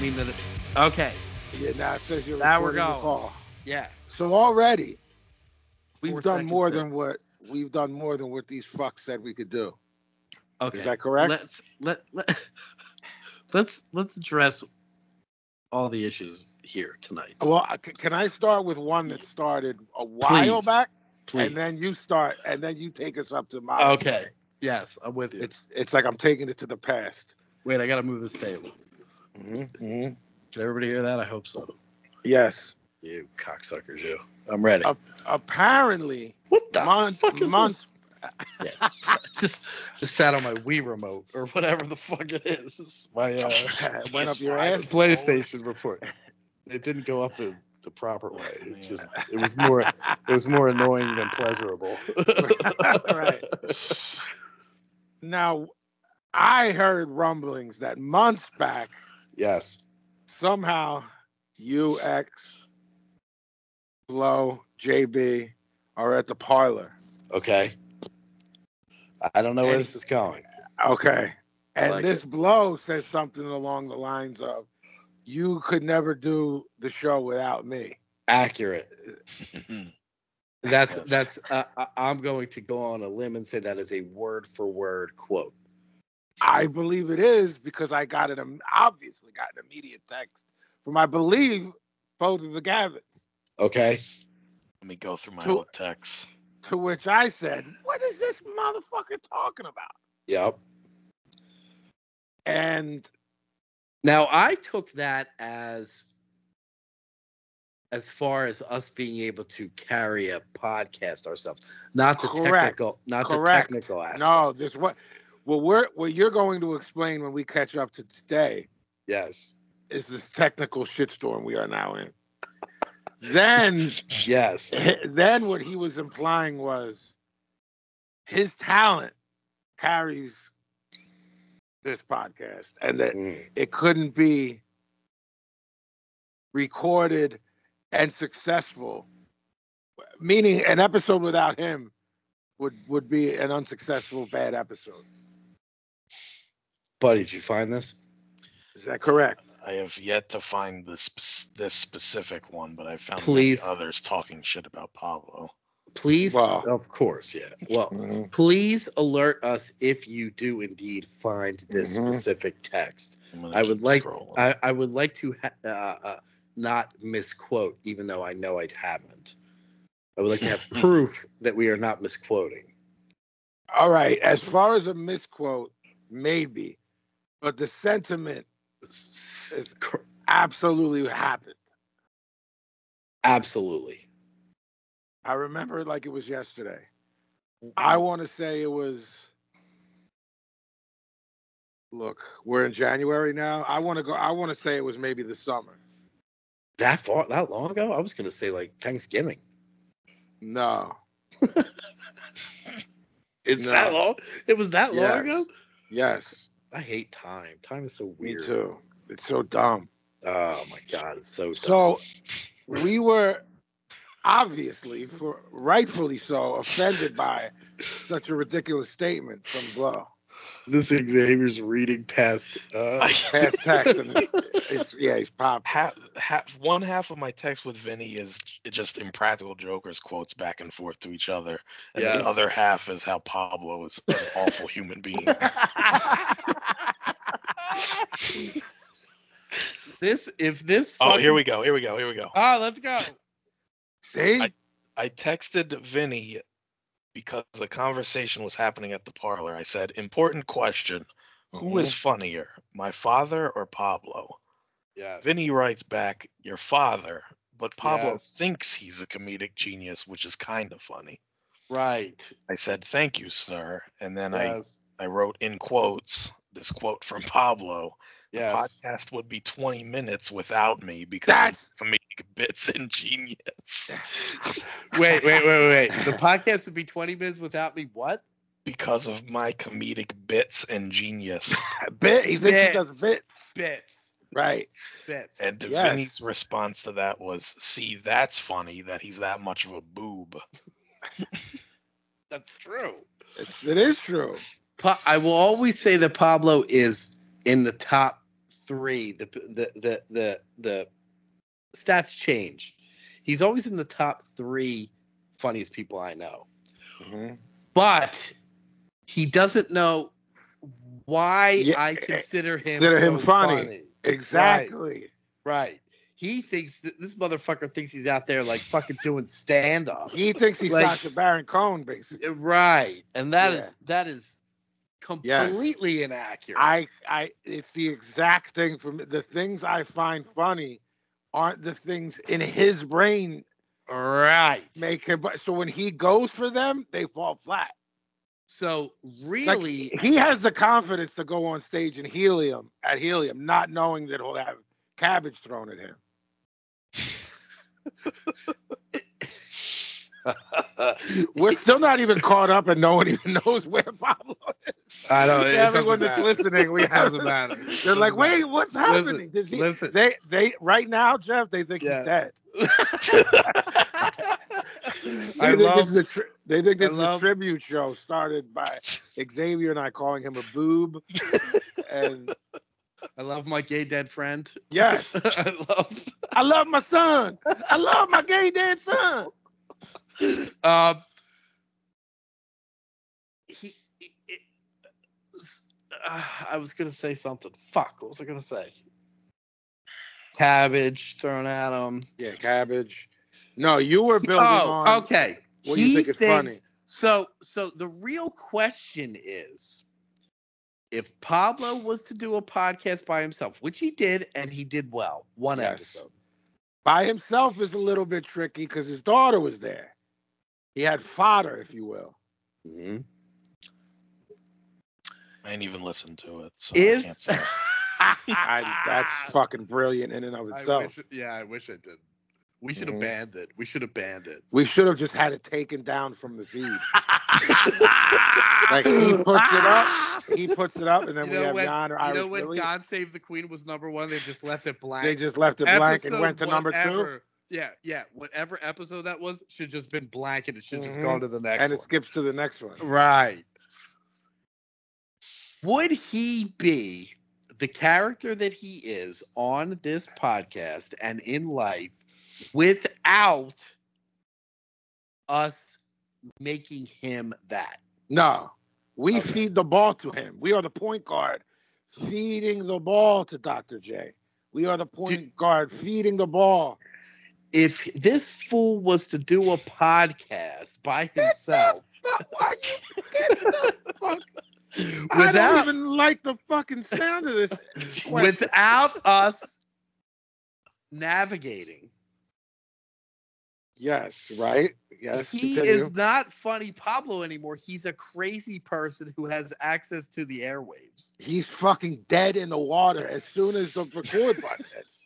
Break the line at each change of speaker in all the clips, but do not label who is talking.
mean that. It, okay.
Yeah, now it says you're
Now we're
recording the
going.
call.
Yeah.
So already we've
Four
done
seconds
more
in.
than what we've done more than what these fucks said we could do.
Okay.
Is that correct?
Let's let, let let's let's address all the issues here tonight.
well, I- c- can I start with one that started a while
Please.
back,
Please.
and then you start, and then you take us up to my.
okay. Yes, I'm with you.
It's it's like I'm taking it to the past.
Wait, I gotta move this table.
Mm-hmm.
Did everybody hear that? I hope so.
Yes.
You cocksuckers, you. I'm ready.
Uh, Apparently,
what the
Mon-
fuck is
Mon-
this? yeah. just just sat on my Wii remote or whatever the fuck it is. It's my uh,
it went up your ass.
PlayStation report. It didn't go up the, the proper way. It just it was more it was more annoying than pleasurable.
right. Now, I heard rumblings that months back
yes.
somehow UX, Blow, JB are at the parlor.
Okay. I don't know where this is going.
Okay. And
like
this blow says something along the lines of, "You could never do the show without me."
Accurate. That's that's uh, I- I'm going to go on a limb and say that is a word for word quote.
I believe it is because I got an im- obviously got an immediate text from I believe both of the Gavins,
Okay.
Let me go through my
Who-
old texts.
to which I said, "What is this motherfucker talking about?"
Yep.
And
Now I took that as as far as us being able to carry a podcast ourselves, not the
Correct.
technical, not
Correct.
the technical aspect.
no, this what well we're what you're going to explain when we catch up to today
Yes.
is this technical shitstorm we are now in. Then
Yes.
then what he was implying was his talent carries this podcast and that
Mm.
it couldn't be recorded and successful meaning an episode without him would would be an unsuccessful bad episode
Buddy, did you find this?
is that correct
I have yet to find this sp- this specific one, but I found many
Please.
others talking shit about Pablo.
Please.
Wow.
Of course. Yeah. Well, please alert us if you do indeed find this
Mhm.
specific text.
I'm gonna
I
keep
would like
scrolling.
I, I would like to ha- uh, uh, not misquote, even though I know I haven't. I would like to have proof that we are not misquoting.
all right as far as a misquote maybe but the sentiment
S-
It's-
cr-
absolutely happened
Absolutely.
I remember it like it was yesterday. I want to say it was. Look, we're in January now. I want to go. I want to say it was maybe the summer.
That far, that long ago, I was gonna say like Thanksgiving.
No.
It's
No.
that long. It was that long
Yes.
ago.
Yes.
I hate time. Time is so weird.
Me too. It's so dumb.
Oh my god, it's so.
So we were obviously, for rightfully so, offended by such a ridiculous statement from Blow.
dumb. this Xavier's reading past. Uh,
Past text and it's, it's- yeah, he's popped.
half, half, one half of my text with Vinny is just impractical jokers quotes back and forth to each other, and
Yes.
the other half is how Pablo is an awful human being.
this if this.
Oh, here
fucking-
we go. Here we go. Here we go.
Ah, let's go.
See?
I- I texted Vinny because the conversation was happening at the parlor. I said, "Important question: Who is
Mm-hmm.
funnier, my father or Pablo?"
Yes.
Vinny writes back, "Your father." But Pablo
Yes.
thinks he's a comedic genius, which is kind of funny.
Right.
I said, "Thank you, sir," and then
Yes.
I, I wrote in quotes this quote from Pablo:
Yes.
"Podcast would be 20 minutes without me because
That's
of comedic bits and genius."
Wait, wait, wait, wait. wait. The podcast would be 20 minutes without me. What?
because of my comedic bits and genius.
bit. He thinks he
Bits.
does bits.
Bits.
Right.
Bits.
And
Yes.
Vinny's response to that was, "See, that's funny that he's that much of a boob."
That's true.
It's, it is true.
Pa- I will always say that Pablo is in the top three, the the the the, the stats change. He's always in the top three funniest people I know.
Mm-hmm.
Mhm.
But he doesn't know why
Yeah,
I consider him
consider
so
him funny. Exactly.
Right. He thinks that this motherfucker thinks he's out there like fucking doing stand up.
He thinks he's
Like-
Sacha Baron Cohen, basically.
Right. And that is
Yeah.
that is completely inaccurate.
I, I, it's the exact thing for me. The things I find funny aren't the things in his brain
right.
make him. But so when he goes for them, they fall flat.
So
Like,
really
he has the confidence to go on stage in helium at helium, not knowing that he'll have cabbage thrown at him. We're still not even caught up, and no one even knows where Pablo.
I don't it
Everyone that's
doesn't matter.
listening, we
It
have.
doesn't matter. It
They're
doesn't
like,
matter.
wait, what's
Listen,
happening? Does he,
listen.
They, they, right now, Jeff, they think
Yeah.
he's dead. They
I
think
love
this is a tri- they think
I
this is
love-
a tribute show started by Xavier and I calling him a boob. and
I love my gay dead friend.
yes,
I love
I love my son. I love my gay dead son.
um, he, it- it- uh, I was gonna say something. Fuck, what was I gonna say? Cabbage thrown at him.
Yeah, cabbage. No, you were building
Oh,
on.
okay.
what you
He
think is
thinks-
funny.
So, so the real question is, if Pablo was to do a podcast by himself, which he did, and he did well, one
Yes.
episode.
By himself is a little bit tricky because his daughter was there. He had fodder, if you will.
Mm-hmm.
Mhm.
Oh, I ain't even listened to it. So I can't
Is
say.
I, that's fucking brilliant in and of
I
itself.
wish, yeah, I wish I did. We should have
Mhm.
banned it. We should have banned it.
We should have just had it taken down from the feed. Like he puts it up, he puts it up, and then
You
we
know
have
when-
Yon or
you
Irish
know when
Billy.
God Save the Queen was number one, they just left it blank.
They just left it blank and went to number two,
whatever- Yeah, yeah. Whatever episode that was should just been blank and it should just
Mhm.
gone to the next
and it
one.
skips to the next one.
Right. Would he be the character that he is on this podcast and in life without us making him that?
No, we
Okay.
feed the ball to him. We are the point guard feeding the ball to Dr. J. We are the point guard feeding the ball.
If this fool was to do a podcast by himself
Why you get the fuck- I don't
without
even like the fucking sound of this. question.
without us navigating,
yes, right? Yes.
he
continue.
is not funny Pablo anymore. He's a crazy person who has access to the airwaves.
He's fucking dead in the water as soon as the record button hits.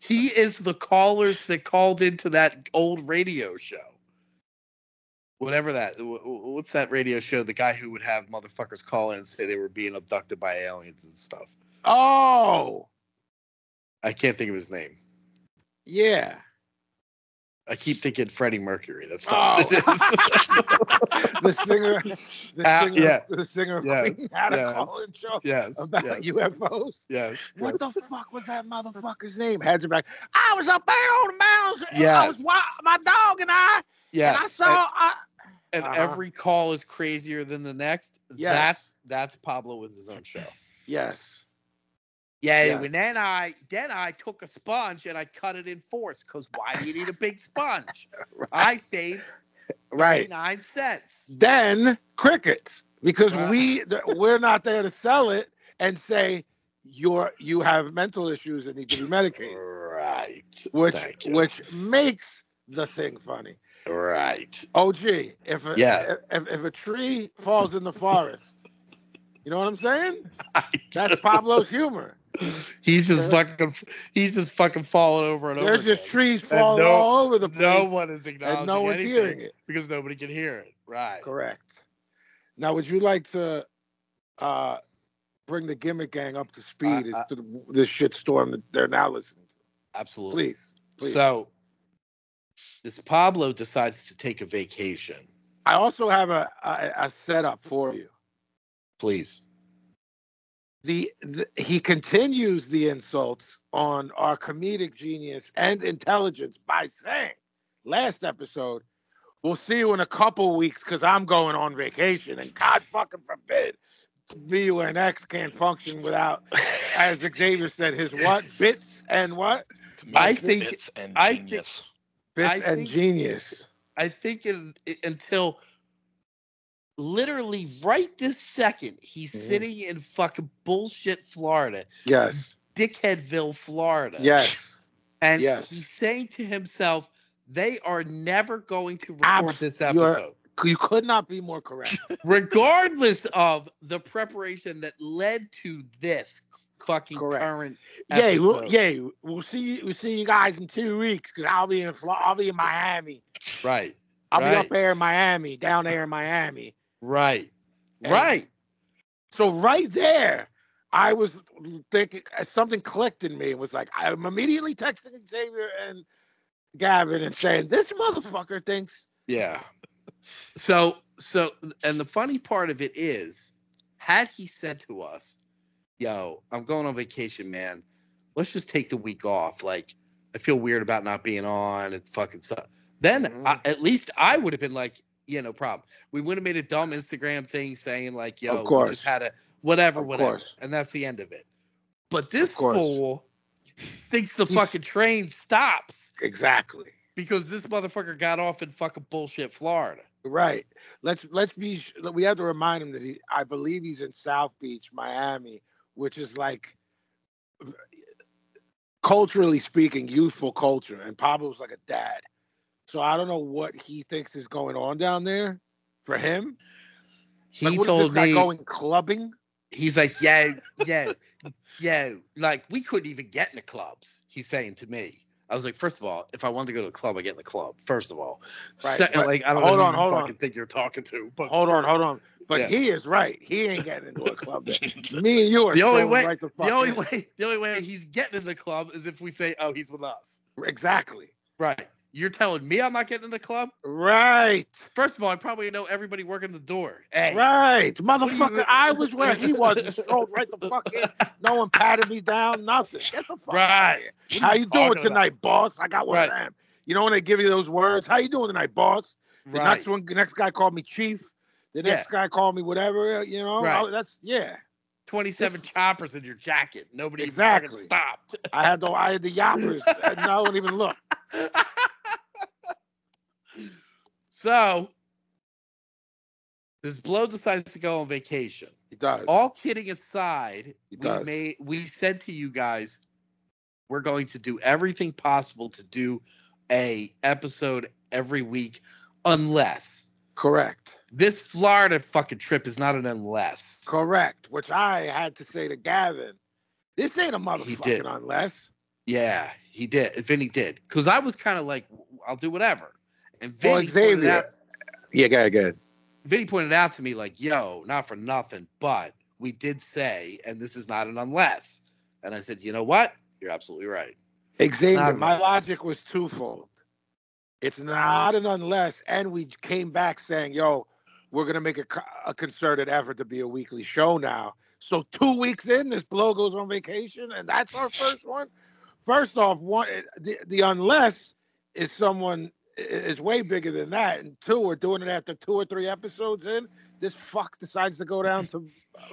He is the callers that called into that old radio show. Whatever that, wh- wh- what's that radio show? The guy who would have motherfuckers call in and say they were being abducted by aliens and stuff.
Oh,
I can't think of his name.
yeah.
I keep thinking Freddie Mercury. That's not
Oh.
what it is.
the singer, the
Ah,
singer,
yeah.
the singer
Yes,
Queen had a
yes,
call in show
yes.
about
yes,
UFOs.
Yes.
What
yes.
the fuck was that motherfucker's name? Had you back. I was up there on the mountains. and I was
Yes.
wa- my dog and I, and I
Yes.
saw. I,
and
Uh-huh.
every call is crazier than the next.
Yes.
That's that's Pablo with his own show.
yes.
Yeah,
Yes.
and then I then I took a sponge and I cut it in force because why do you need a big sponge? I saved
Right.
nine cents.
Then crickets, because
Right.
we th- we're not there to sell it and say you're you have mental issues and need to be medicated,
Right.
which
Thank you.
which makes the thing funny.
right.
Oh, gee, if a,
Yeah.
if, if a tree falls in the forest, you know what I'm saying?
I
That's
do.
Pablo's humor.
he's just fucking he's just fucking falling over and over.
There's just
again.
trees
And
falling
no-
all over the
No
place,
one is acknowledging
and no one's
anything
hearing it.
because nobody can hear it. Right.
Correct. Now, would you like to uh, bring the gimmick gang up to speed
I-
as to the shit storm that they're now listening to?
Absolutely.
Please, please.
So this Pablo decides to take a vacation.
I also have a, a a setup for you.
Please.
the, the he continues the insults on our comedic genius and intelligence by saying last episode we'll see you in a couple weeks because i'm going on vacation and god fucking forbid bunx can't function without as xavier said his what bits and what
I
Comedic
think-
bits and
I think-
genius.
bits
I
and
think-
genius
I think in, i- until literally right this second, he's
Mhm.
sitting in fucking bullshit Florida,
yes
Dickheadville, Florida.
yes
And
yes.
he's saying to himself, they are never going to record
Abs-
this
you are-
episode,
you could not be more correct
regardless of the preparation that led to this fucking
Correct.
current
Yeah, we'll,
episode.
yeah, we'll see. We'll see you guys in two weeks because I'll be in Flo- I'll be in Miami.
right,
I'll be
Right.
up there in Miami, down there in Miami.
right,
And-
right.
So right there, I was thinking uh, something clicked in me and was like, I'm immediately texting Xavier and Gavin and saying, this motherfucker thinks
Yeah. So so and the funny part of it is, had he said to us, "Yo, I'm going on vacation, man. Let's just take the week off. Like, I feel weird about not being on. It's fucking suck." Then
Mhm.
I, at least I would have been like, "Yeah, no problem." We wouldn't have made a dumb Instagram thing saying like, "Yo, we
course.
just had a whatever,
Of
whatever,"
course.
and that's the end of it. But this
Of course.
fool thinks the
He's-
fucking train stops
exactly
because this motherfucker got off in fucking bullshit Florida.
right. Let's let's be. sh- We have to remind him that he. I believe he's in South Beach, Miami, which is like culturally speaking, youthful culture, and Pablo's like a dad. So I don't know what he thinks is going on down there for him.
He
like, what is
told
this guy
me
going clubbing.
he's like, yeah, yeah, yeah. Like we couldn't even get in the clubs. He's saying to me, I was like, first of all, if I wanted to go to a club, I get in the club. First of all,
Right,
second,
but-
like I don't
hold
know
on,
who
hold
you
on.
fucking think you're talking to, but
Hold on, hold on. But
Yeah.
he is right. He ain't getting into a club. There. Me and you are
The only
strolling
way-
right the fuck.
the only
in.
way, the only way he's getting in the club is if we say, oh, he's with us.
Exactly.
Right. You're telling me I'm not getting in the club?
Right.
First of all, I probably know everybody working the door. Hey,
Right. Motherfucker, I was where he was and strolled right the fuck in. No one patted me down, nothing. Get the fuck out of
Right.
here.
What are
How you doing
talking about?
tonight, boss? I got one of
Right.
them. You know when they give you those words? How you doing tonight, boss? The
Right.
next one, the next guy called me chief. The next guy called me whatever. You know,
Right.
I- that's yeah.
27 choppers in your jacket. Nobody even fucking
Exactly.
stopped.
I had the I had the yappers, and I don't even look.
so this blow decides to go on vacation.
He does.
All kidding aside,
He
we
does.
made we said to you guys, we're going to do everything possible to do a episode every week, unless
Correct.
this Florida fucking trip is not an unless.
Correct. Which I had to say to Gavin, this ain't a
did.
motherfucking unless.
Yeah, he did. Vinny did, because I was kind of like, I'll do whatever. And Vinny
Or
pointed out,
Xavier. Yeah, go ahead, go ahead.
Vinny pointed out to me, like, yo, not for nothing, but we did say, and this is not an unless. And I said, you know what? You're absolutely right.
Xavier,
not
my
unless.
logic was twofold. It's not an unless, and we came back saying, yo, we're going to make a, co- a concerted effort to be a weekly show now. So two weeks in, this blow goes on vacation, and that's our first one. First off, one eh, the, the unless is someone i- is way bigger than that, and two, we're doing it after two or three episodes in. This fuck decides to go down to uh,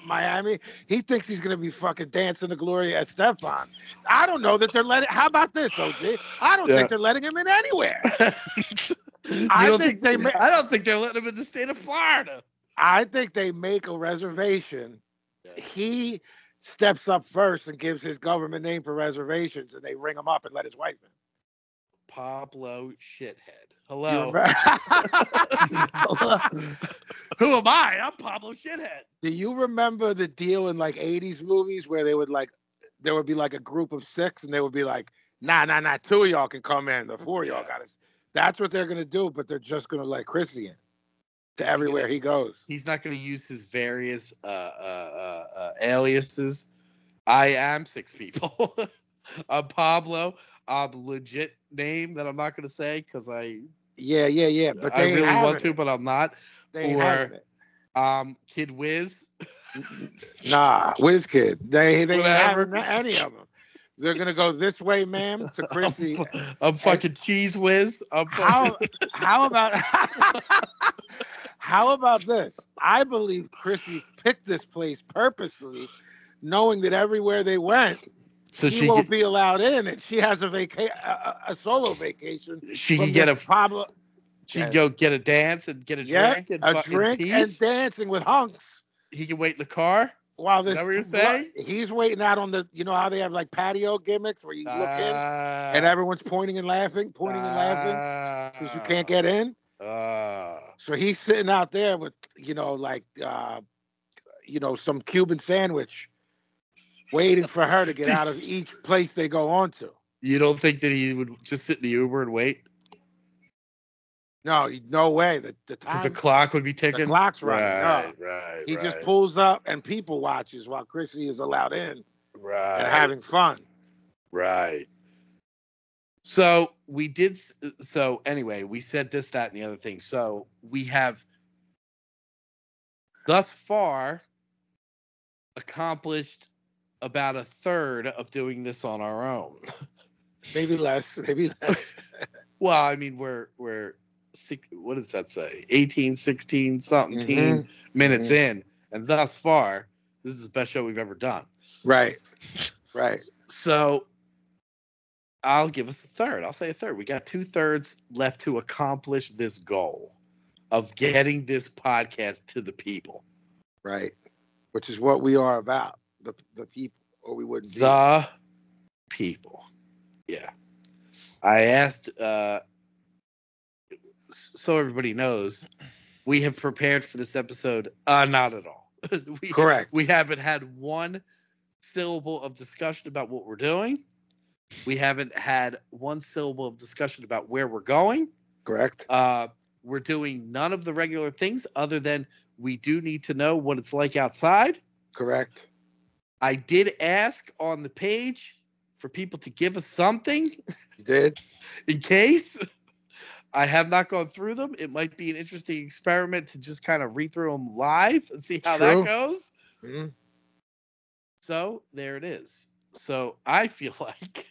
Miami. He thinks he's gonna be fucking dancing to Gloria Estefan. I don't know that they're letting. How about this, OG? I don't
Yeah.
think they're letting him in anywhere.
You
I
don't
think they ma-
I don't think they're letting him in the state of Florida.
I think they make a reservation.
Yeah.
He steps up first and gives his government name for reservations, and they ring him up and let his wife in.
Pablo shithead.
You
Hello.
remember-
Who am I? I'm Pablo shithead.
Do you remember the deal in like 80s movies where they would like, there would be like a group of six and they would be like, nah, nah, nah, two of y'all can come in, the four of y'all
Yeah.
got us. That's what they're going to do, but they're just going to let Chrissy in to
gonna-
everywhere he goes.
He's not going to use his various uh, uh, uh, uh, aliases. I am six people. I'm Pablo. I'm legit name that I'm not going to say because I
Yeah, yeah, yeah. But
I
they
really
ain't
want to,
having it.
but I'm not.
They ain't
or-
having it.
Um, Kid Wiz.
Nah, WizKid. They they ain't
Whatever.
having any of them. They're gonna go this way, ma'am, to
I'm,
Chrissy.
fu- I'm fucking cheese whiz. I'm fucking,
How how about how about this? I believe Chrissy picked this place purposely, knowing that everywhere they went,
so
she,
she
won't
could,
be allowed in, and she has a vaca- a, a- a solo vacation.
she
from
could get
the
a
Pablo,
she could go get a dance and get a
Yeah,
drink and
a
fucking
drink and
peace.
dancing with hunks.
he can wait in the car.
While
Is
this,
that what you're saying?
he's waiting out on the. You know how they have like patio gimmicks where you
Uh,
look in and
Ah,
everyone's pointing and laughing, pointing and laughing because you can't get in.
ah.
So he's sitting out there with you know like uh, you know some Cuban sandwich, waiting for her to get out of each place they go on to.
you don't think that he would just sit in the Uber and wait
No, no way. The the
because the
time
clock would be
the
ticking?
clock's running. No.
right, right.
He just
right,
pulls up and people watches while Chrissy is allowed in
right.
and having fun.
Right. So we did. s- uh, So anyway, we said this, that, and the other thing. So we have thus far accomplished about a third of doing this on our own.
Maybe less, maybe less.
Well, I mean, we're we're six, what does that say? 18, 16, something
Mhm.
minutes in, and thus far, this is the best show we've ever done.
Right. Right.
So I'll give us a third. I'll say a third. We got two thirds left to accomplish this goal of getting this podcast to the people.
Right. Which is what we are about. The the people or we wouldn't be.
The people. Yeah. I asked, uh, s- so everybody knows, we have prepared for this episode, uh, not at all. we,
Correct.
We haven't had one syllable of discussion about what we're doing. We haven't had one syllable of discussion about where we're going.
Correct.
Uh, we're doing none of the regular things other than we do need to know what it's like outside.
Correct.
I did ask on the page for people to give us something
You did?
in case. I have not gone through them. It might be an interesting experiment to just kind of read through them live and see how
True.
that goes.
Mhm.
So there it is. So I feel like,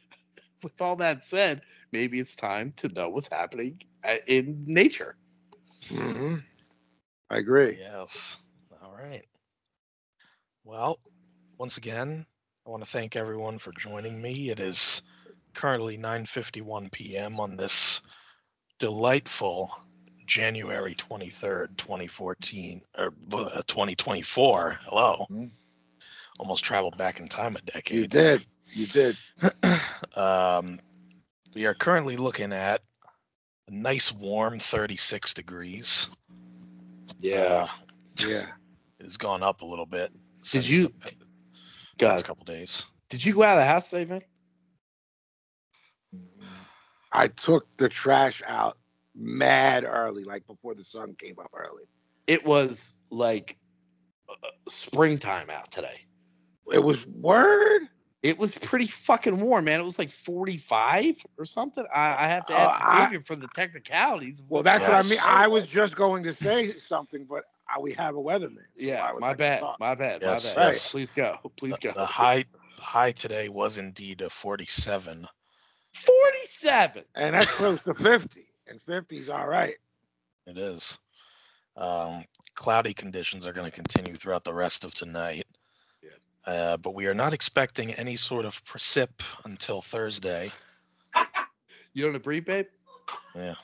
with all that said, maybe it's time to know what's happening uh, in nature.
Mhm. I agree.
Yes. All right. Well, once again, I want to thank everyone for joining me. It is currently 9:51 p.m. on this delightful January 23rd, 2014 or uh, 2024. Hello.
Mhm.
Almost traveled back in time a decade.
You did. You did.
Um, we are currently looking at a nice warm 36 degrees. Uh,
Yeah.
it's gone up a little bit. since
you- Uh,
the past
God,
couple days?
did you go out of the house today, Vin?
I took the trash out mad early, like before the sun came up early.
It was like uh, springtime out today.
It was word.
It was pretty fucking warm, man. It was like 45 or something. I, I have to ask
Oh, I-
Xavier for the technicalities.
Well, that's what I mean.
Yes.
I was just going to say something, but I, we have a weatherman. so
Yeah,
I would
my
like Uh, to
bad,
talk.
my bad,
Yes,
my bad.
yes.
Please go, please go.
The high the high today was indeed a 47.
47.
And that's close to 50, and 50 is all right.
It is. Um, cloudy conditions are going to continue throughout the rest of tonight.
Yeah.
Uh, but we are not expecting any sort of precip until Thursday.
You don't agree, babe?
Yeah.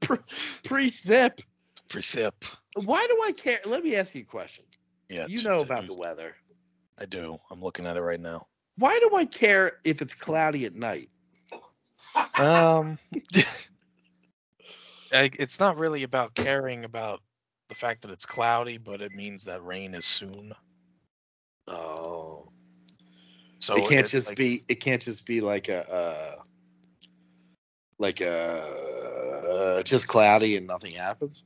Pre zip.
Precip.
Why do I care? Let me ask you a question.
Yeah.
You
t-
know
t-
about the weather.
I do. I'm looking at it right now.
Why do I care if it's cloudy at night?
Um, I, it's not really about caring about the fact that it's cloudy, but it means that rain is soon.
Oh,
So
it can't
it-
just
like,
be. It can't just be like a, uh, like a, uh, just cloudy and nothing happens.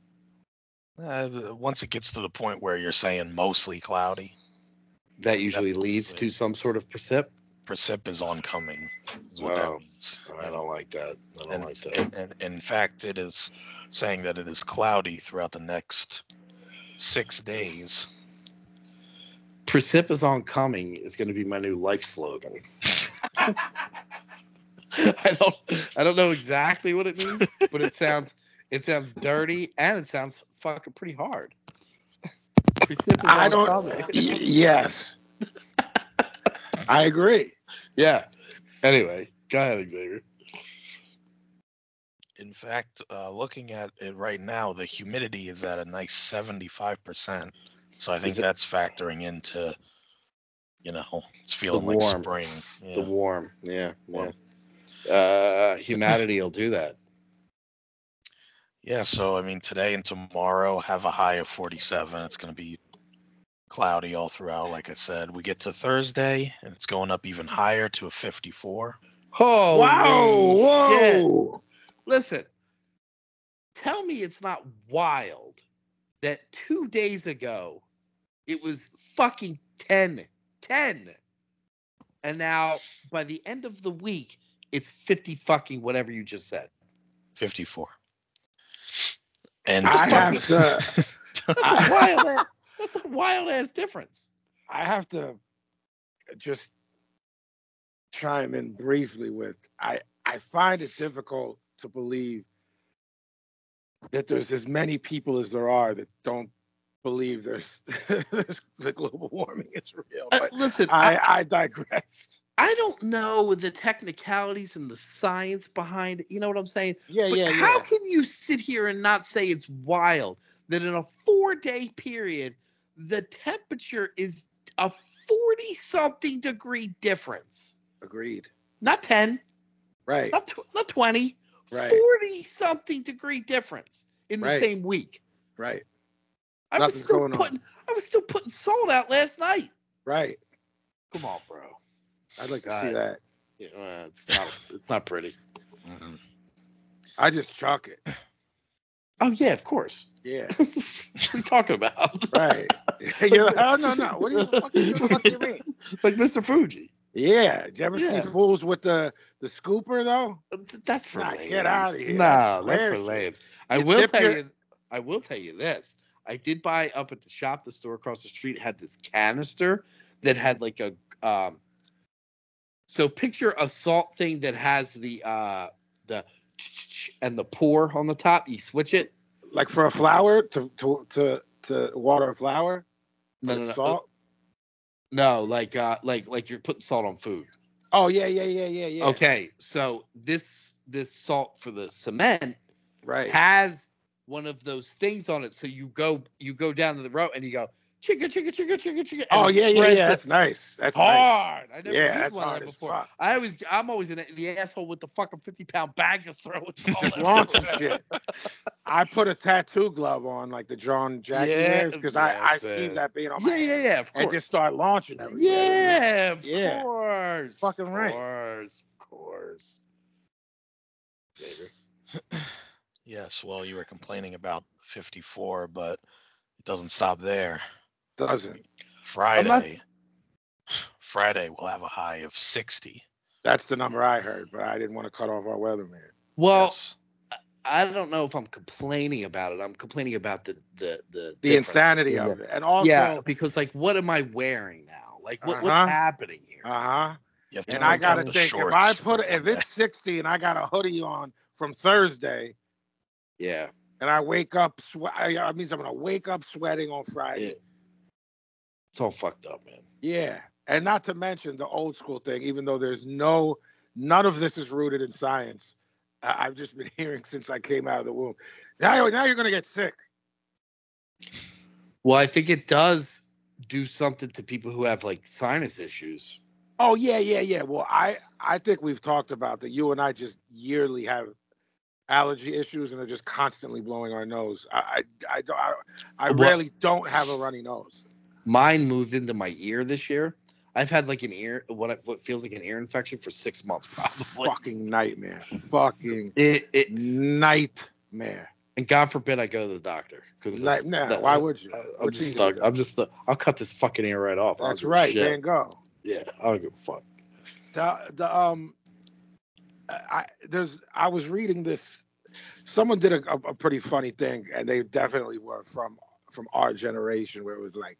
uh, once it gets to the point where you're saying mostly cloudy.
That usually
That's-
leads to some sort of precip.
precip is oncoming. Is what
Wow.
that means.
I don't like that. I don't
And,
like that.
and, and- in fact, it is saying that it is cloudy throughout the next six days.
Precip is on coming is going to be my new life slogan. I don't I don't know exactly what it means, but it sounds it sounds dirty and it sounds fucking pretty hard. Precip is
I
on
don't-
coming.
Y- yes. I agree.
Yeah. Anyway, go ahead, Xavier.
In fact, uh, looking at it right now, the humidity is at a nice 75%. So I think
Is it-
that's factoring into, you know, it's feeling like
warm.
spring.
The
Yeah.
warm, yeah,
Warm.
yeah. Uh, humanity will do that.
Yeah, so I mean, today and tomorrow have a high of 47. It's going to be cloudy all throughout, like I said. We get to Thursday, and it's going up even higher to a 54.
Oh
wow. Whoa.
Listen, tell me it's not wild that two days ago it was fucking 10. 10. And now by the end of the week, it's 50 fucking whatever you just said.
54. And
I have to
That's a wild ass, that's a wild ass difference.
I have to just chime in briefly with I I find it difficult to believe that there's as many people as there are that don't believe there's, there's the global warming is real.
Uh,
But
listen, I,
I I digressed.
I don't know the technicalities and the science behind it. You know what I'm saying?
Yeah,
But
yeah, yeah.
how can you sit here and not say it's wild that in a four day period, the temperature is a 40 something degree difference?
Agreed.
Not 10,
Right.
not, tw- not 20,
Right.
40 something degree difference in the
Right.
same week.
Right.
I
Nothing's
was still
going on.
putting I was still putting salt out last night.
Right.
Come on, bro.
I'd like to see
God.
that.
Yeah, uh, it's not it's not pretty.
Mhm.
I just chalk it.
Oh yeah, of course.
Yeah.
what are you talking about?
Right. You're like, oh no no. What do you what the fuck do you mean?
Like Mr. Fuji.
Yeah. Did you ever
Yeah.
see fools with the the scooper though?
Th- That's for
Nah,
lames.
get outta here.
No,
That's
that's for
weird.
lames. I
You
will
dip
tell
your-
you. I will tell you this. I did buy up at the shop. The store across the street had this canister that had like a um. So picture a salt thing that has the uh the and the pour on the top. You switch it.
Like for a flower to to to, to water a flower?
No,
Like
no, no.
salt?
No, like uh, like like you're putting salt on food.
Oh yeah yeah yeah yeah yeah.
Okay, so this this salt for the cement
Right.
has one of those things on it. So you go you go down to the road and you go chicka chicka chicka chicka chicka. and
Oh
it
yeah yeah
spreads
yeah.
it
That's nice. That's nice.
hard. I never
Yeah,
used
that's
one of
hard
that
as
before.
fuck.
I always I'm always in the asshole with the fucking 50 pound bag to throw with salt.
Launching shit. I put a tattoo glove on like the John Jackie
Yeah,
wears because I I
yes,
see
uh,
that being on my
yeah, yeah, yeah. Of
and
course.
just start launching everything.
yeah, of
Yeah.
course.
Fucking
of
right.
course, of course. Xavier.
Yes, well, you were complaining about 54, but it doesn't stop there.
Doesn't.
Friday.
not-
Friday will have a high of 60.
That's the number I heard, but I didn't want to cut off our weatherman.
Well,
Yes.
I don't know if I'm complaining about it. I'm complaining about the the the,
The
difference
insanity
in
of
the-
it. And also
yeah, because like, what am I wearing now? Like, what, what's
Uh-huh.
happening here?
uh-huh.
You have to
And
Yeah,
I
break out
gotta
the
think if
shorts
I put
on
if
that.
it's sixty and I got a hoodie on from Thursday
yeah,
and I wake up sweat I means I'm gonna wake up sweating on Friday.
it's all fucked up, man.
Yeah. And not to mention the old school thing, even though there's no none of this is rooted in science. I- I've just been hearing since I came out of the womb. Now, now you're gonna get sick.
Well, I think it does do something to people who have like sinus issues.
Oh yeah, yeah, yeah. Well, I I think we've talked about that. You and I just yearly have allergy issues and are just constantly blowing our nose. I I I don't- I, I
What-
rarely don't have a runny nose.
Mine moved into my ear this year. I've had like an ear, what, I- what feels like an ear infection for six months probably.
Fucking nightmare. Fucking
It, it,
nightmare.
and God forbid I go to the doctor because
Night, nah, why would you?
uh, I'm
What
just
do you do?
stuck. I'm just. I'll cut this fucking ear right off. I don't
That's
give a
right.
shit.
Van Gogh.
Yeah, I don't give a fuck.
the the um I there's I was reading this someone did a, a, a pretty funny thing and they definitely were from from our generation where it was like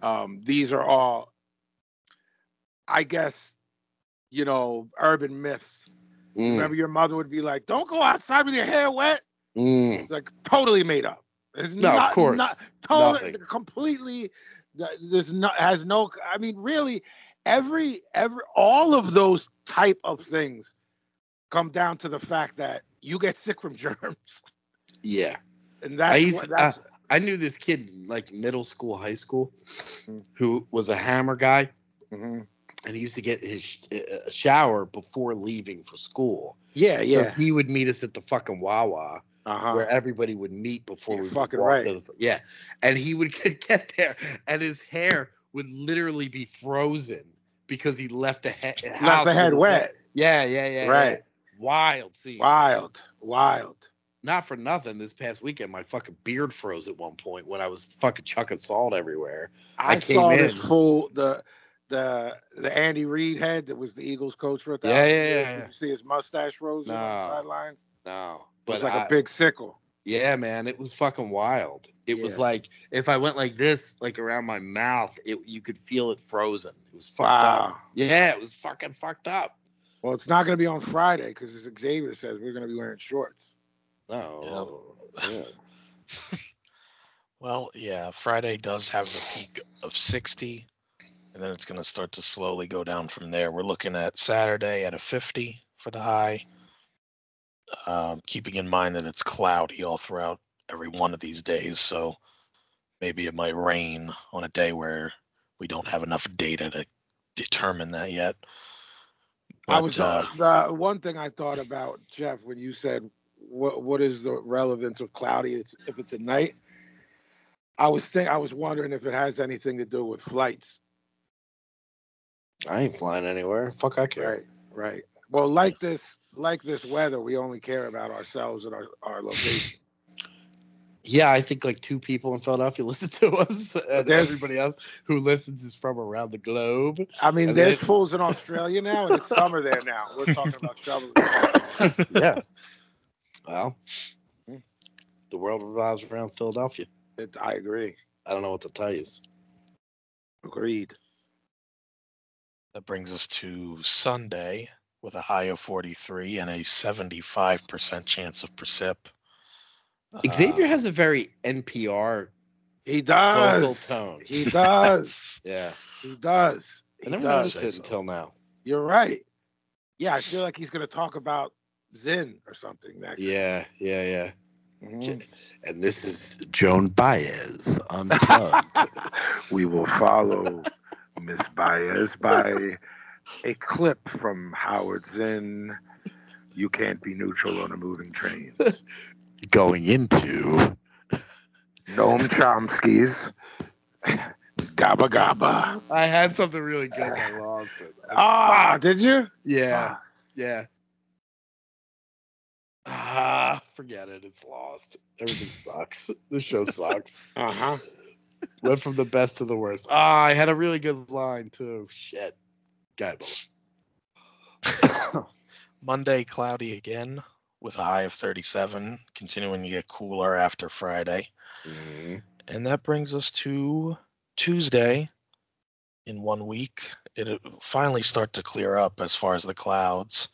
um these are all I guess you know urban myths. Remember your mother would be like, "Don't go outside with your hair wet."
Mm.
Like totally made up. There's
No, of
not-
course.
not- totally
Nothing.
completely th- there's not has no i mean really every every all of those type of things come down to the fact that you get sick from germs
Yeah.
and
I
that's,
used- uh,
what, that's
I knew this kid in like middle school, high school,
Mm-hmm.
who was a hammer guy, mm-hmm.
Mhm.
and he used to get his sh- uh, shower before leaving for school.
yeah
So
Uh, yeah
he would meet us at the fucking Wawa,
uh-huh
where everybody would meet before
You're
we would
fucking
walk
right.
to the- yeah, and he would get, get there, and his hair would literally be frozen because he left the head
left the head wet
Yeah, yeah, yeah.
Right.
yeah. Wild scene.
wild wild
Not for nothing. This past weekend, my fucking beard froze at one point when I was fucking chucking salt everywhere.
i,
I came
saw this
in.
fool the the the andy reid head that was the eagles coach for a
Yeah,
thousand
yeah,
years.
yeah,
Did
yeah.
you see his mustache rose on the
No.
sideline
No,
it
but
was like a
I-
big sickle
yeah, man, it was fucking wild. It was
Yeah.
like if I went like this, like around my mouth, it you could feel it frozen. It was fucked up.
wow
Yeah, it was fucking fucked up.
Well, it's not going to be on Friday because as Xavier says, we're going to be wearing shorts.
No. yeah.
Well, yeah, Friday does have the peak of 60, and then it's going to start to slowly go down from there. We're looking at Saturday at a 50 for the high, um, keeping in mind that it's cloudy all throughout every one of these days, so maybe it might rain on a day where we don't have enough data to determine that yet.
I was
But, uh,
the one thing I thought about Jeff when you said what what is the relevance of cloudy it's, if it's at night. I was think I was wondering if it has anything to do with flights.
I ain't flying anywhere. Fuck, I care.
Right, right. Well, like this like this weather, we only care about ourselves and our our location.
Yeah, I think like two people in Philadelphia listen to us, and
there's-
everybody else who listens is from around the globe.
I mean,
And
there's
then-
fools in Australia now, and it's summer there now. We're talking about trouble.
yeah. Well, the world revolves around Philadelphia.
It, I agree.
I don't know what to tell you.
Agreed.
That brings us to Sunday with a high of 43 and a 75% chance of precip.
Xavier
Uh,
has a very NPR.
He does.
tone.
He does.
that's-
Yeah.
He does.
I
He
never
does.
noticed
say
it
so.
until now.
You're right. Yeah, I feel like he's gonna talk about Zen or something next.
Yeah, yeah, yeah.
Mhm.
And this is Joan Baez unplugged.
we will follow Miss Baez by a clip from Howard Zinn. You can't be neutral on a moving train.
going into
Noam Chomsky's Gabba Gabba.
I had something really good and I lost it.
Ah, did you?
Yeah,
Fuck.
yeah. Ah, forget it. It's lost. Everything sucks. The show sucks.
Uh-huh.
Went from the best to the worst. Ah, I had a really good line too. Shit. Got it.
Monday, cloudy again with a high of 37, continuing to get cooler after Friday.
Mm-hmm.
And that brings us to Tuesday in one week. It'll finally start to clear up as far as the clouds.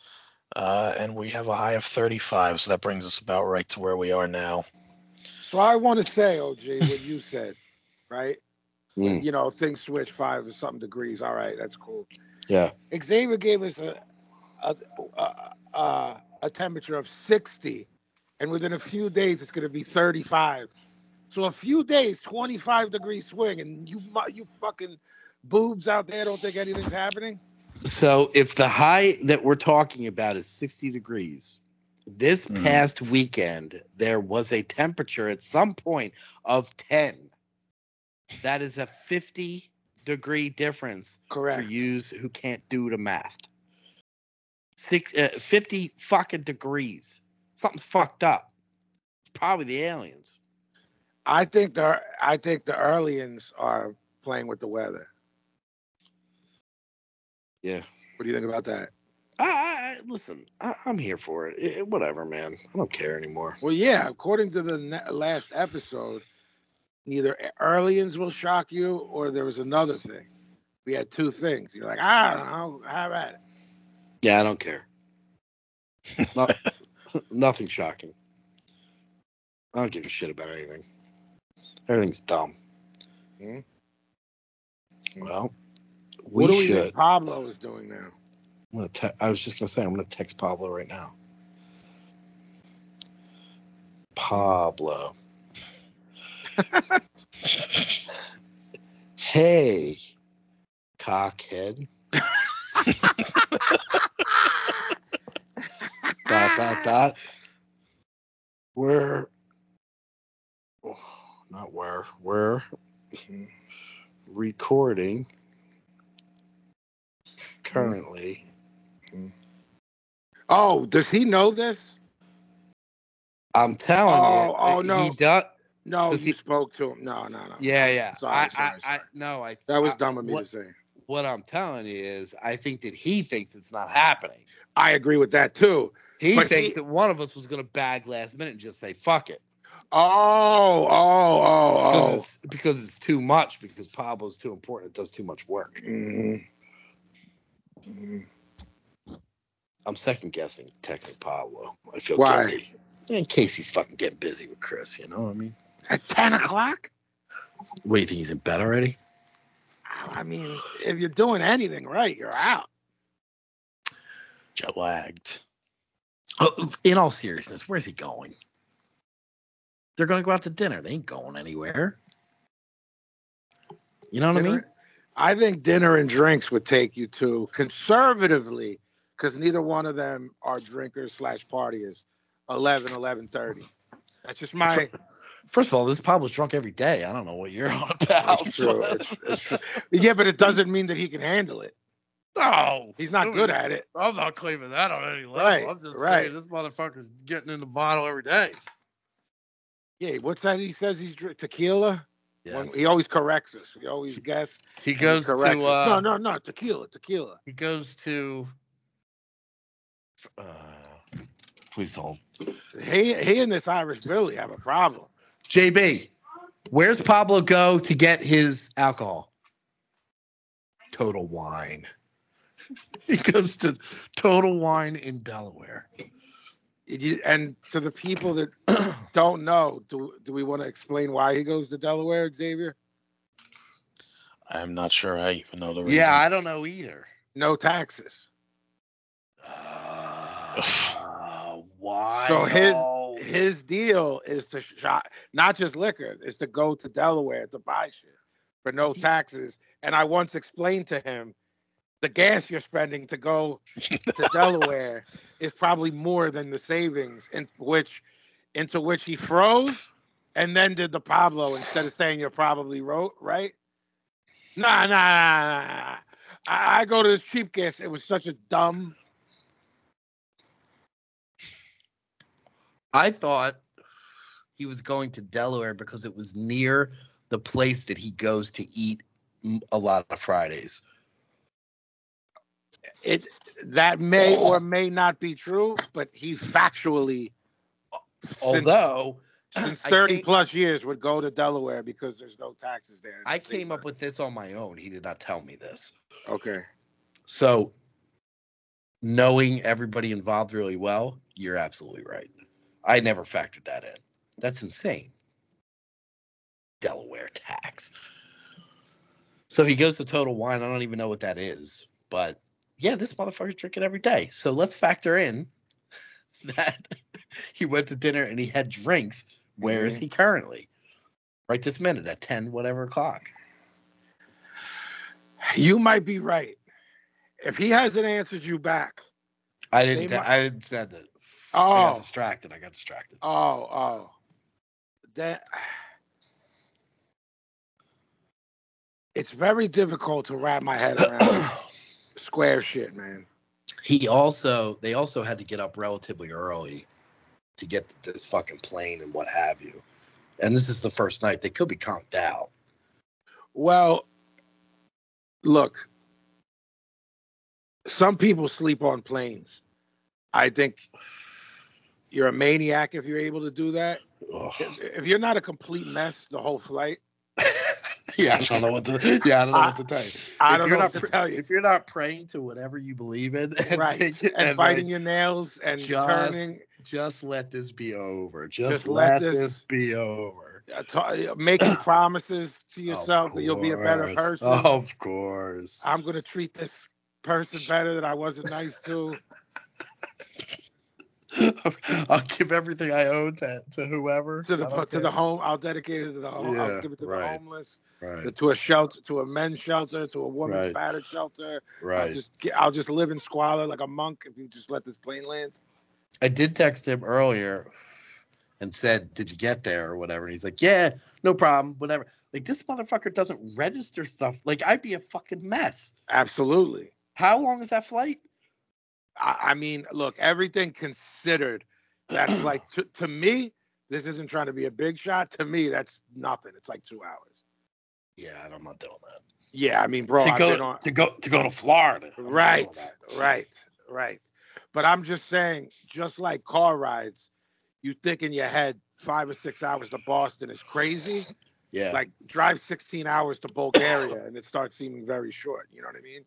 Uh, and we have a high of 35, so that brings us about right to where we are now.
So I want to say, OG, what you said, right?
Mm.
You know, things switch five or something degrees. All right, that's cool.
Yeah.
Xavier gave us a a a, a, a temperature of 60, and within a few days it's going to be 35. So a few days, 25 degree swing, and you mu- you fucking boobs out there don't think anything's happening.
So if the high that we're talking about is 60 degrees, this
Mhm.
past weekend there was a temperature at some point of 10. That is a 50 degree difference
Correct.
for yous who can't do the math. Six, uh, 50 fucking degrees. Something's fucked up. It's probably the aliens.
I think the I think the aliens are playing with the weather.
Yeah.
What do you think about that?
I, I I- listen. I, I'm here for it. It- Whatever, man. I don't care anymore.
Well, yeah. According to the ne- last episode, neither aliens will shock you, or there was another thing. We had two things. You're like, ah, I'll have at it.
Yeah, I don't care. No- nothing shocking. I don't give a shit about anything. Everything's dumb.
Hmm.
Well, we
What do we
should.
think Pablo is doing now?
I'm gonna te- I was just gonna say I'm gonna text Pablo right now. Pablo. hey, cockhead. dot
Ah.
dot dot. Where? oh, Not where. Where? Recording currently.
Oh, does he know this?
I'm telling you.
Oh, oh,
He
no.
does.
No,
Does
you
he-
spoke to him. No, no, no.
Yeah, yeah.
Sorry,
I,
sorry,
I, I,
sorry.
no, I.
That was
I-
dumb of me
What,
to say.
what I'm telling you is, I think that he thinks it's not happening.
I agree with that too.
He
But
thinks
he-
that one of us was gonna bag last minute and just say fuck it
Oh, oh, oh,
because
oh.
it's because it's too much because Pablo's too important. It does too much work.
Mhm. Mhm.
I'm second guessing texting Pablo. I feel
Why?
guilty in case he's fucking getting busy with Chris. You know what I mean?
At ten o'clock?
What do you think he's in bed already?
I mean, if you're doing anything right, you're out.
Jet lagged.
Oh, In all seriousness, where's he going? They're gonna go out to dinner. They ain't going anywhere. You know what I mean?
Dinner- I think dinner and drinks would take you to conservatively, because neither one of them are drinkers slash partiers. 11, 11.30. That's just my
First of all, this Pablo's drunk every day. I don't know what you're on about.
It's true. It's, it's true. Yeah, but it doesn't mean that he can handle it.
no,
He's not good at it.
I'm not claiming that on any level.
Right,
I'm just
right.
saying this motherfucker's getting in the bottle every day.
Yeah, what's that? He says he's drink tequila. One- he always corrects us. He always guess.
he
and he
goes to
corrects us.
uh,
no, no, no, tequila, tequila.
he goes to. Uh, please don't.
He he and this Irish Billy have a problem.
JB, where's Pablo go to get his alcohol? Total Wine. He goes to Total Wine in Delaware.
It- you- And to the people that don't know, do do we want to explain why he goes to Delaware, Xavier?
I'm not sure I even know the reason.
Yeah, I don't know either.
No taxes.
Uh, why?
So his-
though?
His deal is to shop, not just liquor, is to go to Delaware to buy shit for no taxes. And I once explained to him the gas you're spending to go to Delaware is probably more than the savings in which into which he froze and then did the Pablo instead of saying you're probably wrote right. Nah, nah, nah, nah, nah, nah. I, I go to this cheap gas. It was such a dumb.
I thought he was going to Delaware because it was near the place that he goes to eat m- a lot of Fridays.
It that may or may not be true, but he factually, since-
Although
since
I
30
came-
plus years, would go to Delaware because there's no taxes there.
I came up with this on my own, he did not tell me this.
okay.
So knowing everybody involved really well, you're absolutely right. I never factored that in. That's insane. Delaware tax. So he goes to Total Wine. I don't even know what that is, but yeah, this motherfucker's drinking every day. So let's factor in that he went to dinner and he had drinks. Where is
Mhm.
he currently? Right this minute at ten whatever o'clock.
You might be right. If he hasn't answered you back,
I didn't.
They
ta-
mu-
I didn't send it. I
oh,
got distracted. I got distracted.
oh, oh, that it's very difficult to wrap my head around square shit, man.
he also they also had to get up relatively early to get to this fucking plane and what have you. And this is the first night. They could be conked out.
Well, look, some people sleep on planes. I think you're a maniac if you're able to do that.
Ugh.
If, if you're not a complete mess the whole flight,
yeah, I don't know what to. Yeah, I don't know what to tell you.
I
If
don't
you're
know what to
not pr-
tell you.
If you're not praying to whatever you believe in, and
Right.
think-
And,
and, like,
biting your nails and
just-
turning,
just let this be over. Just,
Just let
let,
this-
this... be over.
uh, ta- making promises to yourself
Of
that you'll be a better
course. Oh.
person.
Of course.
I'm gonna treat this person better that I wasn't nice to.
I'll give everything I own to, to whoever.
To the
I don't
to the
care.
home, I'll dedicate it to the home. I'll
Yeah,
give it to the
right.
homeless,
Right.
to a shelter, to a men's shelter, to a woman's
Right.
battered shelter. I'll
Right.
just get, I'll just live in squalor like a monk if you just let this plane land.
I did text him earlier and said, "Did you get there or whatever?" And he's like, "Yeah, no problem, whatever." Like this motherfucker doesn't register stuff. Like I'd be a fucking mess.
Absolutely.
How long is that flight?
I, I mean, look, everything considered, that's like to, to me. This isn't trying to be a big shot. To me, that's nothing. It's like two hours.
Yeah, I'm not doing that.
Yeah, I mean, bro,
to
I've
go
been on.
to go to go to Florida. I'm not doing
Right,
that.
right, right. But I'm just saying, just like car rides, you think in your head five or six hours to Boston is crazy.
Yeah.
Like drive 16 hours to Bulgaria and it starts seeming very short. You know what I mean?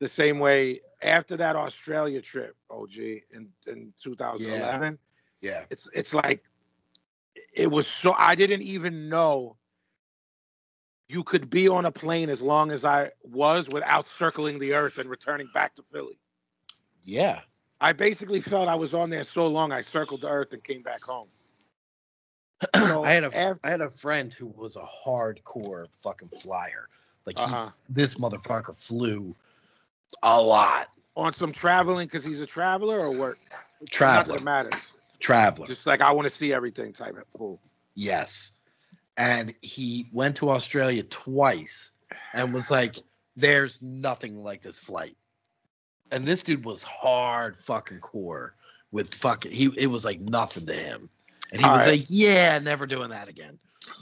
The same way after that Australia trip, OG, in, in 2011,
yeah.
it's it's like it was so I didn't even know you could be on a plane as long as I was without circling the earth and returning back to Philly.
Yeah.
I basically felt I was on there so long I circled the earth and came back home. So
I had a I
af-
had a friend who was a hardcore fucking flyer. Like he-
Uh-huh.
this motherfucker flew a lot.
on some traveling because he's a traveler or work. Not
Traveler.
that it matters.
Traveler.
Just like I want to see everything type of fool.
Yes. And he went to Australia twice and was like, there's nothing like this flight. And this dude was hard fucking core with fucking he it was like nothing to him. And he
All
was
right.
like, Yeah, never doing that again.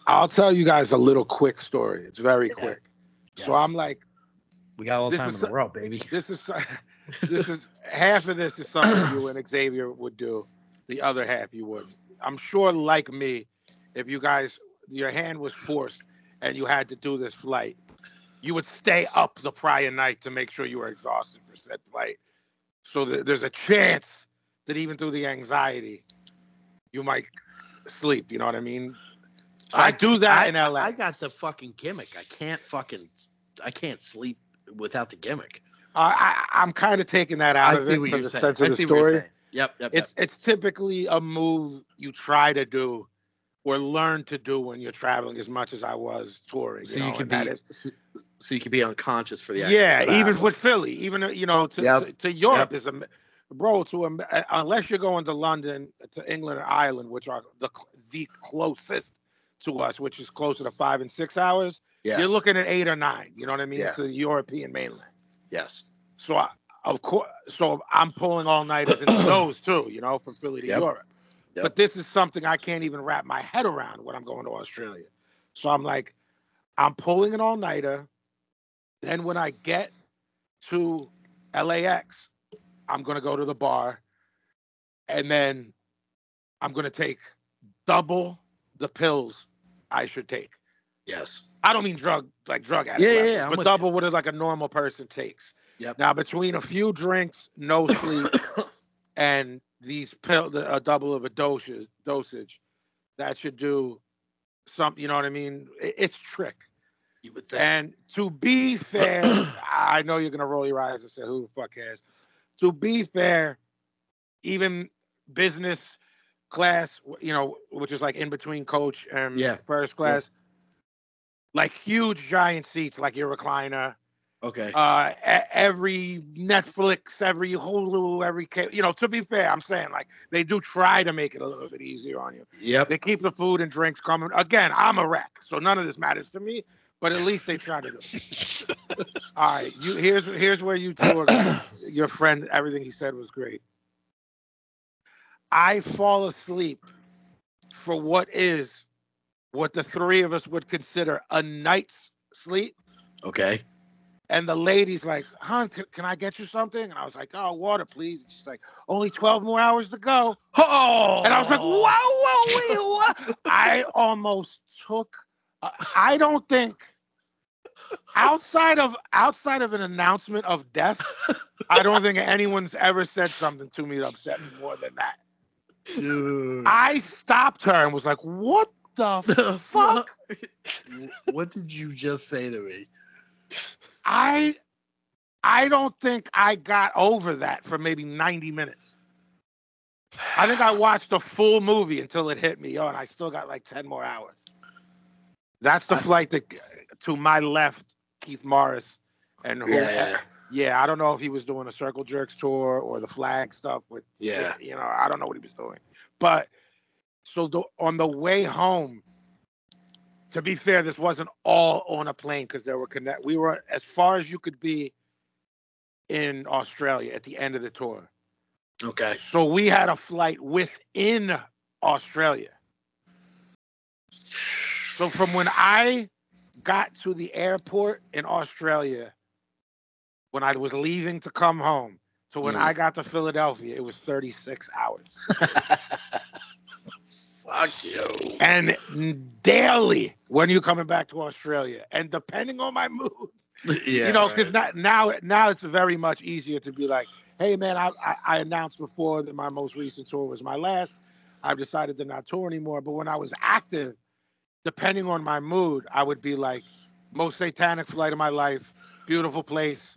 I'll tell you guys a little quick story. It's very
Yeah.
quick. So
Yes.
I'm like,
We got all the
this
time
is
in the
so-
world, baby.
this is this is half of this is something you and Xavier would do. The other half you would. I'm sure, like me, if you guys your hand was forced and you had to do this flight, you would stay up the prior night to make sure you were exhausted for said flight. So that there's a chance that even through the anxiety, you might sleep. You know what I mean? So I, do that
I-
in LA.
I got the fucking gimmick. I can't fucking I can't sleep without the gimmick.
Uh, I, I'm kind of taking that out
I
of
see
it
what
for
you're
the
saying.
sense of
I
the
see
story.
what you're saying. Yep, yep, yep.
it's it's typically a move you try to do or learn to do when you're traveling as much as I was touring.
so you,
know,
can
and that
be
is-
so, so you can be unconscious for the actual
yeah,
travel.
even with Philly, even uh, you know to
Yep.
to, to Europe is a m- bro to Am- uh, unless you're going to London to England or Ireland, which are the cl- the closest to us, which is closer to five and six hours.
Yeah.
You're looking at eight or nine. You know what I mean?
Yeah.
To the European mainland.
yes
So I, of course, so I'm pulling all nighters into those too, you know, from Philly to
Yep.
Europe.
Yep.
But this is something I can't even wrap my head around when I'm going to Australia. So I'm like, I'm pulling an all nighter. Then when I get to LAX, I'm gonna go to the bar, and then I'm gonna take double the pills I should take.
yes
I don't mean drug like drug
yeah,
addict. levels,
yeah, I'm
but
with
double what is like a normal person takes.
Yep.
Now between a few drinks, no sleep, and these pill the, a double of a dosage dosage, that should do some. You know what I mean? It- it's trick.
you would think
And to be fair, I know you're gonna roll your eyes and say, "Who the fuck cares?" To be fair, even business class, you know, which is like in between coach and
Yeah.
first class, like huge giant seats, like your recliner.
okay
Uh, e- every Netflix, every Hulu, every ca- you know. To be fair, I'm saying like they do try to make it a little bit easier on you.
yep
They keep the food and drinks coming. Again, I'm a wreck, so none of this matters to me. But at least they try to do. it. All right, you here's here's where you toured your friend. Everything he said was great. I fall asleep for what is what the three of us would consider a night's sleep
okay
And the lady's like, "Hon, can, can I get you something?" And I was like, "Oh, water, please." And she's like, "Only 12 more hours to go."
Oh.
And I was like, "Whoa, whoa, wait, what?" I almost took. Uh, I don't think outside of outside of an announcement of death, I don't think anyone's ever said something to me that upset me more than that.
dude.
I stopped her and was like, "What the
The
fuck?"
fuck? what did you just say to me?
I I don't think I got over that for maybe 90 minutes. I think I watched the full movie until it hit me. Yo, and I still got like 10 more hours. That's the
I-
flight that to my left, Keith Morris and who, yeah. I don't know if he was doing a Circle Jerks tour or the flag stuff with
yeah.
you know, I don't know what he was doing. But so the, on the way home, to be fair, this wasn't all on a plane because there were connect. We were as far as you could be in Australia at the end of the tour.
Okay.
So we had a flight within Australia. So from when I got to the airport in Australia, when I was leaving to come home, to when
Mm.
I got to Philadelphia, it was 36 hours.
Fuck you.
and daily when you're coming back to Australia. And depending on my mood,
Yeah.
you know, because now now it's very much easier to be like, hey man, I, I I announced before that my most recent tour was my last. I've decided to not tour anymore. But when I was active, depending on my mood, I would be like, most satanic flight of my life, beautiful place,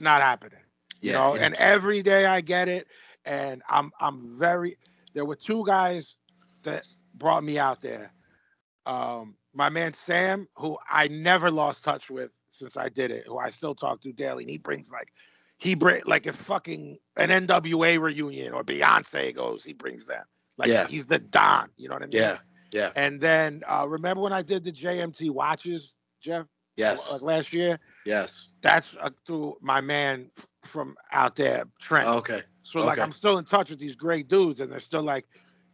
not happening you know and every day i get it and i'm i'm very there were two guys that brought me out there um my man sam who i never lost touch with since i did it who i still talk to daily and he brings like he bring like if fucking an nwa reunion or beyonce goes he brings them like
Yeah.
he's the don you know what i mean
yeah. Yeah.
and then uh remember when i did the jmt watches jeff
Yes.
like last year
yes.
that's uh, through my man f- from out there trent
Okay.
so like
Oh, Okay.
I'm still in touch with these great dudes, and they're still like,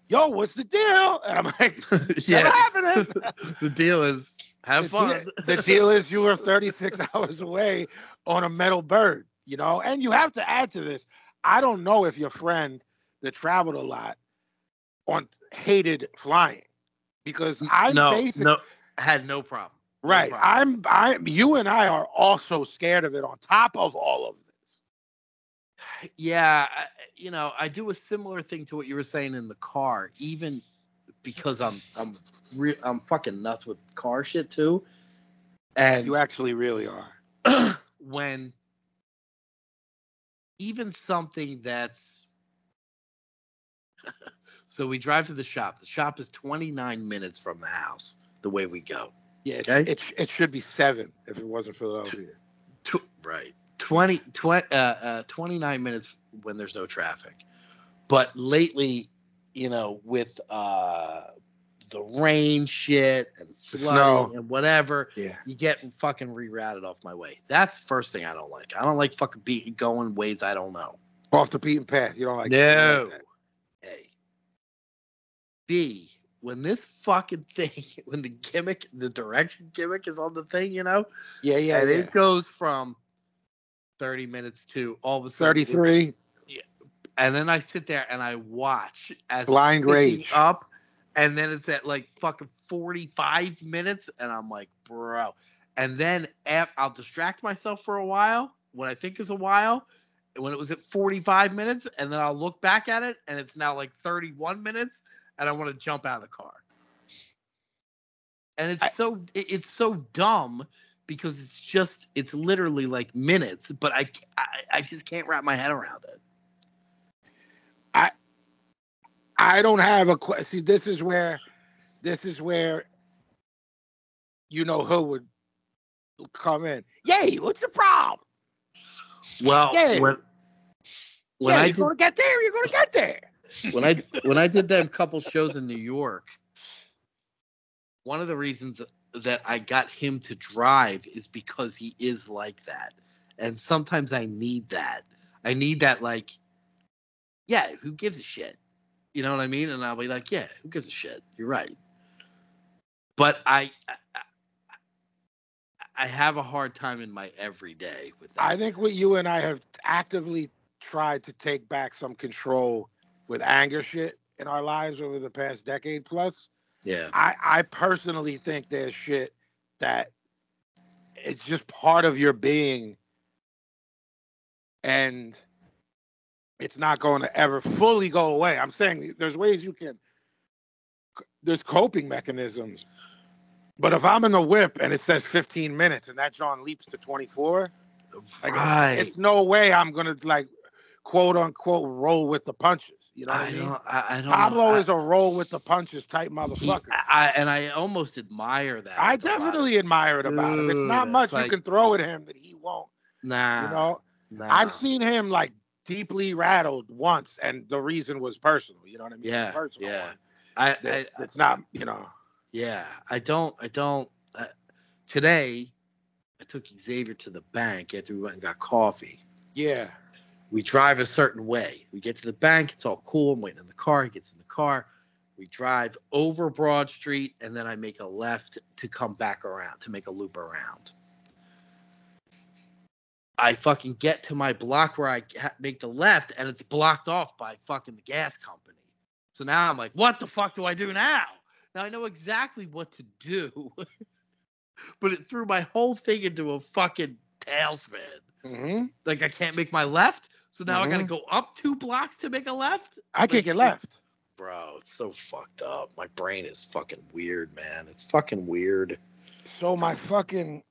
"Yo, what's the deal?" And I'm like,
yeah.
happening?
the deal is have
the,
fun.
deal, the deal is you are 36 hours away on a metal bird, you know. And you have to add to this. I don't know if your friend that traveled a lot on hated flying because I'm
no,
basically
no, had no problem. No
right.
problem.
I'm I you and I are also scared of it. On top of all of this,
yeah, I, you know, I do a similar thing to what you were saying in the car, even because I'm I'm re- I'm fucking nuts with car shit too. And
you actually really are.
when even something that's so we drive to the shop. The shop is 29 minutes from the house. The way we go,
Yeah, it's,
Okay.
it sh- it should be seven if it wasn't Philadelphia.
Tw- right? 20, tw- uh, uh, 29 minutes when there's no traffic. But lately, you know, with uh, the rain shit and flooding
snow.
and whatever,
Yeah.
you get fucking rerouted off my way. That's the first thing I don't like. I don't like fucking be- going ways I don't know.
off the beaten path. You don't like you don't
no.
like that.
A. B. When this fucking thing, when the gimmick, the direction gimmick is on the thing, you know,
Yeah, yeah,
and
yeah.
it goes from 30 minutes to all of a sudden it's-
33.
and then I sit there and I watch as it's
Blind
ticking
rage.
up, and then it's at like fucking 45 minutes, and I'm like, bro. And then af- I'll distract myself for a while, what I think is a while, when it was at 45 minutes, and then I'll look back at it, and it's now like 31 minutes, and I want to jump out of the car. And it's
I-
so it- it's so dumb because it's just it's literally like minutes, but I, ca- I I just can't wrap my head around it.
I don't have a que- see. This is where, this is where, you know who would come in. Yay! What's the problem?
Well,
Yeah.
when, when
yeah,
I
you're
did,
gonna get there. You're gonna get there.
when I when I did them couple shows in New York, one of the reasons that I got him to drive is because he is like that, and sometimes I need that. I need that like, yeah, who gives a shit? You know what I mean? And I'll be like, yeah, who gives a shit? You're right. But I, I, I have a hard time in my everyday with that.
I think what you and I have actively tried to take back some control with anger shit in our lives over the past decade plus.
yeah.
I, I personally think there's shit that it's just part of your being and it's not going to ever fully go away. I'm saying there's ways you can, there's coping mechanisms. But if I'm in the whip and it says 15 minutes and that John leaps to 24, like,
right.
it's no way I'm going to like quote unquote roll with the punches. You know what I,
I
mean?
don't. I, I don't. know.
Pablo
I-
is a roll with the punches type
he-
motherfucker.
I, and I almost admire that.
I
with a lot of-
definitely admire it about him. It's
Dude,
not
it's
much
like-
you can throw at him that he won't.
Nah.
You know,
nah.
I've seen him like deeply rattled once, and the reason was personal. You know what I mean? It's a
Yeah,
Personal
yeah.
one
I, I,
that- that's not, you know.
Yeah, I don't. I don't. Uh, today, I took Xavier to the bank after we went and got coffee.
Yeah.
We drive a certain way. We get to the bank. It's all cool. I'm waiting in the car. He gets in the car. We drive over Broad Street, and then I make a left to come back around to make a loop around. I fucking get to my block where I ha- make the left, and it's blocked off by fucking the gas company. So now I'm like, what the fuck do I do now? Now I know exactly what to do, but it threw my whole thing into a fucking tailspin.
Mm-hmm.
Like I can't make my left, so now I gotta
Mhm.
go up two blocks to make a left.
I can't get left.
Bro, it's so fucked up. My brain is fucking weird, man. It's fucking weird.
So my fucking.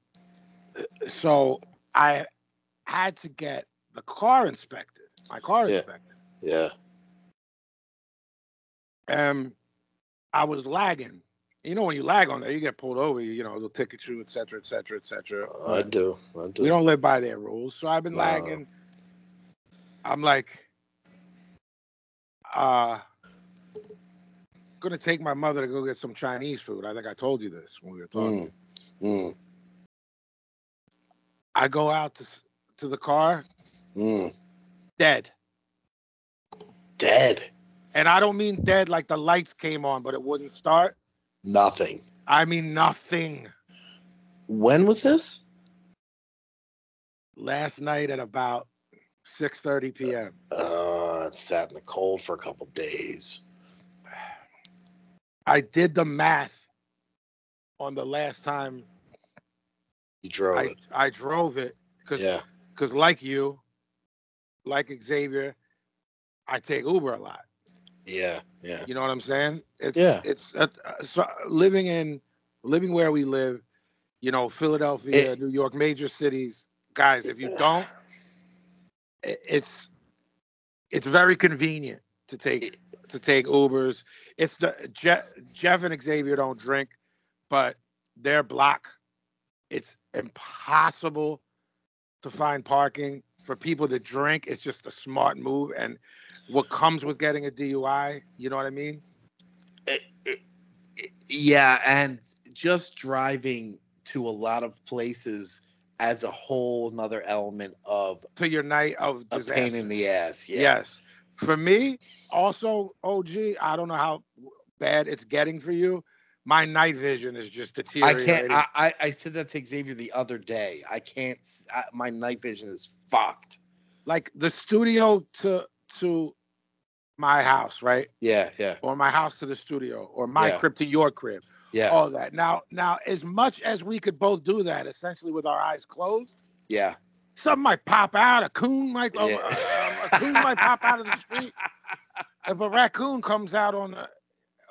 So I had to get the car inspected. My car
Yeah.
inspected.
Yeah.
um, I was lagging. You know, when you lag on there, you get pulled over. You know, they'll ticket you, et cetera, et cetera, et cetera.
I
But
do. I do.
we don't live by their rules, so I've been
No.
lagging. I'm like, uh, gonna take my mother to go get some Chinese food. I think I told you this when we were talking.
Mm. Mm.
I go out to s- to the car,
Mm.
dead,
Dead.
and I don't mean dead like the lights came on, but it wouldn't start.
Nothing.
I mean nothing.
When was this?
Last night at about 6:30 p.m.
Uh, it sat in the cold for a couple days.
I did the math on the last time
You drove
I,
it.
I drove it because
Yeah.
like you, like Xavier, I take Uber a lot.
Yeah. Yeah.
You know what I'm saying? It's
Yeah.
it's uh, uh, so living in living where we live, you know, Philadelphia,
It-
New York, major cities, guys, if you don't i- it's it's very convenient to take to take Ubers. It's the Je- Jeff and Xavier don't drink, but their block, it's impossible to find parking for people to drink. It's just a smart move, and what comes with getting a DUI, you know what I mean?
Yeah, and just driving to a lot of places adds a whole another element of
To your night of
a
disaster.
pain in the ass. Yeah.
Yes. For me, also, OG, I don't know how bad it's getting for you. My night vision is just
I
deteriorating.
can't. I, I I said that to Xavier the other day. I can't. s I my night vision is fucked.
like the studio to to my house, right?
Yeah, yeah,
Or my house to the studio, or my
Yeah.
crib to your crib,
yeah,
all that. Now, now, as much as we could both do that, essentially with our eyes closed,
yeah.
something might pop out. A coon might, a-
Yeah.
a, a coon might pop out of the street. If a raccoon comes out on the,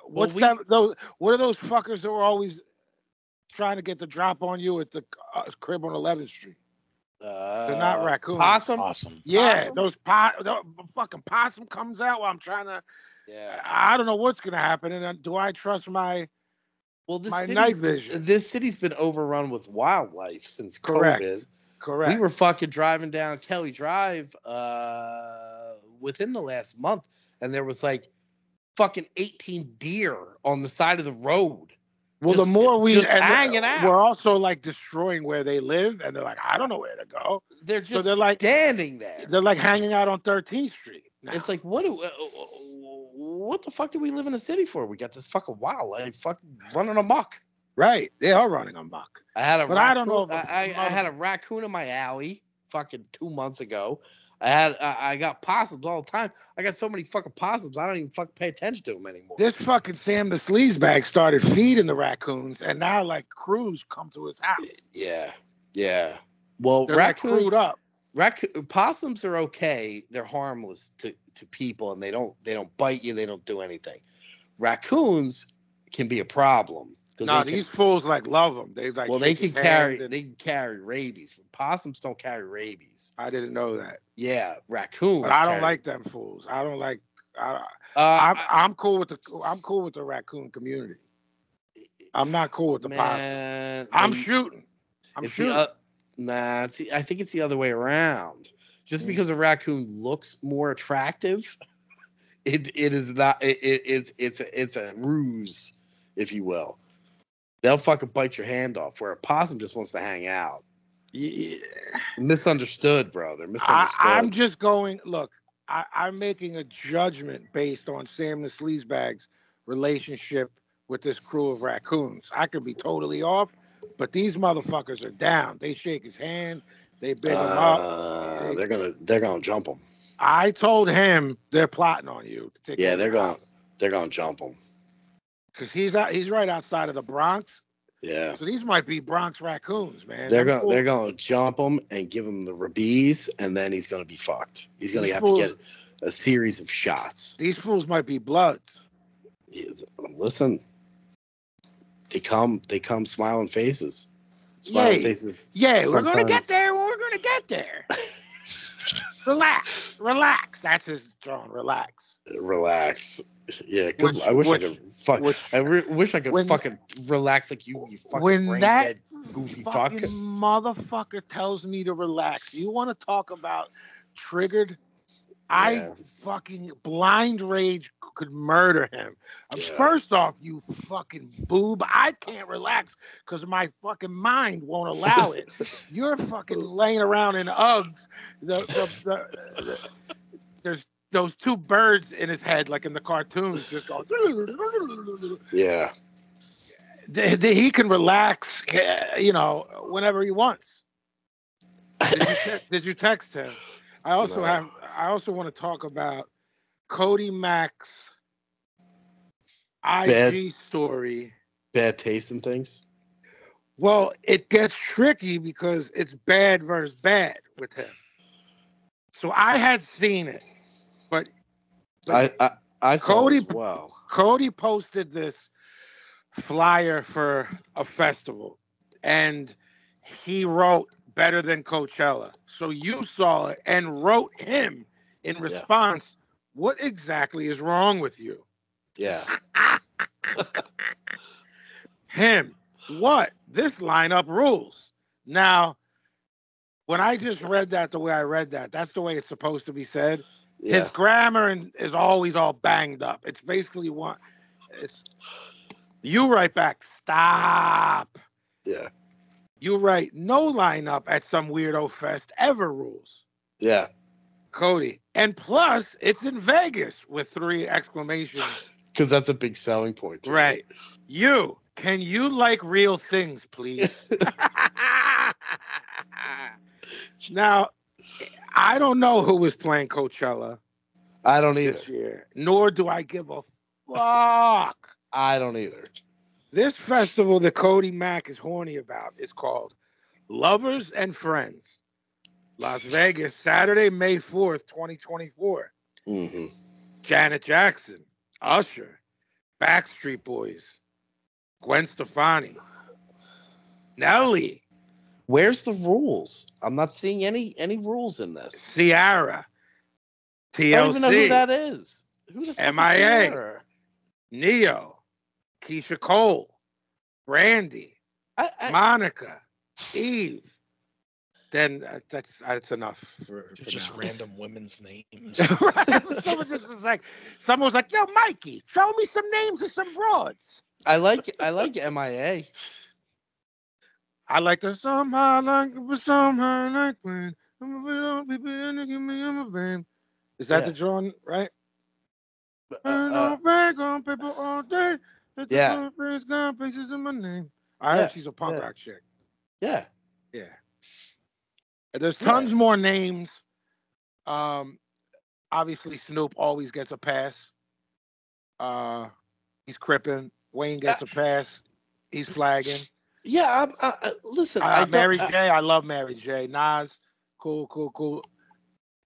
what's
we-
that? Those, what are those fuckers that were always trying to get the drop on you at the uh, crib on 11th Street?
Uh,
They're not raccoons.
Possum.
Awesome.
Yeah,
Possum?
those po- the fucking possum comes out while I'm trying to.
Yeah.
I don't know what's gonna happen, and then do I trust my
Well, this
my
city's-
night vision?
This city's been overrun with wildlife since
Correct.
COVID.
Correct.
We were fucking driving down Kelly Drive uh, within the last month, and there was like fucking 18 deer on the side of the road.
well,
just-
the more we
just
and
hanging out.
we're also like destroying where they live, and they're like, I don't know where to go.
They're just
So they're like-
standing there.
They're like hanging out on 13th Street. now.
It's like what do uh, what the fuck do we live in a city for? We got this fucking wildlife fucking running amok.
Right. They are running amok.
I had a
But I
raccoon,
don't know if a
I, I, I had a raccoon in my alley fucking two months ago. I had I, I got possums all the time. I got so many fucking possums. I don't even fucking pay attention to them anymore.
This fucking Sam the sleazebag started feeding the raccoons, and now like crews come to his house.
yeah, yeah. Well,
They're like
raccoons,
crewed up.
raccoon, possums are okay. They're harmless to, to people, and they don't they don't bite you. They don't do anything. Raccoons can be a problem. 'cause
No,
they can-
these fools like love them. They like.
well, they
shake
can
his
carry
hand and-
they can carry rabies. Possums don't carry rabies.
I didn't know that,
Yeah, raccoons.
but I
carry-
don't like them fools. I don't like. I,
Uh,
I'm
I-
I'm cool with the I'm cool with the raccoon community. I'm not cool with the possum.
Man,
I'm
the-
shooting. I'm
it's
shooting.
The, o- nah, it's the- I think it's the other way around. Just
Mm.
because a raccoon looks more attractive, it it is not. It, it it's it's a, it's a ruse, if you will. They'll fucking bite your hand off. Where a possum just wants to hang out.
Yeah.
Misunderstood, bro. They're
I,
misunderstood.
I'm just going. Look, I, I'm making a judgment based on Sam the Sleazebag's relationship with this crew of raccoons. I could be totally off, but these motherfuckers are down. They shake his hand. They big him up.
Uh, they're gonna they're gonna jump them.
I told him they're plotting on you. To take
Yeah, they're gonna they're gonna jump them.
Cause he's out. He's right outside of the Bronx.
Yeah.
So these might be Bronx raccoons, man.
They're
Them
gonna
fools-
they're gonna jump him and give him the rabies, and then he's gonna be fucked. He's gonna
These
have
fools-
to get a series of shots.
These fools might be bloods.
Yeah, Listen, they come they come smiling faces, smiling
Yay.
faces.
Yeah, we're gonna get
Sometimes-
there. We're gonna get there. relax, relax. That's his John. Relax.
Relax. Yeah, good.
Which-
I wish
which-
I could fuck.
which-
I re- wish I could
when-
fucking relax like you. You fucking
when
brain
that
dead goofy fuck.
fucking motherfucker tells me to relax, you want to talk about triggered? I
Yeah.
fucking blind rage could murder him. Uh,
Yeah.
First off, you fucking boob, I can't relax because my fucking mind won't allow it. You're fucking laying around in Uggs. The, the, the, the- there's those two birds in his head, like in the cartoons, just going.
Yeah,
Th- th- he can relax, ca- you know, whenever he wants. Did you, te- did you text him? I also
No.
have. I also want to talk about Cody Mack's IG story.
bad taste in things.
Well, it gets tricky because it's bad versus bad with him. So I had seen it, but
I I, I saw
Cody-
Cody as well.
Cody posted this flyer for a festival and he wrote better than Coachella. So you saw it and wrote him in response, What exactly is wrong with you?
Yeah,
Him, what? This lineup rules. Now, when I just read that the way I read that, that's the way it's supposed to be said.
yeah.
His grammar and is always all banged up. It's basically one. It's you right back. Stop.
Yeah.
You right. No lineup at some weirdo fest ever rules,
Yeah.
Cody. And plus, it's in Vegas with three exclamations.
Because that's a big selling point. to me.
Right. You can you like real things, please? now, I don't know who was playing Coachella
I don't either.
this year, nor do I give a fuck.
I don't either.
This festival that Cody Mack is horny about is called Lovers and Friends, Las Vegas, Saturday, May 4th, 2024.
hmm
Janet Jackson, Usher, Backstreet Boys, Gwen Stefani, Nelly,
Where's the rules? I'm not seeing any any rules in this.
Ciara,
I don't even know who
TLC,
that is. Who the fuck is
MIA.
Ciara?
Neo, Keisha Cole, Brandy,
I, I,
Monica, Eve. Then uh, that's that's enough for,
They're
for
just
now.
random women's names.
Right? Someone just was like, someone was like, "Yo, Mikey, show me some names of some broads."
I like I like MIA.
I like the somehow like somehow like when I'm a little baby and you give me a babe. Is that
Yeah.
the drawing, right?
Uh,
And
uh,
I bang on paper all day. It's
yeah.
my friends, got faces in my name. I
Yeah,
heard she's a punk
yeah.
rock chick.
Yeah.
Yeah. And There's
Yeah.
tons more names. Um, obviously Snoop always gets a pass. Uh, he's crippin. Wayne gets
Uh,
a pass. He's flagging.
Yeah. I'm, I, I, listen, I,
Uh,
don't-
Mary
I-
J. I love Mary J. Nas, cool, cool, cool.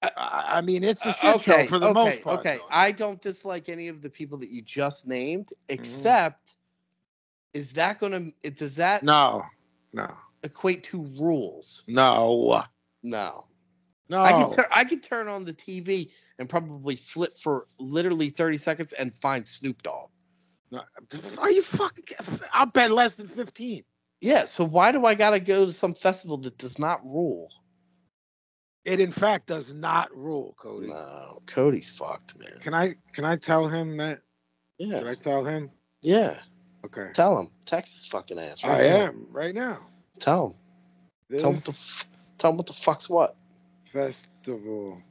I, I mean, it's a shit
Uh, okay,
show for the
okay,
most part.
Okay,
though.
I don't dislike any of the people that you just named,
Mm.
except is that gonna it- does that
No, no,
equate to rules?
no,
No.
no.
I could turn I could turn on the TV and probably flip for literally 30 seconds and find Snoop Dogg.
No. Are you fucking? I'll bet less than fifteen.
Yeah, so why do I gotta go to some festival that does not rule?
It in fact does not rule, Cody.
No, Cody's fucked, man.
Can I can I tell him that? Should
Yeah,
I tell him?
yeah.
Okay.
Tell him. Text his fucking ass.
I
now.
am right now.
Tell him.
This
Tell him what the f- tell him what the fuck's what.
festival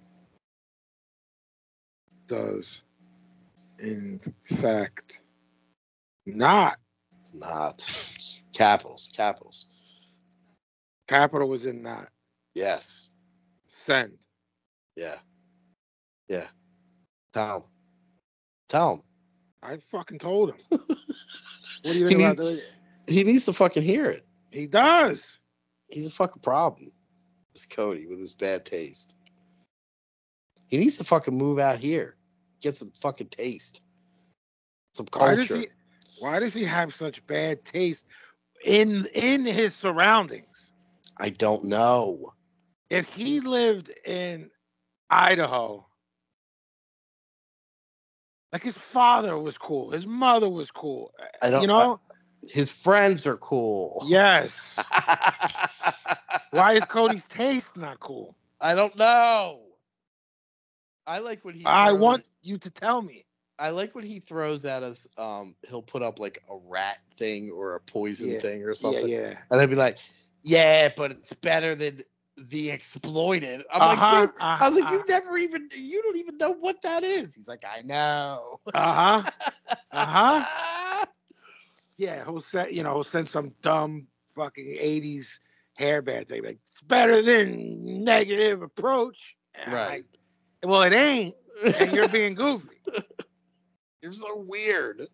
does in fact not
Not. Capitals, capitals.
Capital was in that.
Yes.
Send.
Yeah. Yeah. Tell him. Tell him.
I fucking told him. what do you think
He
about that?
He needs to fucking hear it.
He does.
He's a fucking problem. This Cody with his bad taste. He needs to fucking move out here. Get some fucking taste. Some
Why does
culture.
he? Why does he have such bad taste in in his surroundings?
I don't know.
If he lived in Idaho, like his father was cool, his mother was cool.
I don't
you know?
His friends are cool.
yes.
I
Why is Cody's taste not cool?
don't know. I like what he
I
throws-
want you to tell me.
I like when he throws at us. Um, he'll put up like a rat thing or a poison
Yeah,
thing or something,
Yeah, yeah.
and I'd be like, "Yeah, but it's better than the exploited." I'm
Uh-huh,
like, "Dude," I was like,
uh-huh.
"You never even, you don't even know what that is." He's like, "I know."
Uh huh. Uh huh. Yeah, he'll send you know he'll send some dumb fucking eighties hairband thing like it's better than negative approach. And I'm
Right.
like, well, it ain't, and you're being goofy.
You're so weird.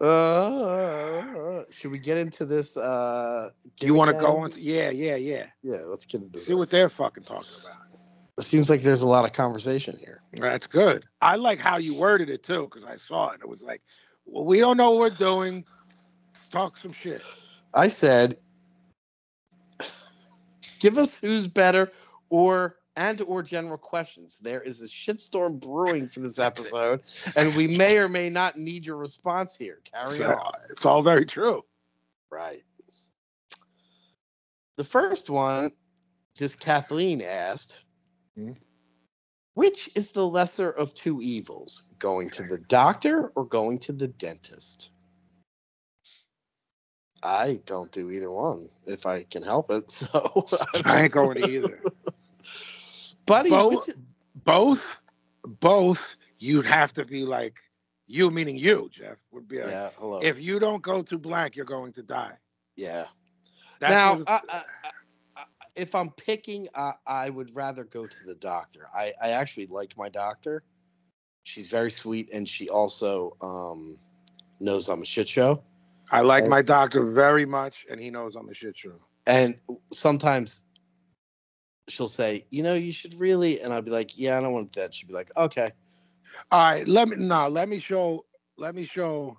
Uh, should we get into this? Uh,
Do you want to
gimmick
go
now?
on? To, yeah, yeah, yeah.
Yeah, let's get into
See what
this.
they're fucking talking about.
It seems like there's a lot of conversation here.
That's good. I like how you worded it too, because I saw it. It was like, well, we don't know what we're doing. Let's talk some shit.
I said, give us who's better or and or general questions. There is a shitstorm brewing for this episode, and we may or may not need your response here. Carry
So,
on.
It's all very true.
Right. The first one, this Kathleen asked,
Hmm?
which is the lesser of two evils, going to the doctor or going to the dentist? I don't do either one if I can help it. So
I ain't going to either.
buddy.
Both-
which-
both both you'd have to be like you meaning you jeff would be like
yeah, hello.
if you don't go to blank you're going to die
yeah.
that's
now,
what-
I, I, I, if I'm picking, I, I would rather go to the doctor. I, I actually like my doctor. She's very sweet, and she also um, knows I'm a shit show.
I like my doctor very much and he knows i'm a shit show
And sometimes she'll say, you know, you should really, and I'll be like, yeah, I don't want that. She'd be like, okay,
all right let me now let me show let me show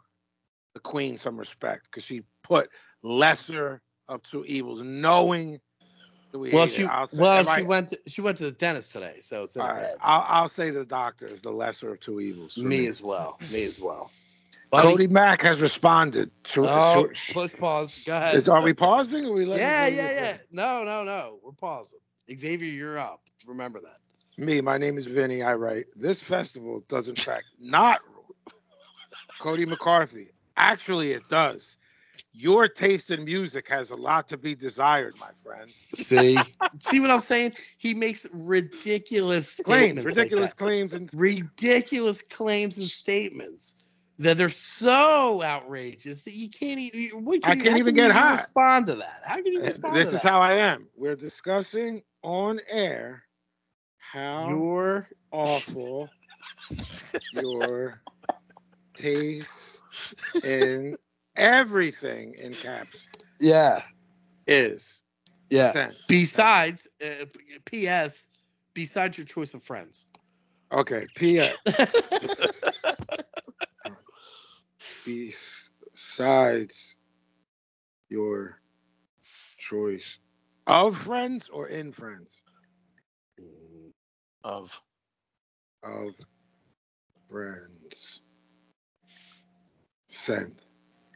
the queen some respect because she put lesser of two evils knowing that we
well
hate it.
she
I'll say-
well
if I-
she went to, she went to the dentist today, so it's in
all
her
right,
head.
I'll, I'll say the doctor is the lesser of two evils for
Me, as well, me as well. Buddy,
cody mack has responded Should-
oh,
should-
push pause. Go ahead.
Is, are we pausing? Or are we letting
Yeah, yeah, yeah. No, no, no. We're pausing. Xavier, you're up. Remember that.
Me, my name is Vinny. I write. This festival does, in fact, not rule. Cody McCarthy. Actually, it does. Your taste in music has a lot to be desired, my friend.
See, see what I'm saying? He makes ridiculous
Claims,
statements. like
ridiculous
that.
claims, and
ridiculous claims and statements. that they're so outrageous that you can't even. What
I
can-
can't
how
even
can you
get hot.
Respond to that? How can you
This
respond to
is
that?
how I am. We're discussing on air how
You're
awful your taste in everything in caps
yeah
is.
yeah.
Sense.
Besides, uh, p- P.S. Besides your choice of friends.
Okay. P.S. Besides your choice of friends or in friends
Of
of friends. Send.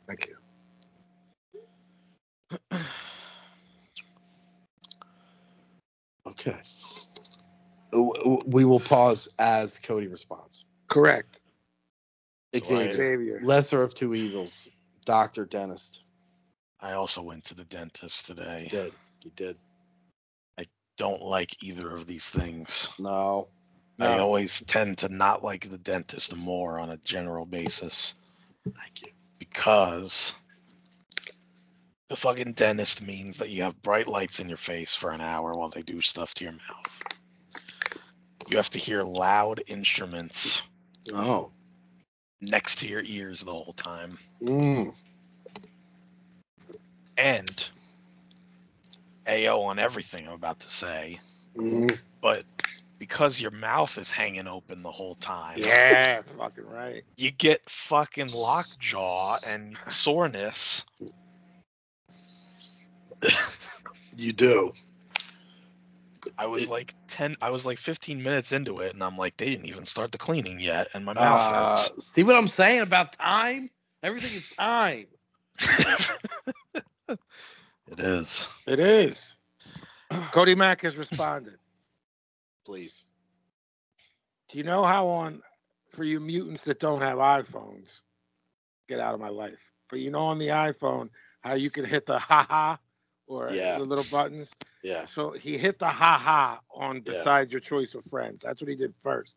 Thank you.
okay. W- w- We will pause as Cody responds.
Correct.
Xavier,
Xavier.
lesser of two evils, doctor, dentist.
I also went to the dentist today.
You did. You did.
Don't like either of these things.
No.
I
No.
always tend to not like the dentist more on a general basis
Thank you.
because the fucking dentist means that you have bright lights in your face for an hour while they do stuff to your mouth. You have to hear loud instruments
Oh.
next to your ears the whole time.
Mm.
And AO on everything I'm about to say,
Mm.
but because your mouth is hanging open the whole time.
Yeah, fucking right.
you get fucking lockjaw and soreness.
You do.
I was
It-
like ten. I was like fifteen minutes into it, and I'm like, they didn't even start the cleaning yet, and my
Uh,
mouth
see what I'm saying about time? Everything is time.
hurts. it is.
It is. Cody Mack has responded.
Please.
Do you know how on for you mutants that don't have iPhones, get out of my life. But you know on the iPhone how you can hit the ha ha or
Yeah.
the little buttons.
Yeah.
So he hit the ha ha on
Yeah.
decide your choice of friends. That's what he did first.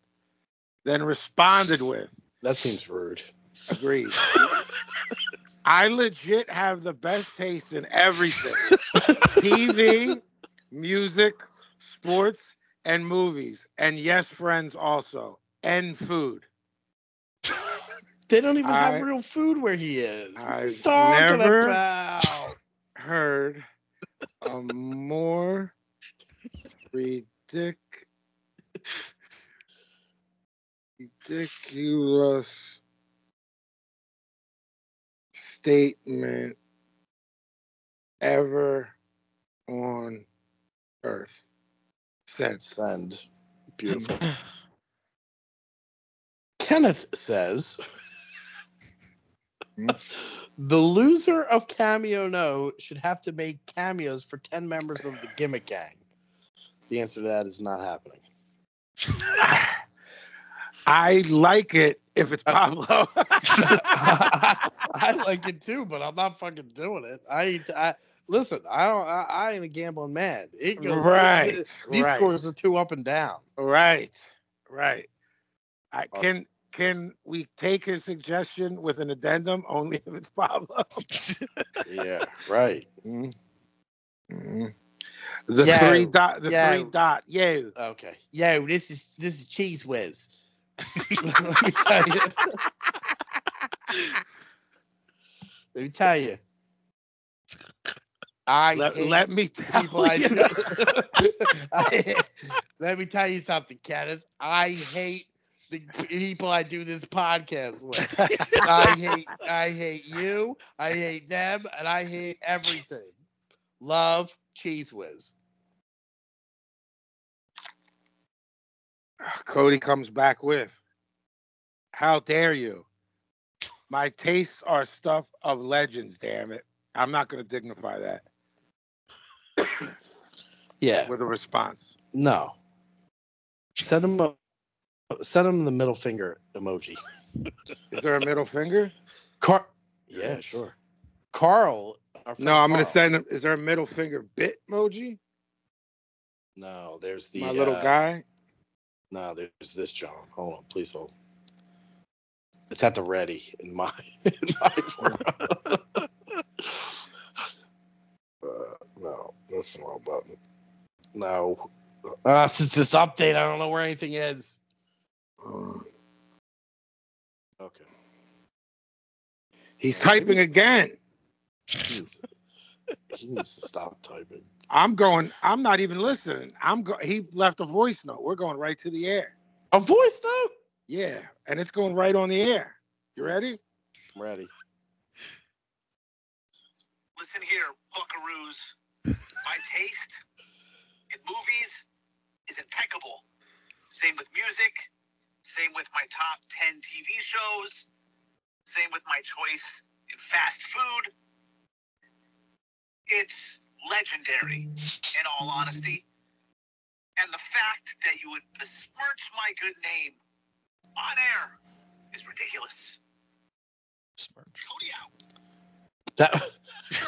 Then responded with
That seems rude.
agreed. I legit have the best taste in everything. TV, music, sports, and movies. And yes, friends also. And food.
They don't even
I-
have real food where he is. What are you
I've
talking
never-
about?
Heard a more ridic- ridiculous statement ever on earth since
Send. Beautiful. Kenneth says
Hmm?
the loser of Cameo No should have to make cameos for 10 members of the Gimmick Gang. The answer to that is not happening.
I like it if
Uh,
it's Pablo.
I like it too, but I'm not fucking doing it. I, ain't- I listen. I don't. I, I ain't a gambling man. It goes
right.
th- These
right,
scores are two up and down.
Right. Right. I
Oh.
can can we take his suggestion with an addendum only if it's Pablo? Mm-hmm.
Yeah. Right.
Mm-hmm. The
Yeah.
three dot the
Yeah.
three dot yeah.
Okay. Yo, this is this is Cheese Whiz. Let me tell you. Let me tell you. I
Let,
hate
let me tell
people I
you.
I- let me tell you something, Kenneth. I hate the people I do this podcast with. I hate I hate you. I hate them, and I hate everything. Love Cheese Whiz.
Cody comes back with, "How dare you? My tastes are stuff of legends. Damn it! I'm not gonna dignify that
Yeah.
with a response.
No. Send him a, send him the middle finger emoji.
Is there a middle finger?
Car. Yeah,
Yes.
sure. Carl. our friend
No, I'm gonna
Carl.
send him. Is there a middle finger bit emoji?
No, there's the
My little
uh,
guy.
No, there's this John. Hold on, please hold. It's at the ready in my in my world. uh, no, that's the wrong button. No. Uh, since this update, I don't know where anything is.
Uh,
Okay.
He's typing again.
He needs, he needs to stop typing.
I'm going. I'm not even listening. I'm go. He left a voice note. We're going right to the air.
A voice note?
Yeah, and it's going right on the air. You ready?
I'm ready.
Listen here, buckaroos. My taste in movies is impeccable. Same with music. Same with my top 10 TV shows. Same with my choice in fast food. It's legendary, in all honesty. And the fact that you would besmirch my good name on air is ridiculous.
Smirch.
Cody out.
That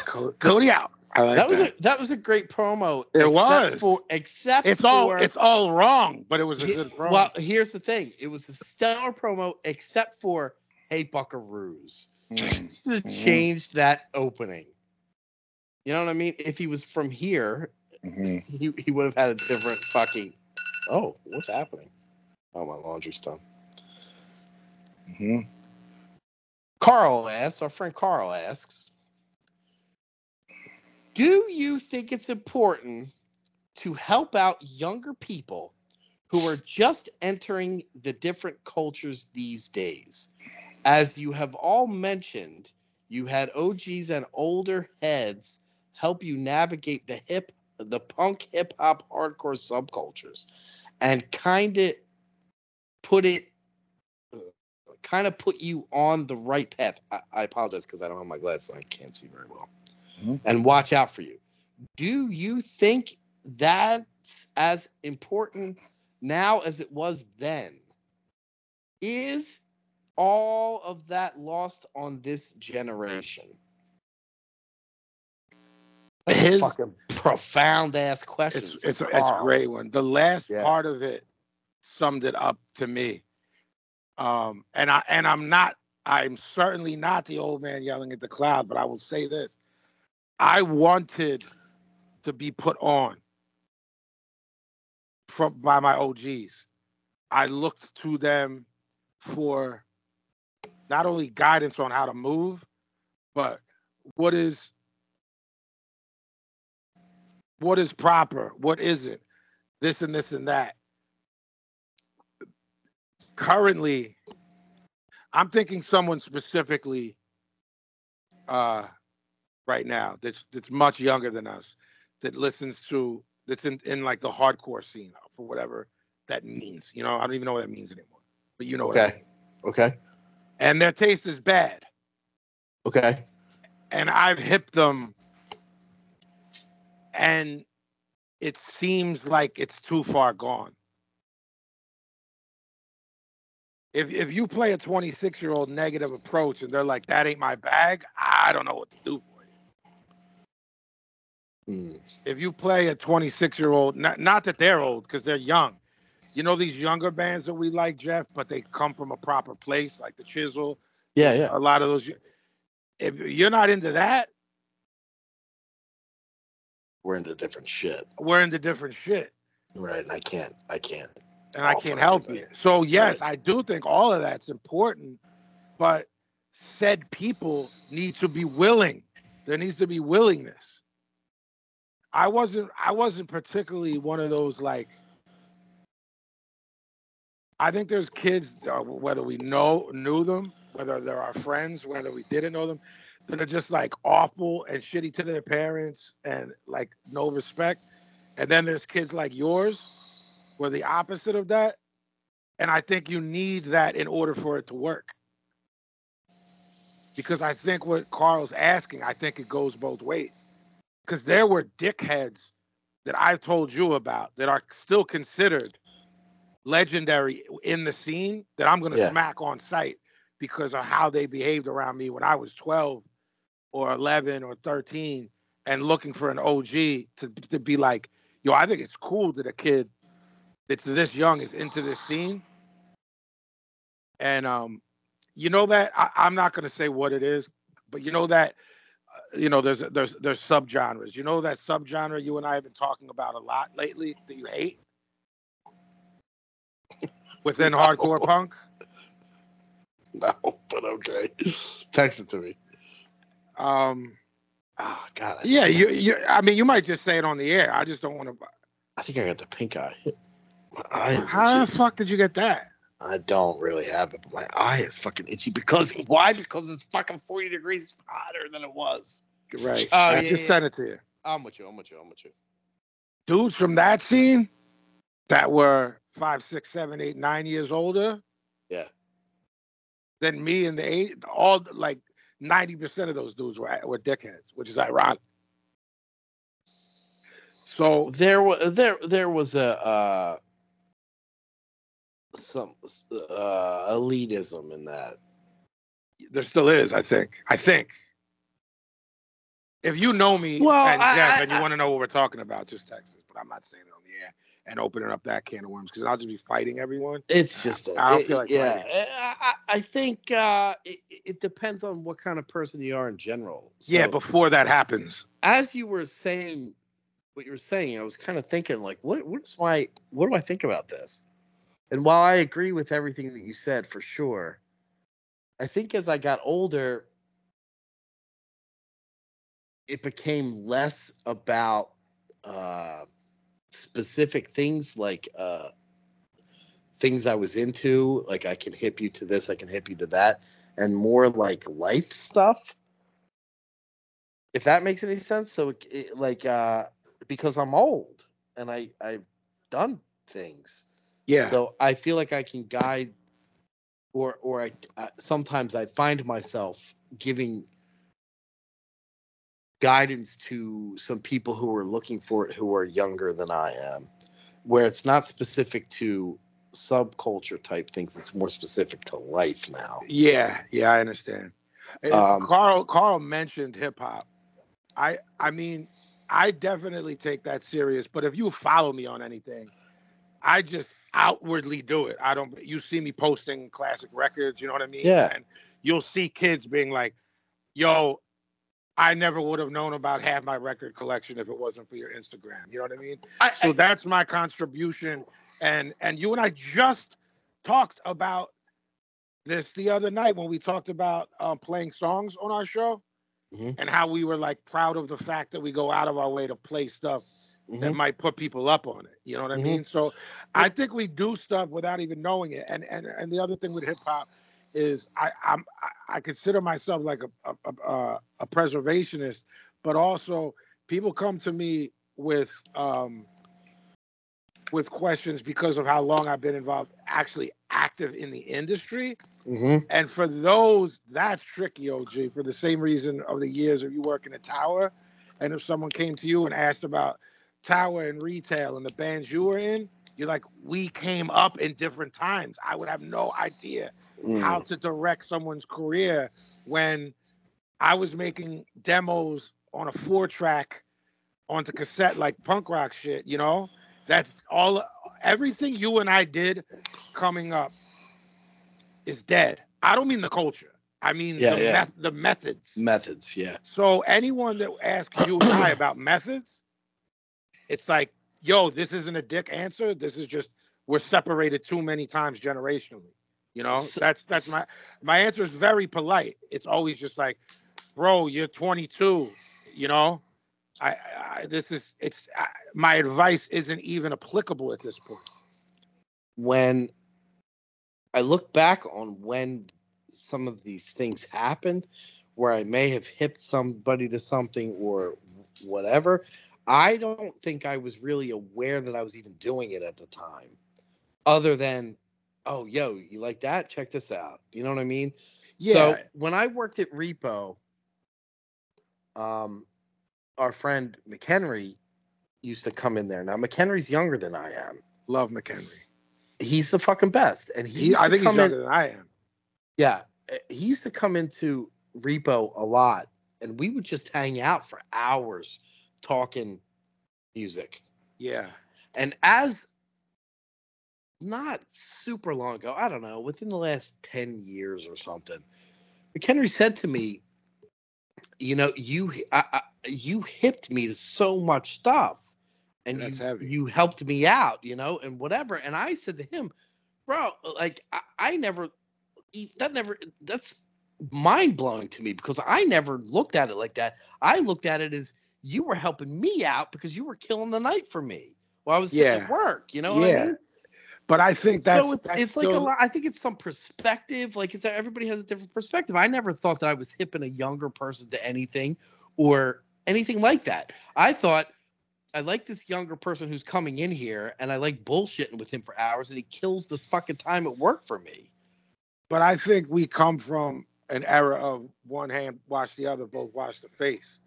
Co- Cody out. I like
that was a that was a great promo.
It
except
was.
For, except
it's all.
for,
It's all wrong, but it was a
he-
good promo.
Well, here's the thing. It was a stellar promo, except for hey Buckaroos.
Mm.
Should have changed that opening. You know what I mean? If he was from here,
Mhm.
he he would have had a different fucking. Oh, what's happening? Oh, my laundry's done. Mm-hmm.
Mhm.
Carl asks, our friend Carl asks, Do you think it's important to help out younger people who are just entering the different cultures these days? As you have all mentioned, you had OGs and older heads help you navigate the hip the punk hip hop hardcore subcultures and kind of put it kind of put you on the right path. I, I apologize because I don't have my glasses. on. I can't see very well.
Mhm.
And watch out for you. Do you think that's as important now as it was then? Is all of that lost on this generation? That's a
His-
fucking profound ass question.
It's
from
it's a, it's a
Carl.
great one. The last
Yeah.
part of it summed it up to me. Um, and I and I'm not. I'm certainly not the old man yelling at the cloud, but I will say this: I wanted to be put on from by my OGs. I looked to them for not only guidance on how to move, but what is what is proper, what isn't, this and this and that. Currently, I'm thinking someone specifically uh right now that's that's much younger than us that listens to that's in, in like the hardcore scene for whatever that means. You know, I don't even know what that means anymore. But you know what I
Okay.
mean.
Okay.
And their taste is bad.
Okay.
and I've hipped them, and it seems like it's too far gone. If if you play a 26 year old negative approach and they're like, "That ain't my bag," I don't know what to do for you.
Hmm.
If you play a 26 year old, not not that they're old because they're young. You know these younger bands that we like, Jeff, but they come from a proper place, like the Chisel,
Yeah. Yeah.
a lot of those. If you're not into that,
We're into different shit.
we're into different shit.
Right, and I can't. I can't.
and I
all
can't
for
help
everybody.
you. So yes, I do think all of that's important, but said people need to be willing. There needs to be willingness. I wasn't I wasn't particularly one of those like I think there's kids uh, whether we know knew them, whether they're our friends, whether we didn't know them, that are just like awful and shitty to their parents and like no respect. And then there's kids like yours who are the opposite of that. And I think you need that in order for it to work. Because I think what Carl's asking, I think it goes both ways. Because there were dickheads that I told you about that are still considered legendary in the scene that I'm going to
Yeah.
smack on sight because of how they behaved around me when I was 12 or 11 or 13 and looking for an OG to, to be like, yo, I think it's cool that a kid that's this young is into this scene and um You know that I, I'm not going to say what it is, but you know that uh, you know there's there's there's subgenres. You know that subgenre you and I have been talking about a lot lately that you hate within
No.
hardcore punk.
No, but okay. Text it to me.
Um,
Oh God. I think
yeah,
I got-
you, you I mean you might just say it on the air. I just don't want to.
I think I got the pink eye. My eye is
How the
itchy.
fuck did you get that?
I don't really have it, but my eye is fucking itchy because why? Because it's fucking 40 degrees hotter than it was.
Right.
Oh,
I
yeah,
just
yeah.
sent it to you.
I'm with you. I'm with you. I'm with you.
Dudes from that scene that were five, six, seven, eight, nine years older.
Yeah.
Than me and the eight, all like ninety percent of those dudes were were dickheads, which is ironic. So
There was there there was a uh, some uh, elitism in that.
there still is, I think. I think. If you know me
Well,
and
I-
Jeff
I-
and you want to know what we're talking about, just text us. But I'm not saying it on the air and opening up that can of worms because I'll just be fighting everyone.
It's just that.
I don't
it-
feel like
yeah. eh,
fighting.
I, I I think uh, it, it depends on what kind of person you are in general. So,
yeah, before that happens.
as you were saying what you were saying, I was kind of thinking like, what what is my what do I think about this? And while I agree with everything that you said for sure, I think as I got older, it became less about uh, specific things like uh, things I was into, like I can hip you to this, I can hip you to that, and more like life stuff. If that makes any sense, so it, it, like uh, because I'm old and I I've done things,
Yeah.
So I feel like I can guide, or or I uh, sometimes I find myself giving guidance to some people who are looking for it who are younger than I am, where it's not specific to subculture type things. It's more specific to life now.
Yeah, yeah, I understand. Uh,
Um,
Carl Carl mentioned hip hop. I I mean, I definitely take that serious, but if you follow me on anything, I just outwardly do it. I don't you see me posting classic records, you know what I mean?
Yeah.
And you'll see kids being like, "Yo, I never would have known about half my record collection if it wasn't for your Instagram." You know what I mean?
I,
So that's my contribution. And and you and I just talked about this the other night when we talked about um, playing songs on our show
Mhm.
and how we were like proud of the fact that we go out of our way to play stuff that
Mm-hmm.
might put people up on it. You know what
Mhm.
I mean? So I think we do stuff without even knowing it. And and and the other thing with hip hop is I I'm I- I consider myself like a a, a- a a preservationist, but also people come to me with um with questions because of how long I've been involved actually active in the industry.
hmm
And for those, that's tricky, OG, for the same reason of the years of you working at Tower. And if someone came to you and asked about Tower and retail and the bands you were in, you're like, we came up in different times. I would have no idea how
Hmm.
to direct someone's career when I was making demos on a four track onto cassette like punk rock shit, you know? That's all everything you and I did coming up is dead. I don't mean the culture. I mean
Yeah,
the,
yeah.
meth- the methods.
methods. Yeah.
So anyone that asks you and I about methods, it's like, yo, this isn't a dick answer. This is just we're separated too many times generationally. You know,
So-
that's that's my my answer is very polite. It's always just like, bro, you're 22. You know, I, I this is it's I, my advice isn't even applicable at this point.
when I look back on when some of these things happened, where I may have hipped somebody to something or whatever, I don't think I was really aware that I was even doing it at the time, other than, oh, yo, you like that? Check this out. You know what I mean? So
Yeah.
when I worked at Repo, um, our friend McHenry used to come in there. Now McHenry's younger than I am.
Love McHenry.
He's the fucking best, and he,
He,
used
I
to
think he's
come in-
younger than I am.
yeah, uh, he used to come into Repo a lot, and we would just hang out for hours talking music.
Yeah.
And as not super long ago, I don't know, within the last 10 years or something, McHenry said to me, you know, you I, I, you hipped me to so much stuff, and
That's
you,
heavy.
you helped me out, you know, and whatever. And I said to him, bro, like I, I never e, that never that's mind blowing to me because I never looked at it like that. I looked at it as you were helping me out because you were killing the night for me while I was sitting
Yeah.
at work. You know what
Yeah.
I mean?
But I think that's
so it's
that's
it's like a
still-
lot. I think it's some perspective. Like it's everybody has a different perspective. I never thought that I was hipping a younger person to anything or anything like that. I thought I like this younger person who's coming in here, and I like bullshitting with him for hours, and he kills the fucking time at work for me.
But I think we come from an era of one hand wash the other, both wash the face.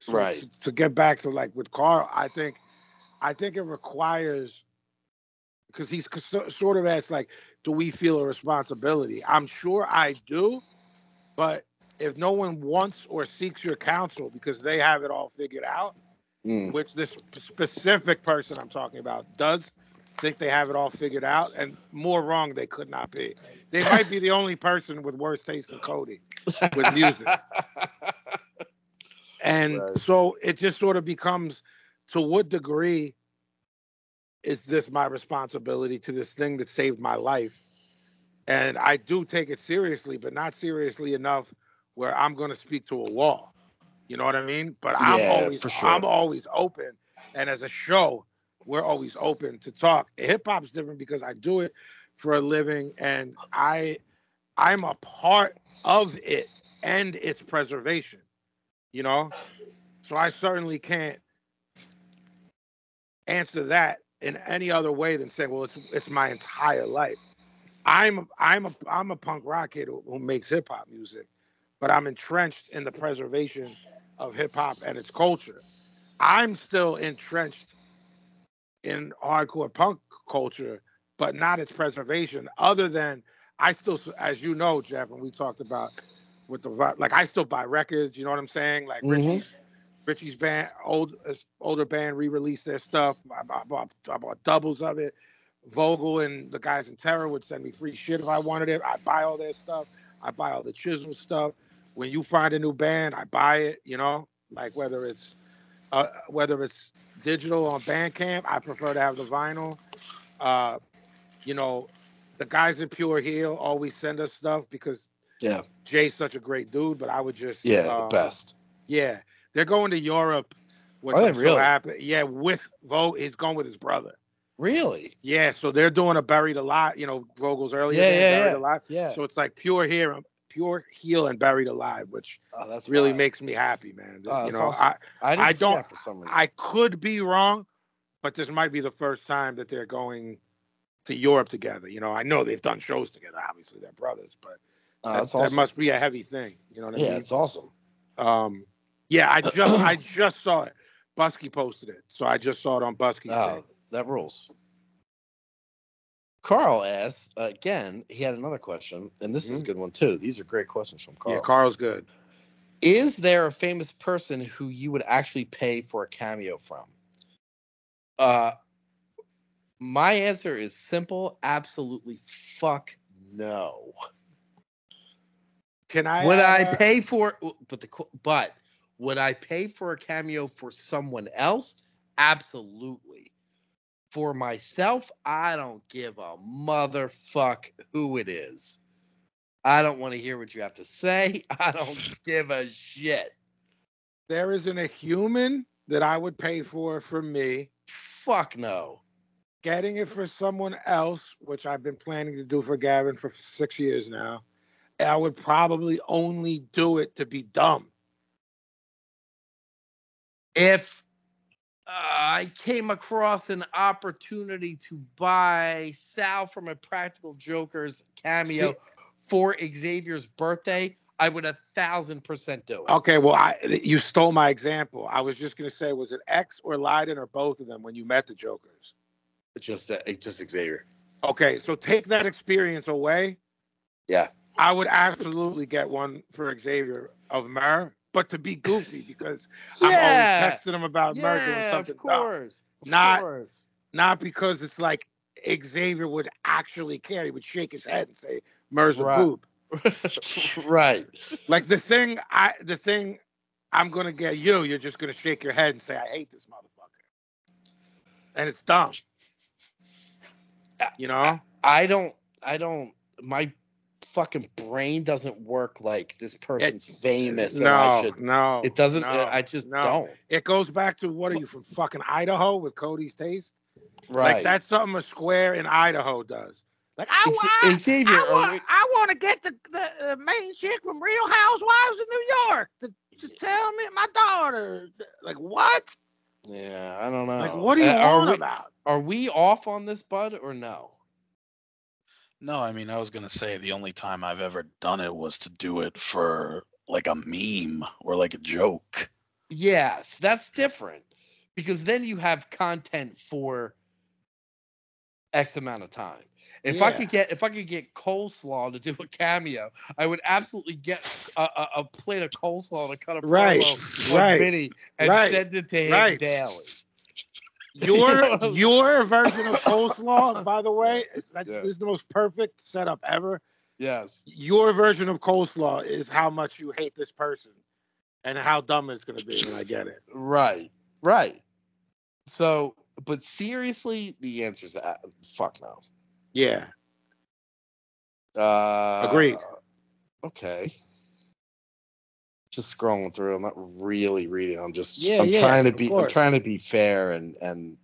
So
Right.
To, to get back to like with Carl, I think, I think it requires, because he's c- so- sort of asked like, do we feel a responsibility? I'm sure I do, but if no one wants or seeks your counsel because they have it all figured out,
Mm.
which this sp- specific person I'm talking about does think they have it all figured out, and more wrong they could not be. They might be the only person with worse taste than Cody with music. And
Right.
so it just sort of becomes to what degree is this my responsibility to this thing that saved my life? And I do take it seriously, but not seriously enough where I'm going to speak to a wall. You know what I mean? But I'm
Yeah,
always
for sure.
I'm always open. And as a show, we're always open to talk. Hip hop's different because I do it for a living and I I'm a part of it and its preservation. You know? So I certainly can't answer that in any other way than saying, well, it's it's my entire life. I'm I'm a I'm a punk rock kid who, who makes hip hop music, but I'm entrenched in the preservation of hip hop and its culture. I'm still entrenched in hardcore punk culture, but not its preservation. Other than I still, as you know, Jeff, and we talked about with the vi- like, I still buy records. You know what I'm saying? Like
Mhm.
Richie's Richie's band, old uh, older band re-released their stuff. I, I, bought, I bought doubles of it. Vogel and the guys in Terror would send me free shit if I wanted it. I buy all their stuff. I buy all the Chisel stuff. When you find a new band, I buy it. You know, like whether it's uh, whether it's digital on Bandcamp, I prefer to have the vinyl. Uh, you know, the guys in Pure Heel always send us stuff because
Yeah.
Jay's such a great dude. But I would just
Yeah, the
um,
best.
yeah, they're going to Europe. Which
Are they
I'm so
really?
happy. Yeah, with Vogue, he's going with his brother.
Really?
Yeah, so they're doing a buried alive, you know, Vogel's earlier
Yeah,
band,
yeah,
buried
yeah.
alive.
Yeah.
So it's like pure here, pure heal and buried alive, which
oh, that's
really
wild.
makes me happy, man.
Oh,
you
that's
know,
awesome. I didn't
I
see
don't-
that for some reason.
I I could be wrong, but this might be the first time that they're going to Europe together. You know, I know they've done shows together. Obviously, they're brothers, but
Oh,
that,
that's
that
awesome.
must be a heavy thing. You know what I
yeah,
mean?
it's awesome.
Um, yeah, I just I just saw it. Busky posted it, so I just saw it on Busky's thing.
Oh, that rules. Carl asks again. He had another question, and this is a
Mhm.
good one too. These are great questions from Mm-hmm. Carl.
Yeah, Carl's good.
Is there a famous person who you would actually pay for a cameo from? Uh, my answer is simple. Absolutely, fuck no.
Can I?
would I
uh,
pay for but the qu- but would I pay for a cameo for someone else? Absolutely. For myself, I don't give a motherfuck who it is. I don't want to hear what you have to say. I don't give a shit.
there isn't a human that I would pay for for me.
Fuck no.
Getting it for someone else, which I've been planning to do for Gavin for six years now, and I would probably only do it to be dumb.
If uh, I came across an opportunity to buy Sal from a Practical Joker's cameo
See-
for Xavier's birthday, I would a thousand percent do it.
Okay, well, I, you stole my example. I was just gonna say, was it X or Leiden or both of them when you met the Jokers?
Just uh, just Xavier.
Okay, so take that experience away.
Yeah.
I would absolutely get one for Xavier of Mer, but to be goofy because I'm
Yeah.
always texting him about Mer doing
yeah,
something
of
dumb.
course. Of
Not-
course.
Not because it's like Xavier would actually care. He would shake his head and say, "Mer's a
Right.
boob."
right.
Like the thing, I the thing, I'm gonna get you. You're just gonna shake your head and say, "I hate this motherfucker," and it's dumb. You know?
I don't. I don't. My fucking brain doesn't work like this person's famous. and I
no,
should,
no.
it doesn't. uh,
no,
I just
no.
don't.
It goes back to what are you from fucking Idaho with Cody's taste?
Right.
Like that's something a square in Idaho does. Like I
Ex-
want,
Xavier,
I
are
want,
we-
I want to get the, the uh, main chick from Real Housewives of New York to, to tell me my daughter. Like what?
yeah. I don't know.
Like what do you
Uh,
want
are we,
about?
Are we off on this, bud, or no?
No, I mean, I was going to say the only time I've ever done it was to do it for like a meme or like a joke.
Yes, that's different because then you have content for X amount of time. If I
Yeah.
could get if I could get coleslaw to do a cameo, I would absolutely get a, a, a plate of coleslaw to cut a promo
Right,
on
right,
Vinny and
right,
send it to him
right.
daily.
Your your version of coleslaw, by the way, is, that's
Yeah.
this is the most perfect setup ever.
Yes.
Your version of coleslaw is how much you hate this person and how dumb it's gonna be. And I get it.
Right. Right. So, but seriously, the answer's uh, fuck no.
Yeah.
Uh,
Agreed.
Okay. Just scrolling through. I'm not really reading. I'm just.
Yeah,
I'm
yeah,
trying to
of
be. I'm
course.
trying to be fair and and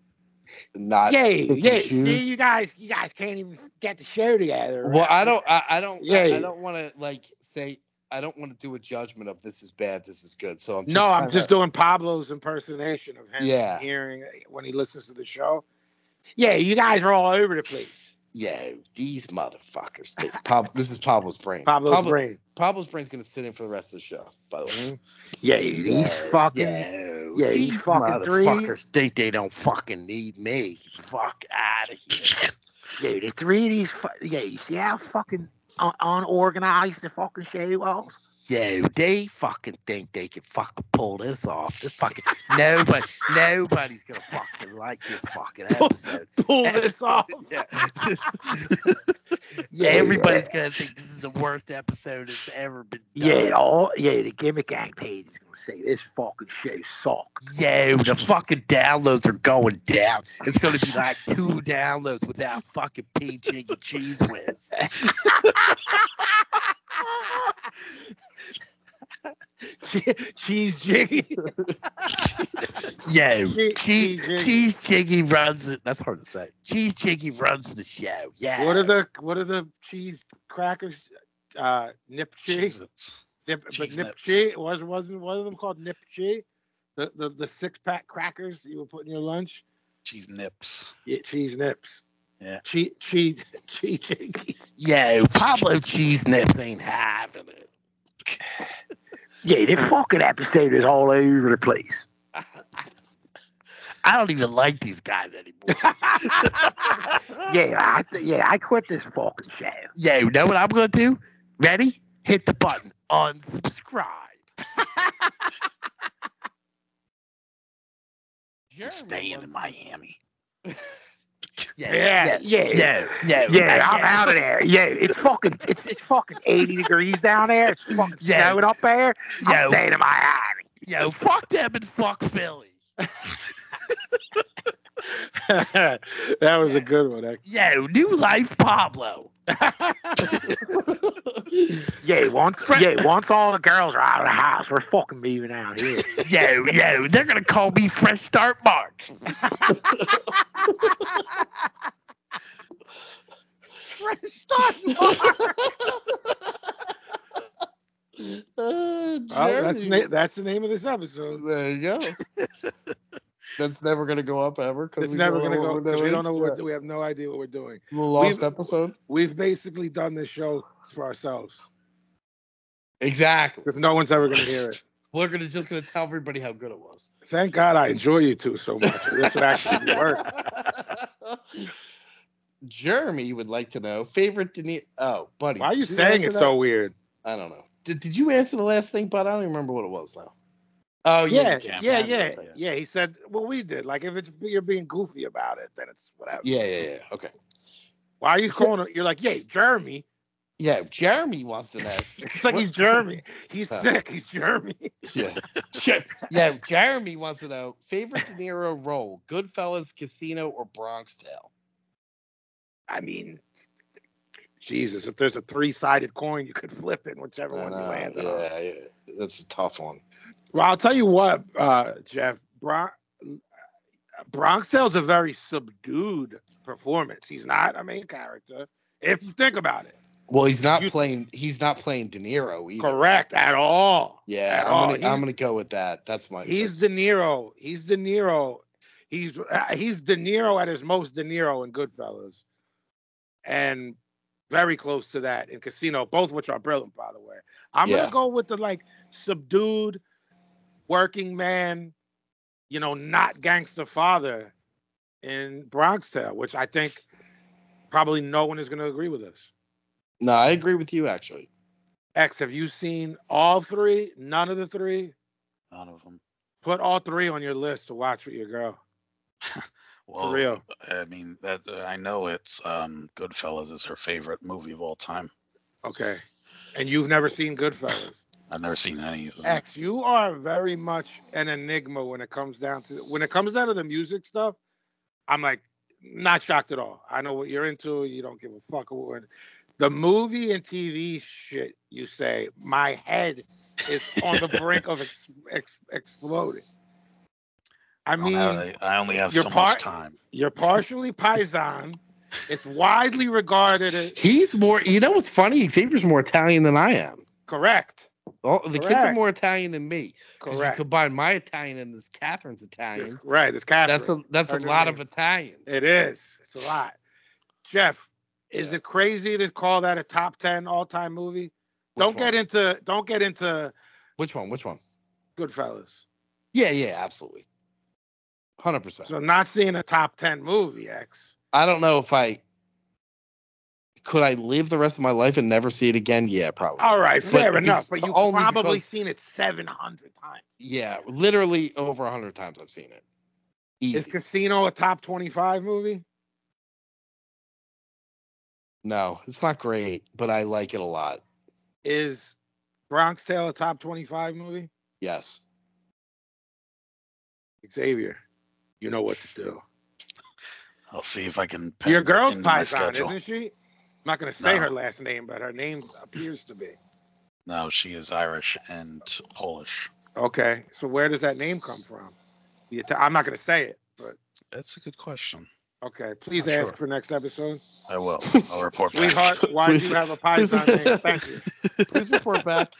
not.
Yay,
pick and
yay.
choose.
See, you guys, you guys can't even get the show together.
Well,
right?
I don't. I, I don't.
Yeah,
I,
yeah.
I don't want to like say. I don't want to do a judgment of this is bad, this is good. So I'm just
No, I'm
kinda-
just doing Pablo's impersonation of him
Yeah.
hearing when he listens to the show. Yeah, you guys are all over the place.
yeah, these motherfuckers. They- Pab- this is Pablo's brain.
Pablo's
Pablo-
brain.
Pablo's brain's gonna sit in for the rest of the show. By the way.
Yeah, you- these fucking.
yeah,
yeah,
these,
these fucking threes.
motherfuckers think they don't fucking need me. Fuck out of here.
Yeah, the three of these. Fu- yeah, you see how fucking un- unorganized the fucking show was?
Yo, they fucking think they can fucking pull this off. This fucking nobody, nobody's gonna fucking like this fucking episode.
Pull this off.
Yeah, this-
Yeah,
everybody's gonna think this is the worst episode that's ever been
Yeah,
done.
yeah, all, yeah, the gimmick gang page is gonna say this fucking show sucks.
Yo, the fucking downloads are going down. It's gonna be like two downloads without fucking PJ and Cheese Whiz.
Che- Cheese jiggy.
Yo,
Che- Cheese
cheese,
Jiggy.
cheese Jiggy runs. The, that's hard to say. Cheese Jiggy runs the show. Yeah.
What are the what are the cheese crackers? Uh, nip cheese.
Jesus.
Nip, but
cheese
nip
nips.
cheese was wasn't one of them called nip cheese? The the, the six pack crackers that you would put in your lunch.
Cheese nips.
Yeah, cheese nips.
Yeah.
Cheese cheese cheese jiggy.
Yo, Pablo Cheese Nips ain't having it.
Yeah, the fucking episode is all over the place.
I don't even like these guys anymore.
Yeah, I th- yeah I quit this fucking show.
Yo, you know what I'm gonna do? Ready? Hit the button. Unsubscribe.
I'm staying in Miami.
Yeah, yeah,
yeah.
yeah, yeah.
Yeah, I'm out of there. Yeah, it's fucking it's it's fucking 80 degrees down there. It's fucking
Yeah.
snowing up there. I'm
Yo,
staying in Miami.
yo, fuck them and fuck Philly.
that was a good one.
Yo, new life, Pablo.
Yeah, once
Fre-
yeah, once all the girls are out of the house, we're fucking moving out here.
Yo, yo, they're gonna call me Fresh Start Mark. Uh,
Oh, that's the na- that's the name of this episode.
There you go. That's never gonna go up ever because
It's never gonna go because we don't know what we're, we have no idea what we're doing.
The lost
We've-
episode.
We've basically done this show for ourselves
Exactly.
because no one's ever gonna hear it.
We're gonna just gonna tell everybody how good it was.
Thank God I enjoy you two so much. This would actually be work.
Jeremy would like to know favorite De Niro. Oh, buddy.
Why are you
did
saying
answer
it
that?
so weird?
I don't know. Did, did you answer the last thing, but I don't even remember what it was now.
yeah,
Oh you
yeah,
can.
yeah,
I know
yeah,
that,
He said, "Well, we did." Like, if it's you're being goofy about it, then it's whatever.
yeah, yeah, yeah. Okay.
Why are you calling? You're like, "Yeah, Jeremy."
Yeah, Jeremy wants to know.
It's like
What-
he's Jeremy. He's
Huh.
sick. He's Jeremy.
yeah. Jer- yeah, Jeremy wants to know favorite De Niro role: Goodfellas, Casino, or Bronx Tale.
I mean, Jesus, if there's a three-sided coin, you could flip it, whichever one you land on.
Uh, yeah, yeah, that's a tough one.
Well, I'll tell you what, uh, Jeff. Bron- Bronx Tale's a very subdued performance. He's not a main character, if you think about it.
Well, he's not
You-
playing. He's not playing De Niro either.
Correct at all.
Yeah,
At
I'm
all.
gonna, I'm
He's-
gonna go with that. That's my.
He's De Niro. He's De Niro. He's uh, he's De Niro at his most De Niro in Goodfellas, and very close to that in Casino, both which are brilliant, by the way. I'm
Yeah.
gonna go with the like subdued, working man, you know, not gangster father in Bronx Tale, which I think probably no one is gonna agree with us.
no, I agree with you actually.
X, have you seen all three? None of the three?
None of them.
Put all three on your list to watch with your girl.
Well,
real.
I mean, that I know it's um, Goodfellas is her favorite movie of all time.
Okay. And you've never seen Goodfellas.
I've never seen any of them.
X, you are very much an enigma when it comes down to when it comes down to the music stuff. I'm like not shocked at all. I know what you're into. You don't give a fuck. What, the movie and TV shit you say, my head is on the brink of ex, ex, exploding. I
I, don't
mean,
have- I only have
your
so
part-
much time.
you're partially Paisan. It's widely regarded as
He's more. You know what's funny? Xavier's more Italian than I am.
correct.
Oh, the kids are
Correct.
more Italian than me. 'Cause
Correct.
You combine my Italian and this Catherine's Italian.
It's- right. It's Catherine.
That's a that's a
Her
lot
name.
of Italians.
It is. It's a lot. Jeff, is
Yes.
it crazy to call that a top ten all time movie?
Which
don't get
one?
into don't get into
Which one? Which one?
Goodfellas.
Yeah, yeah, absolutely. Hundred percent.
So not seeing a top ten movie, X.
I don't know if I could I live the rest of my life and never see it again. Yeah, probably.
All right,
But
fair
be-
enough. But you've
only
probably
because-
seen it seven hundred times.
Yeah, literally over a hundred times I've seen it.
Is
Easy.
Casino a top twenty five movie?
No, it's not great, but I like it a lot.
Is Bronx Tale a top twenty five movie?
Yes.
Xavier, you know what to do.
I'll see if I can. pen
Your
it
girl's
into my
Python,
schedule.
isn't she? I'm not gonna say
No.
her last name, but her name appears to be.
No, she is Irish and Polish.
Okay, so where does that name come from? The Ita- I'm not going to say it, but
That's a good question.
okay. Please
Not
ask
sure.
for next episode.
I will. I'll report back.
Sweetheart, why do
Please-
you have a
please-
Python name? Thank you.
Please report back.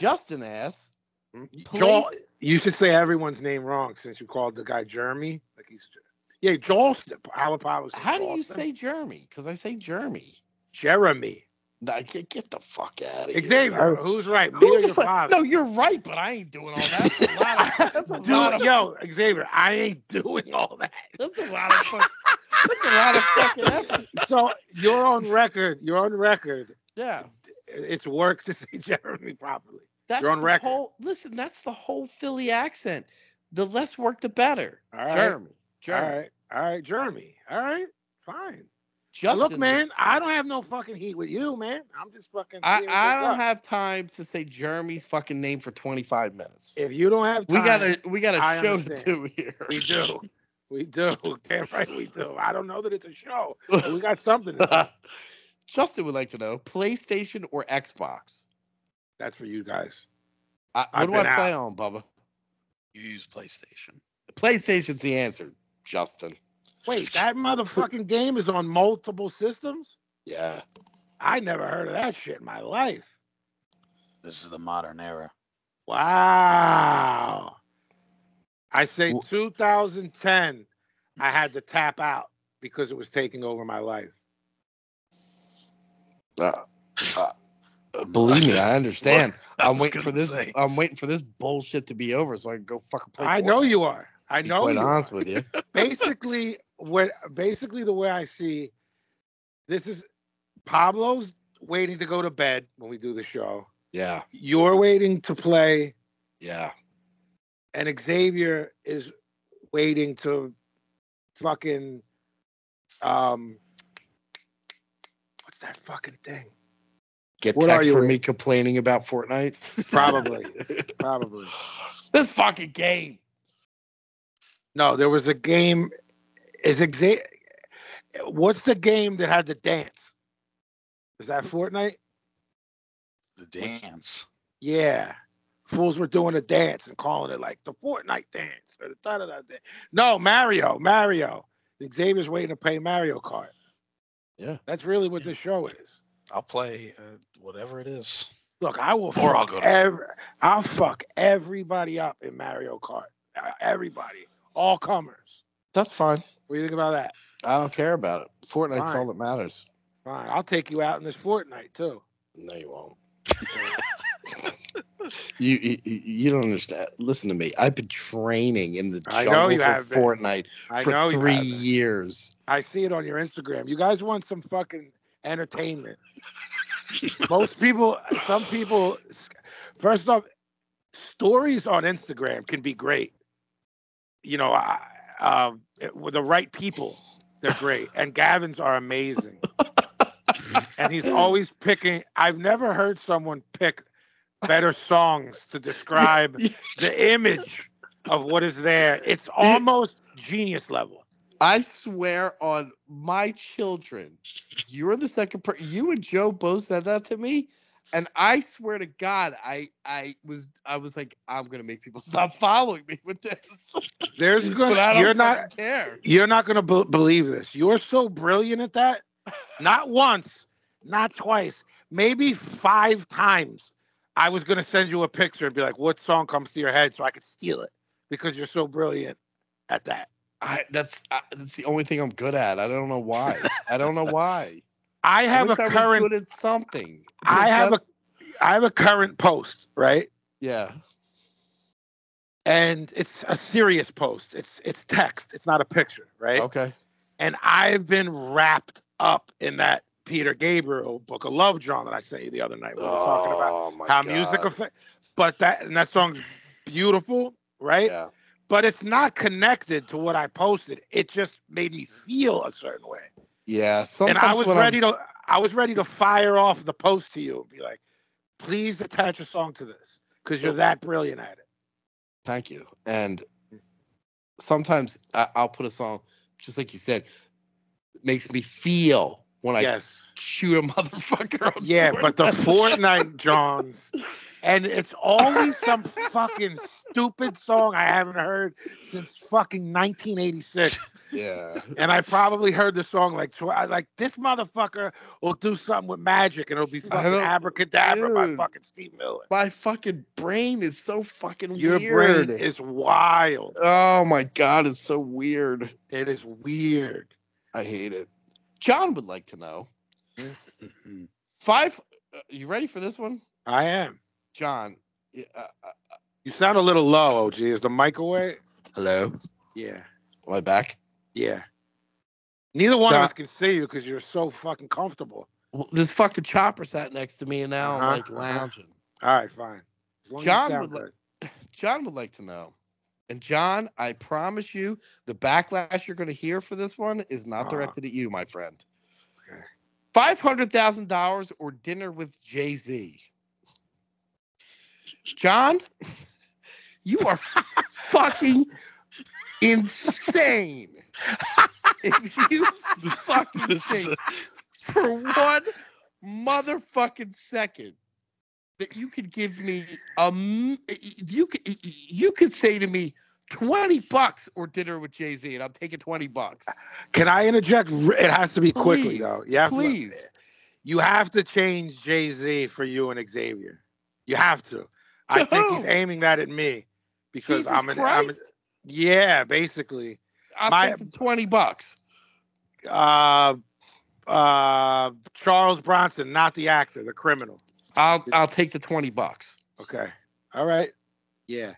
Justin asks, Hmm?
Joel,
Please-
you should say everyone's name wrong since you called the guy Jeremy. Like he's yeah, Joel. Alapalo.
"How do you say Jeremy? Because I say Jeremy.
Jeremy?
Nah, get, get the fuck out of here."
Xavier, who's right? Me
Who
or
the
your
fuck?
father?
No, you're right, but I ain't doing all that. That's a lot of, that's a
Dude,
lot of,
yo, Xavier, I ain't doing all that.
that's a lot of, fuck, that's a lot of fucking effort.
So you're on record. You're on record.
Yeah.
It's work to say Jeremy properly.
That's
on
the
record.
whole, listen, that's the whole Philly accent. The less work, the better.
All right.
Jeremy. Jeremy.
All right, all right, Jeremy. All right, fine. But
Justin,
look, man, I don't have no fucking heat with you, man. I'm just fucking.
I,
seeing
I
what's
don't
up.
have time to say Jeremy's fucking name for 25 minutes.
If you don't have
We
time,
got a we got a
I
show
understand.
to do here.
We do. We do. Damn right, we do. I don't know that it's a show. but we got something. To do.
Justin would like to know PlayStation or Xbox.
That's for you guys.
I, what
I've
do I
been
play on, Bubba?
You use PlayStation.
PlayStation's the answer, Justin.
Wait, that motherfucking game is on multiple systems.
Yeah.
I never heard of that shit in my life.
This is the modern era.
Wow. I say
Wh-
2010, I had to tap out because it was taking over my life.
Uh, uh, believe me, I understand.
I
I'm
was
waiting for
gonna
this.
say.
I'm waiting for this bullshit to be over so I can go fucking play.
I know you are. I
Fortnite, to be
know
Quite
you. are.
honest with you.
Basically, what basically the way I see this is Pablo's waiting to go to bed when we do the show.
Yeah.
You're waiting to play
Yeah.
and Xavier is waiting to fucking um what's that fucking thing?
Get
What
text
are you
from
in?
me complaining about Fortnite.
Probably. Probably.
this fucking game.
No, there was a game is Xavier what's the game that had the dance? Is that Fortnite?
The dance.
Yeah. Fools were doing a dance and calling it like the Fortnite dance or the da da da dance. No, Mario, Mario. Xavier's waiting to play Mario Kart.
Yeah.
That's really what this show is.
I'll play uh, whatever it is.
Look, I will
Or I'll
fuck
go to-
every, I'll fuck everybody up in Mario Kart. Uh, Everybody, all comers.
That's fine.
What do you think about that?
I don't care about it. Fortnite's
Fine.
all that matters.
Fine, I'll take you out in this Fortnite too.
No, you won't. you, you you don't understand. Listen to me. I've been training in the
I know
jungles
you
of
have been.
Fortnite
I
for
know
three
you. have it.
years.
I see it on your Instagram. You guys want some fucking entertainment. Most people, some people. First off, stories on Instagram can be great. You know, I, um, with the right people, they're great. And Gavin's are amazing. and he's always picking. I've never heard someone pick better songs to describe the image of what is there. It's almost genius level.
I swear on my children, you're the second person. You and Joe both said that to me, and I swear to God, I I was I was like, I'm gonna make people stop following me with this.
There's
but I
gonna.
don't
You're not.
fucking care.
You're not going to b- believe this. You're so brilliant at that. Not once, not twice, maybe five times. I was going to send you a picture and be like, what song comes to your head so I could steal it because you're so brilliant at that.
I, that's I, that's the only thing I'm good at. I don't know why. I don't know why.
I
I
have
wish
a
I was
current
good at something.
I have a
That-
I have a current post, right?
yeah.
And it's a serious post. It's it's text. It's not a picture, right?
Okay.
And I've been wrapped up in that Peter Gabriel book of love John that I sent you the other night. We were talking about
Oh, my
how music
God.
affect but that and that song's beautiful right
Yeah.
but it's not connected to what i posted it just made me feel a certain way
Yeah. Sometimes
and i was
when
ready to i was ready to fire off the post to you and be like please attach a song to this because you're that brilliant at it
I'm, thank you. And sometimes I, I'll put a song, just like you said, it makes me feel when I
yes
shoot a motherfucker. On
yeah but the
Fortnite.
fortnite johns and it's always some fucking stupid song i haven't heard since fucking 1986
yeah.
and I probably heard the song like tw- I- like this motherfucker will do something with magic and it'll be fucking
don't-
abracadabra by
Dude.
fucking Steve Miller.
My fucking brain is so fucking
Your
weird.
brain is wild.
oh my God, it's so weird.
It is weird.
I hate it. John would like to know
Mhm.
five. Uh, you ready for this one,
I am.
John? y- Uh, uh,
You sound a little low, OG. Is the mic away?
Hello.
Yeah.
Am I back?
Yeah. Neither one
So-
of us can see you because you're so fucking comfortable.
Well, this fucking chopper sat next to me, and now
Uh-huh,
I'm like
uh-huh.
lounging.
All right, fine. As long as
John
you sound
would
good.
John would like to know. And John, I promise you, the backlash you're going to hear for this one is not
Ah.
Uh-huh.
directed at you, my friend.
Okay.
Five hundred thousand dollars or dinner with Jay Z. John, you are fucking insane. if you fucking
This is
think
a-
for one motherfucking second that you could give me a m- you could you could say to me 20 bucks or dinner with Jay-Z and I'm taking 20 bucks.
Can I interject? R- It has to be quickly
Please,
though. You have to-
please.
you have to change Jay Z for you and Xavier. You have to. I
To
think
who?
he's aiming that at me because
Jesus
I'm an, I'm an
Christ.
yeah, basically.
i will
my-
take the 20 bucks.
Uh, uh, Charles Bronson, not the actor, the criminal.
I'll I'll take the 20 bucks.
Okay. All right. Yeah.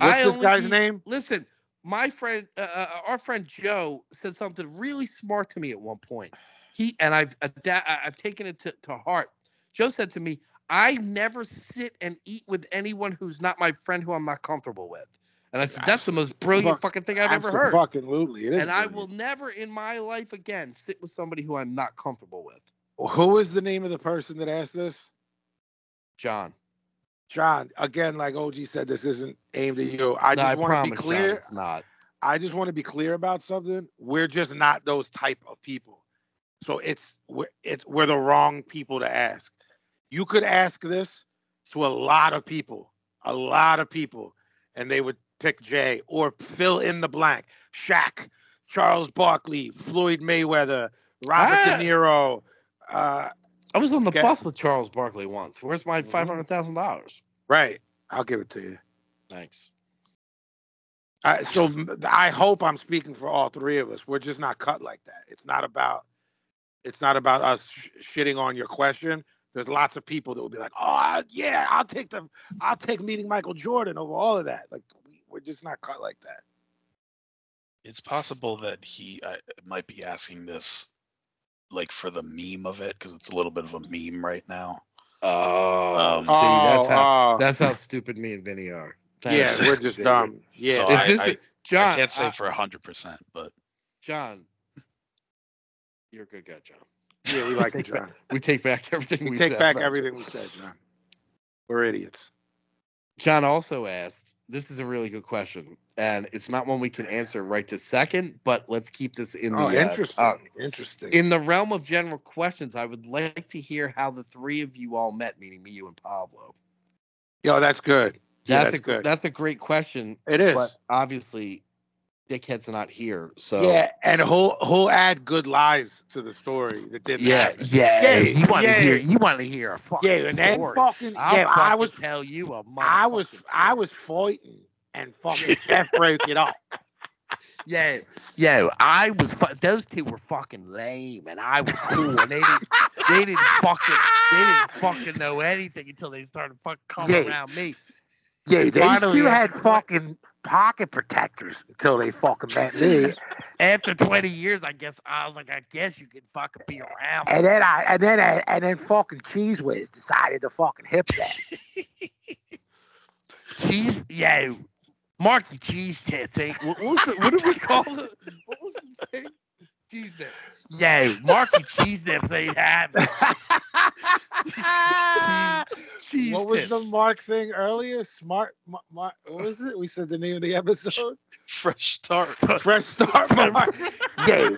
I
What's this
only
guy's
eat-
name?
Listen, my friend uh, uh, our friend Joe said uh, something really smart to me at one point. He and I've ada- I- I've taken it to, to heart. Joe said to me, I never sit and eat with anyone who's not my friend who I'm not comfortable with. And I said, that's the most brilliant
Fuck.
fucking thing I've ever
Absolutely
heard.
Fucking lutely. It is.
And I will
brilliant.
never in my life again sit with somebody who I'm not comfortable with.
Who is the name of the person that asked this?
John.
John. Again, like OG said, this isn't aimed at you. I
No,
just want to be
promise, John,
clear.
it's not.
I just want to be clear about something. We're just not those type of people. So it's we're, it's we're the wrong people to ask. You could ask this to a lot of people, a lot of people, and they would pick Jay or fill in the blank. Shaq, Charles Barkley, Floyd Mayweather, Robert
Ah.
De Niro. Uh,
I was on the
Okay.
bus with Charles Barkley once. Where's my
Mhm.
five hundred thousand dollars?
right, I'll give it to you.
Thanks.
I, so m- I hope I'm speaking for all three of us. We're just not cut like that. It's not about it's not about us sh- shitting on your question. There's lots of people that will be like, "Oh I- yeah, I'll take the I'll take meeting Michael Jordan over all of that." Like we, we're just not cut like that.
It's possible that he I, might be asking this, like for the meme of it, because it's a little bit of a meme right now.
Oh,
Um,
see, that's
Oh,
how
oh,
that's how stupid me and Vinny are. Thanks,
yeah, we're just
David.
dumb. Yeah,
So
If
I,
this
I,
is- John,
I can't say
I-
for hundred percent, but
John, you're a good guy, John.
yeah, we like it, John.
We take back everything we,
We
said
take back
about
everything
you.
we said, John. We're idiots.
John also asked, this is a really good question, and it's not one we can answer right this second, but let's keep this in
oh,
the uh,
interesting.
uh,
interesting.
in the realm of general questions, I would like to hear how the three of you all met, meaning me, you, and Pablo.
Yo, that's good. Yeah,
That's,
that's
a
good.
that's a great question,
It is.
but obviously, Dickhead's not here, so
Yeah, and who'll who'll add good lies to the story that didn't
yeah,
happen.
yeah.
Yay,
you want to
yay.
hear? You want to hear a fucking
Yeah, and then
story?
fucking
I'll
yeah, I
fucking
was
tell you a motherfucking
I was I
story.
was fighting and fucking Jeff broke it up.
Yo, yo, I was fu- those two were fucking lame, and I was cool, and they didn't, they didn't fucking, they didn't fucking know anything until they started fucking coming
Yeah.
around me.
Yeah,
they Finally, two I-
had fucking pocket protectors until they fucking met me.
After 20 years, I guess I was like, I guess you can fucking be around. me.
then I and then I, and then fucking Cheese Whiz decided to fucking hip that.
Cheese, yo, Marky Cheese Tits. Ain't, what, was the, what did we call it? What was the thing? Cheese Nips. Yo, Marky Cheese Nips ain't having it. Cheese
what was
Tits.
the Mark thing earlier? Smart Mark. what was it? We said the name of the episode.
fresh start.
Fresh Start Mark. yeah,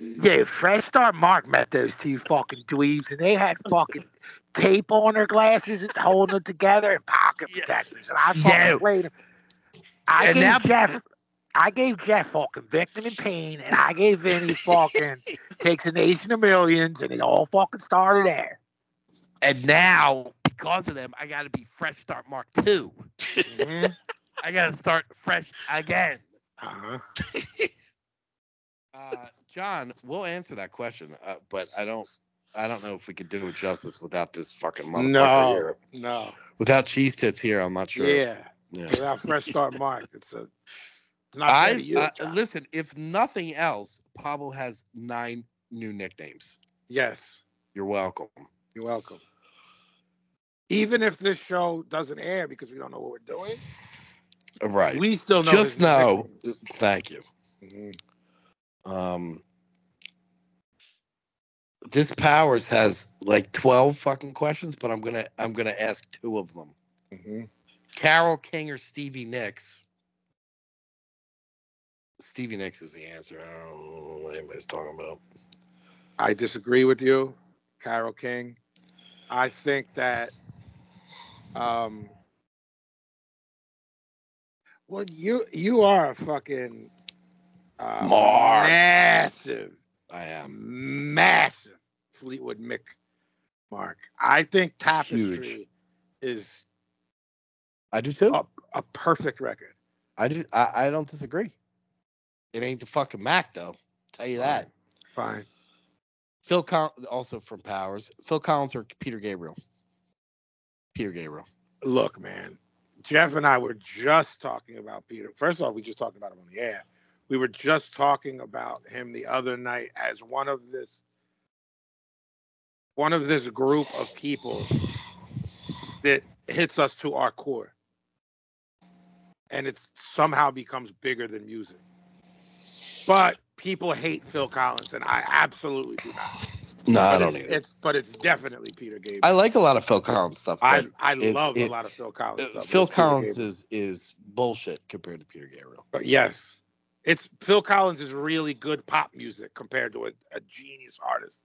yeah. Fresh Start Mark met those two fucking dweebs, and they had fucking tape on their glasses and holding them together and pocket
Yeah.
protectors. And I fucking
Yeah.
played 'em. I
And
gave
now-
Jeff. I gave Jeff fucking victim in pain, and I gave Vinny fucking takes a nation of millions, and it all fucking started there.
And now, because of them, I got to be Fresh Start Mark 2. I got to start fresh again.
Uh-huh.
Uh, John, we'll answer that question, uh, but I don't. I don't know if we could do it justice without this fucking motherfucker
No.
here.
No.
Without cheese tits here, I'm not sure.
Yeah.
Yeah.
Without fresh start, Mark, it's a. It's not fair to you.
I uh,
John.
listen. If nothing else, Pablo has nine new nicknames.
yes.
You're welcome.
You're welcome. Even if this show doesn't air because we don't know what we're doing,
All right.
we still know.
Just
his
know.
nicknames.
Thank you.
Mhm.
Um. This powers has like twelve fucking questions, but I'm gonna I'm gonna ask two of them. Mm-hmm.
Mhm.
Carol King or Stevie Nicks? Stevie Nicks is the answer. I don't know what anybody's talking about.
I disagree with you, Carol King. I think that. Um, well, you you are a fucking uh,
Mark.
massive
I am.
massive Fleetwood Mick mark. I think Tapestry
Huge.
is
I do too.
a, a perfect record.
I do. I, I don't disagree. It ain't the fucking Mac though. Tell you that.
Fine.
Phil Col- also from Powers. Phil Collins or Peter Gabriel? Peter Gabriel.
Look, man, Jeff and I were just talking about Peter. First off, we just talked about him on the air. We were just talking about him the other night as one of this one of this group of people that hits us to our core. And it somehow becomes bigger than music. But people hate Phil Collins, and I absolutely do not.
No, I
But
don't
it's,
either.
It's, but it's definitely Peter Gabriel.
I like a lot of Phil Collins stuff.
I,
but
I
it's-
love
it-
a lot of Phil Collins.
uh,
stuff, but
Phil
it's Peter
Collins
Gabriel.
is is bullshit compared to Peter Gabriel.
But yes, it's Phil Collins is really good pop music compared to a, a genius artist.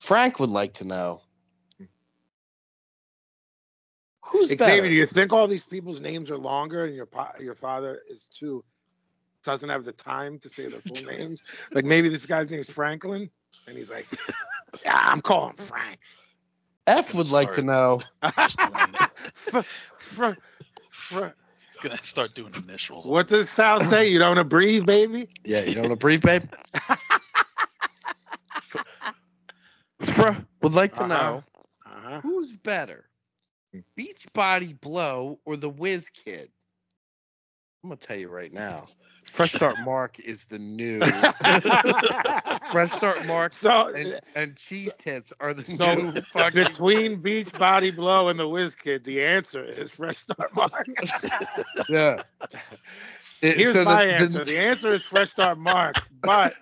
Frank would like to know who's
Xavier,
better.
do you think all these people's names are longer and your pa- your father is too doesn't have the time to say their full names? Like maybe this guy's name is Franklin, and he's like, yeah, I'm calling Frank.
F would like to
Sorry.
know
Fr- fr- fr-
He's gonna start doing initials.
what does Sal say? You don't want to breathe, baby?
Yeah, you don't want to breathe, babe? Fra would like to
Uh-huh.
know
Uh-huh.
who's better, Beachbody Blow or the Whiz Kid? I'm gonna tell you right now, Fresh Start Mark is the new Fresh Start Mark
So
and, and Cheese Tits are the
So,
new fucking.
between Beach Body Blow and the Whiz Kid, the answer is Fresh Start Mark.
Yeah. It-
Here's
so the-
my
the-
answer. The, answer is Fresh Start Mark, but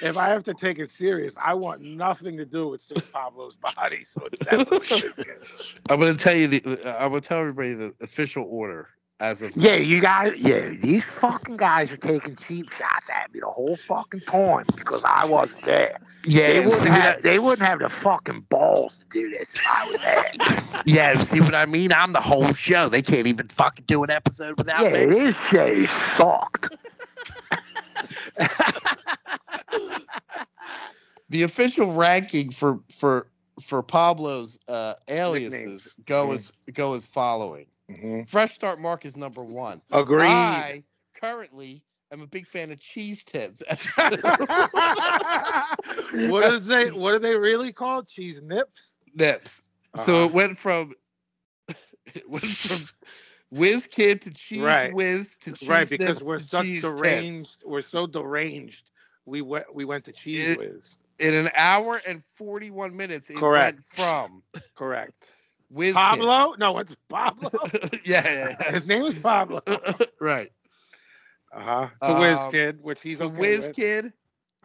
if I have to take it serious, I want nothing to do with St. Pablo's body, so it's definitely Whiz Kid.
I'm gonna tell you the. I'm gonna tell everybody the official order as of
Yeah, you guys. Yeah, these fucking guys are taking cheap shots at me the whole fucking time because I wasn't there.
yeah.
They
and
wouldn't
see what I-
have. They wouldn't have the fucking balls to do this if I was there.
Yeah, and see what I mean? I'm the whole show. They can't even fucking do an episode without
yeah,
me.
this show sucked.
The official ranking for for for Pablo's uh, aliases
Mm-hmm.
go as go as following. Fresh Start Mark is number one.
Agreed.
I currently am a big fan of cheese tits.
what is they? What are they really called? Cheese nips?
Nips. So
Uh-huh.
it went from it went from Whiz Kid to Cheese
Right.
Whiz to Cheese
right, because
Nips
we're
to
such
cheese
deranged.
tits.
We're so deranged. We went. We went to cheese
It-
whiz.
in an hour and 41 minutes it
Correct.
went from
Correct.
Wiz
Pablo? No, it's Pablo.
Kid. yeah, yeah,
His name is Pablo. Uh
yeah. right.
huh. To
Um,
Whiz Kid, which he's
To
okay
Whiz
with.
Kid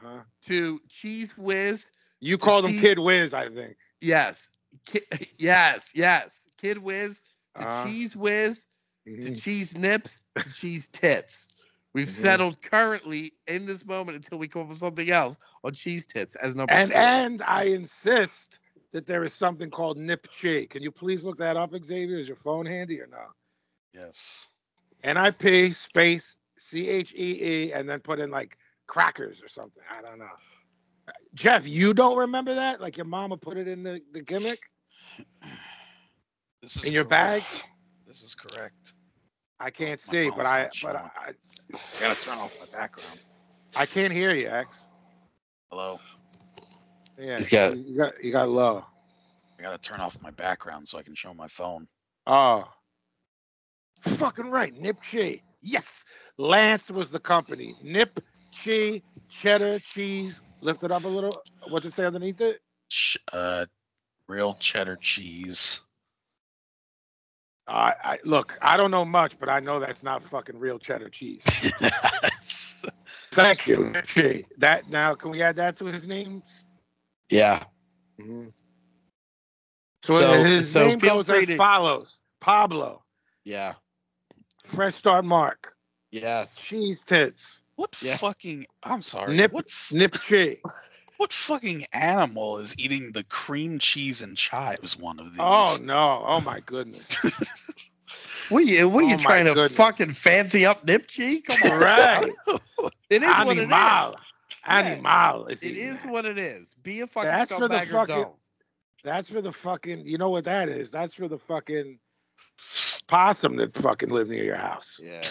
Uh-huh.
to Cheese Whiz.
You
To
called him
cheese-
Kid Whiz, I think.
Yes. Ki- yes, yes. Kid Whiz to
Uh-huh.
Cheese Whiz to
Mhm.
Cheese Nips to Cheese Tits. We've
Mhm.
settled currently in this moment until we come up with something else on Cheese Tits as number
And
two.
and I insist that there is something called Nip Chi. Can you please look that up, Xavier? Is your phone handy or no?
Yes.
NIP space C H E E and then put in like crackers or something. I don't know. Jeff, you don't remember that? Like your mama put it in the, the gimmick?
This is
In your bag?
correct. This is correct.
I can't
My
see, but
phone's
I
not
but
showing.
I
gotta turn off my background.
I can't hear you, X.
Hello.
Yeah.
He's got-
you got you got low.
I gotta turn off my background so I can show my phone.
Oh. Fucking right, Nip Chi. Yes. Lance was the company. Nip Chi cheddar cheese. Lift it up a little. What's it say underneath it?
Ch- uh, real cheddar cheese.
Uh, I look, I don't know much, but I know that's not fucking real cheddar cheese. Thank you. Nip Chi. That now can we add that to his names?
yeah.
So,
Mm-hmm. So-
his
so
name
feel
goes
free
as
to-
follows. Pablo,
Yeah.
Fresh Start Mark,
Yes.
Cheese Tits,
What
Yeah.
fucking? I'm sorry.
Nip
What f-
Nip Chi.
what fucking animal is eating the cream cheese and chives? One of these.
Oh no. Oh my goodness.
What are you, what are
Oh
you
my
trying to
goodness.
fucking fancy up Nipchi? Come on.
Right.
It is what it is.
Animal. Animal. Is
It
eating
is
that.
what it is. Be a fucking
That's for the
scumbag or
fucking-
don't.
That's for the fucking. You know what that is? That's for the fucking possum that fucking live near your house.
Yeah.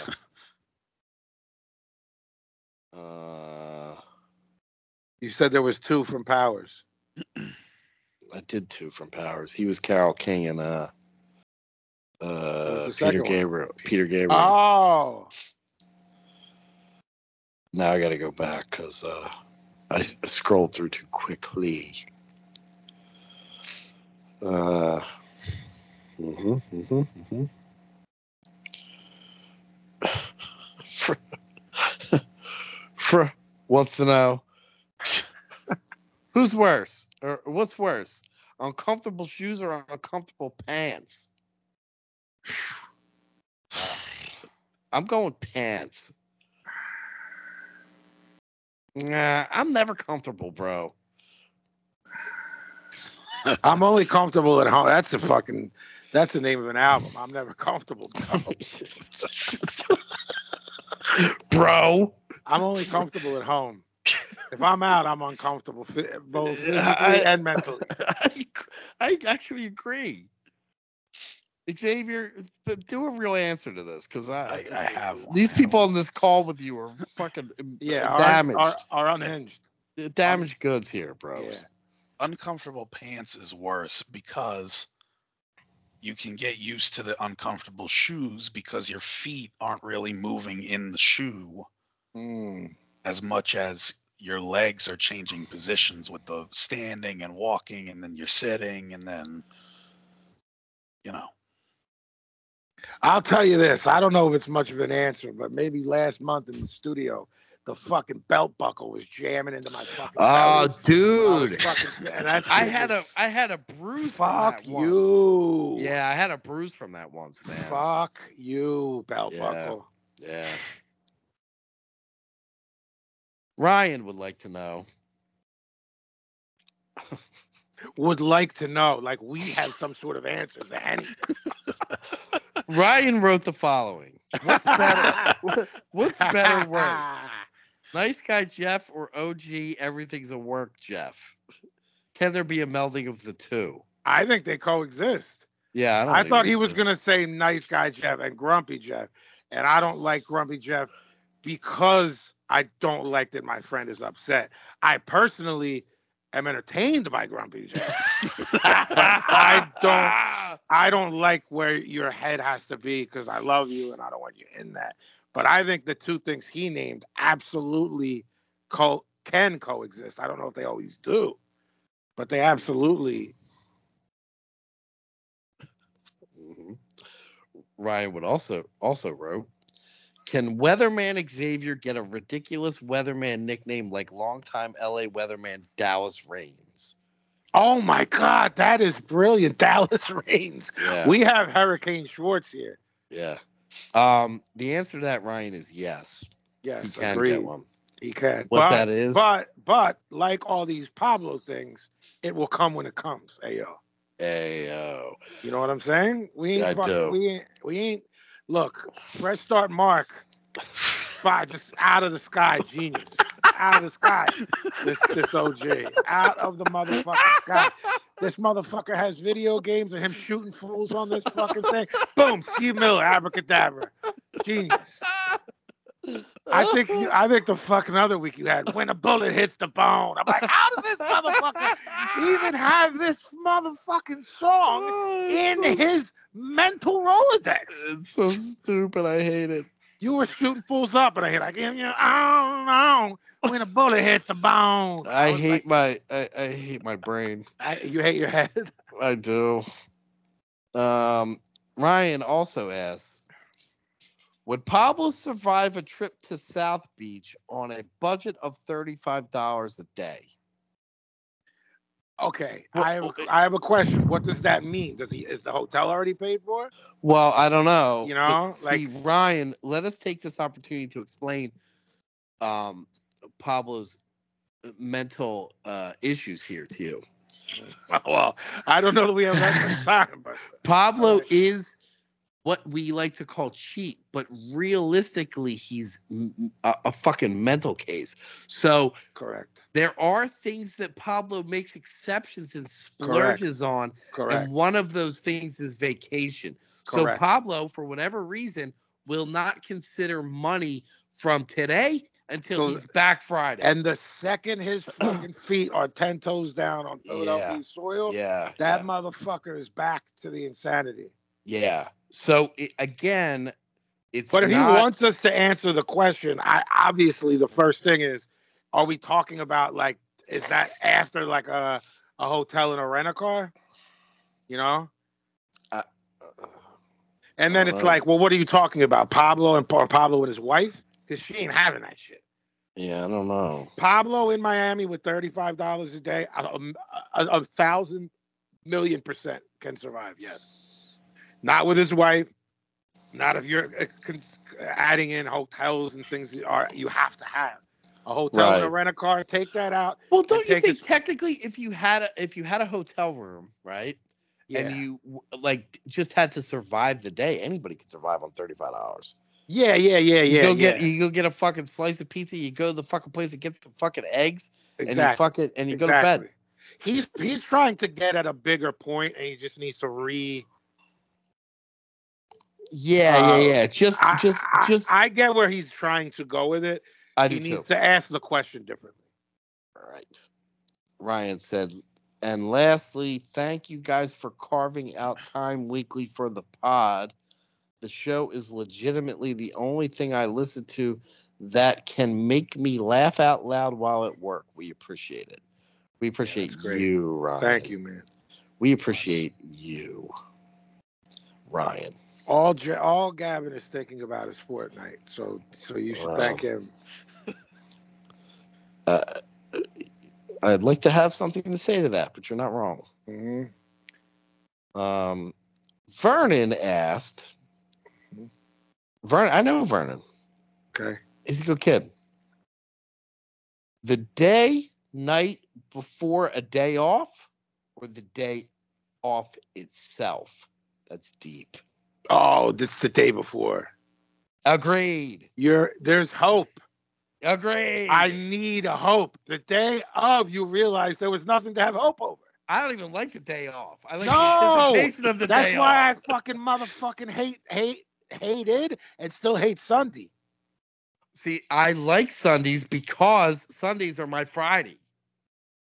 Uh,
You said there was two from Powers.
I did two from Powers. He was Carol King and uh, uh,
was the
Peter
second one?
Gabriel. Peter Gabriel.
Oh.
Now I got to go back because uh, I s- I scrolled through too quickly. Uh, hmm hmm hmm Fr- Fr- wants to know who's worse, or what's worse, uncomfortable shoes or uncomfortable pants? I'm going pants. Nah, I'm never comfortable, bro.
Oh, I'm only comfortable at home. That's a fucking. That's the name of an album. I'm never comfortable. bro.
Oh. bro.
I'm only comfortable at home. If I'm out, I'm uncomfortable, fi- both physically
I-
and mentally.
I, I actually agree. Xavier, th- do a real answer to this because I,
I, I have one.
these
I have
people on this call with you are fucking um,
Yeah, are,
damaged,
Are, are unhinged.
damaged goods here, bro.
Yeah.
uncomfortable pants is worse because you can get used to the uncomfortable shoes because your feet aren't really moving in the shoe
Mm.
as much as your legs are changing positions with the standing and walking and then you're sitting and then you know
I'll tell you this. I don't know if it's much of an answer, but maybe last month in the studio, the fucking belt buckle was jamming into my fucking.
Oh,
belly when I was
dude,
fucking- and that
I
shit
had a
was-
I had a bruise. from
Fuck
that once.
you.
Yeah, I had a bruise from that once, man.
Fuck you, belt
Yeah.
buckle.
Yeah. Ryan would like to know.
Would like to know. Like we have some sort of answer to anything.
Ryan wrote the following: What's better? What's better, worse? Nice guy Jeff or OG? Everything's a work Jeff. Can there be a melding of the two?
I think they coexist.
Yeah, I don't.
I,
think
thought
we
he was
do.
gonna say nice guy Jeff and grumpy Jeff, and I don't like grumpy Jeff because I don't like that my friend is upset. I personally am entertained by grumpy Jeff. I don't I don't like where your head has to be because I love you and I don't want you in that. But I think the two things he named absolutely co- can coexist. I don't know if they always do, but they absolutely.
Mhm. Ryan would also also wrote. Can Weatherman Xavier get a ridiculous Weatherman nickname like longtime LA Weatherman Dallas Reigns?
Oh my God, that is brilliant. Dallas Reigns.
Yeah.
We have Hurricane Schwartz here.
Yeah. Um, the answer to that, Ryan, is yes.
Yes,
he can
agreed.
get one.
He can.
What
but,
that is,
But but like all these Pablo things, it will come when it comes. Ayo.
Ayo.
You know what I'm saying? We ain't
Yeah, I
fuck-
do.
we ain't we ain't look, fresh start mark by just out of the sky genius. out of the sky. This this OJ. Out of the motherfucking sky. This motherfucker has video games of him shooting fools on this fucking thing. Boom, Steve Miller, abracadabra. Genius. I think you, I think the fucking other week you had when a bullet hits the bone. I'm like, how does this motherfucker even have this motherfucking song in his mental Rolodex.
It's so stupid. I hate it.
You were shooting fools up, and I hit like, you know, oh no, when a bullet hits the bone.
I,
was
hate
like,
my I, I hate my brain.
I, you hate your head.
I do. Um, Ryan also asks, would Pablo survive a trip to South Beach on a budget of thirty-five dollars a day?
Okay, I have, a- I have a question. What does that mean? Does he is the hotel already paid for?
Well, I don't know.
You
but
know,
see,
like-
Ryan, let us take this opportunity to explain um, Pablo's mental uh, issues here to you.
well, I don't know that we have that much time, but
Pablo
Alright.
is what we like to call cheap, but realistically, he's m- a, a fucking mental case. So
correct,
there are things that Pablo makes exceptions and splurges on
correct.
And one of those things is vacation. So
Correct.
Pablo, for whatever reason, will not consider money from today until
So-
he's back Friday.
And the second his fucking feet are ten toes down on Philadelphia soil,
yeah.
that motherfucker is back to the insanity.
yeah. yeah. So it, again, it's
But if
not-
he wants us to answer the question, I obviously the first thing is Are we talking about like is that after like a a hotel and a rent a car? You know? And then it's
Uh,
like, well, what are you talking about? Pablo and or Pablo and his wife? Because she ain't having that shit.
Yeah, I don't know.
Pablo in Miami with thirty-five dollars a day, a, a- a thousand million percent can survive. Yes, not with his wife. Not if you're uh, con- adding in hotels and things you are you have to have a hotel and a
Right.
rent a car. Take that out.
Well, don't you
take
think
this-
technically, if you had a, if you had a hotel room, right,
Yeah,
and you w- like just had to survive the day, anybody could survive on thirty five dollars.
yeah, yeah, yeah,
You
yeah.
go get e,
yeah.
you go get a fucking slice of pizza. You go to the fucking place that gets some fucking eggs, and you
exactly.
fuck it, and you go to bed.
He's he's trying to get at a bigger point, and he just needs to re.
Yeah,
Uh,
yeah, yeah. Just,
I-
just,
I-
just. I,
I get where he's trying to go with it.
do
he
too.
needs to ask the question differently.
All right. Ryan said, and lastly, thank you guys for carving out time weekly for the pod. The show is legitimately the only thing I listen to that can make me laugh out loud while at work. We appreciate it. We appreciate
great.
you, Ryan.
Thank you, man.
We appreciate you, Ryan.
All Ja- all Gavin is thinking about is Fortnite, so so you should
Wow.
thank him.
Uh, I'd like to have something to say to that, but you're not wrong.
hmm
Um, Vernon asked, Vernon, I know Vernon.
Okay.
He's a good kid. The day, night before a day off, or the day off itself. That's deep.
Oh, it's the day before.
Agreed.
You're there's hope.
Agreed.
I need a hope. The day of you realize there was nothing to have hope over.
I don't even like the day off. I like
No!
the anticipation of the
That's
day
why
off.
I fucking motherfucking hate hate hated and still hate Sunday.
See, I like Sundays because Sundays are my Friday.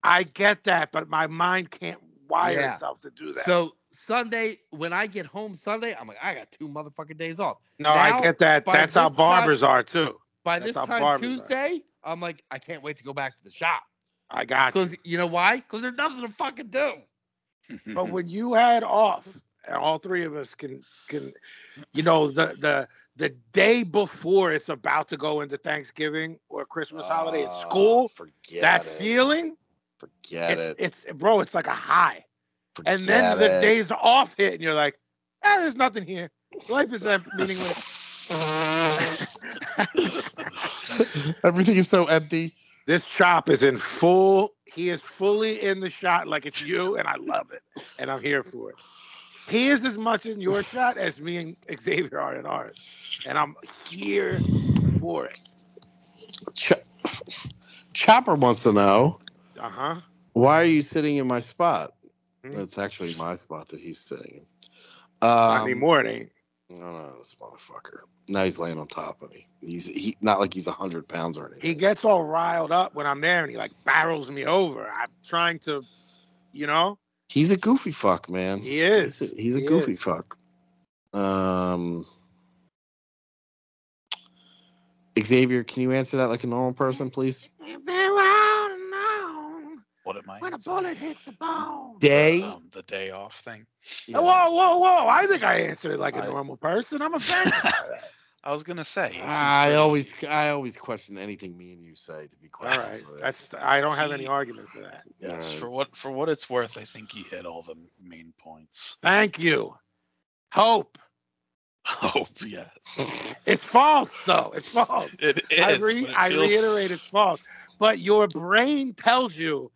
I get that, but my mind can't wire
Yeah.
itself to do that.
So Sunday, when I get home Sunday, I'm like, I got two motherfucking days off.
no,
now,
I get that.
by
That's how
this time-
barbers are too.
By
That's
this
how
time
barbers are.
Tuesday, I'm like, I can't wait to go back to the shop.
I got you.
Because you know why? Because there's nothing to fucking do.
But when you had off, and all three of us can can, you know, the the the day before it's about to go into Thanksgiving or Christmas holiday at school,
Oh, Forget
that
Ah, it.
feeling,
Forget
it's,
it.
it's bro, it's like a high.
Forget
And then the
it.
days off hit, and you're like, ah, there's nothing here. Life is em- meaningless.
Everything is so empty.
This chop is in full. He is fully in the shot like it's you, and I love it, and I'm here for it. He is as much in your shot as me and Xavier are in ours, and I'm here for it.
Ch- Chopper wants to know
Uh huh.
why are you sitting in my spot?
Hmm?
That's actually my spot that he's sitting in.
Not
Um,
anymore, it ain't.
I don't know this motherfucker. Now he's laying on top of me. He's he not like he's hundred pounds or anything.
He gets all riled up when I'm there, and he like barrels me over. I'm trying to, you know.
He's a goofy fuck, man.
He is.
He's a, he's a
He
goofy
is.
fuck. Um, Xavier, can you answer that like a normal person, please?
what am I? answering?
hits the bone.
Day.
Um, the day off thing.
Yeah.
Whoa, whoa, whoa! I think I answered it like a
I-
normal person. I'm offended. by that.
I was gonna say. it seems
I
pretty-
always I always question anything me and you say. To be
all
quite
right,
honest with you.
that's I don't have any argument for that.
Yes,
Alright.
for what for what it's worth, I think he hit all the main points.
Thank you. Hope.
Hope, Oh, yes.
It's false though. It's false.
It is.
I, re-
but it
I
feels-
reiterate it's false. But your brain tells you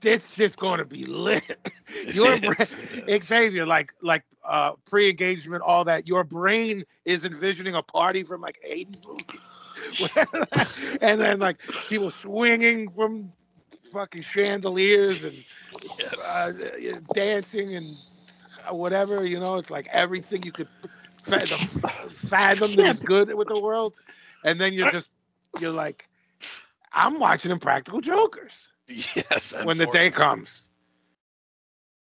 this shit's gonna be lit.
It
Your
is,
brain,
it is.
Xavier, like like uh, pre-engagement, all that. Your brain is envisioning a party from like eighties movies, and then like people swinging from fucking chandeliers and
Yes.
uh, dancing and whatever. You know, it's like everything you could fa- the fathom that is good with the world, and then you're just you're like, I'm watching Impractical Jokers
yes. and
when the
Fortnite.
day comes.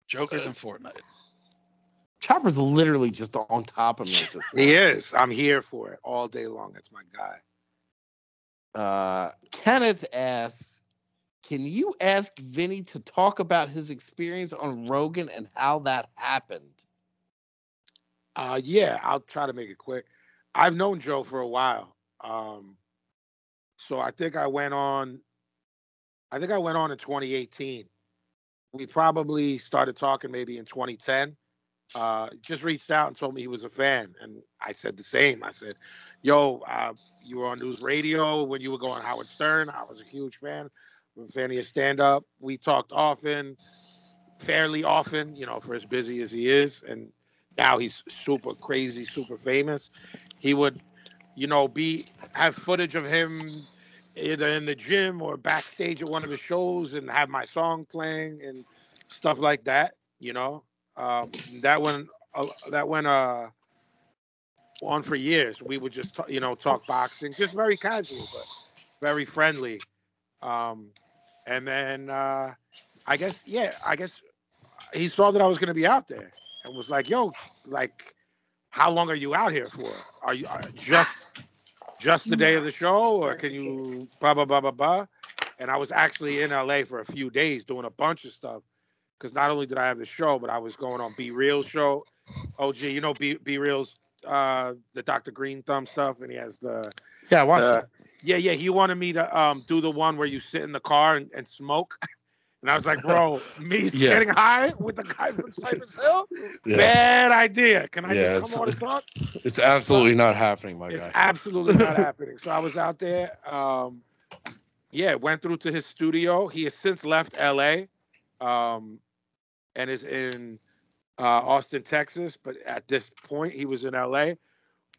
Jokers and Fortnite.
Chopper's literally just on top of me at this point.
He is. I'm here for it all day long. That's my guy.
Uh, Kenneth asks, "Can you ask Vinny to talk about his experience on Rogan and how that happened?"
Uh, yeah, I'll try to make it quick. I've known Joe for a while. Um, so I think I went on. I think I went on in 2018. We probably started talking maybe in 2010. Uh, just reached out and told me he was a fan, and I said the same. I said, "Yo, uh, you were on news radio when you were going Howard Stern. I was a huge fan. I'm a fan of your stand-up. We talked often, fairly often, you know, for as busy as he is, and now he's super crazy, super famous. He would, you know, be have footage of him either in the gym or backstage at one of his shows and have my song playing and stuff like that, you know. Um, that went uh, that went uh on for years. We would just ta- you know talk boxing, just very casual but very friendly. Um, and then uh, I guess yeah, I guess he saw that I was gonna be out there and was like, "Yo, like, how long are you out here for? Are you are just just the day of the show, or can you blah blah blah blah blah?" And I was actually in LA for a few days doing a bunch of stuff because not only did I have the show, but I was going on Be Real show. OG, you know Be Be Real's uh, the Dr. Green Thumb stuff, and he has the
Yeah, I watched
uh,
that.
yeah, yeah. He wanted me to um, do the one where you sit in the car and, and smoke. And I was like, bro, me
Yeah.
getting high with the guy from Cypress Hill?
Yeah.
Bad idea. Can I
Yeah,
just
it's-
come on and talk?
It's absolutely not happening, my
It's
guy.
absolutely not happening. So I was out there. Um, yeah, went through to his studio. He has since left LA um, and is in uh, Austin, Texas. But at this point, he was in LA.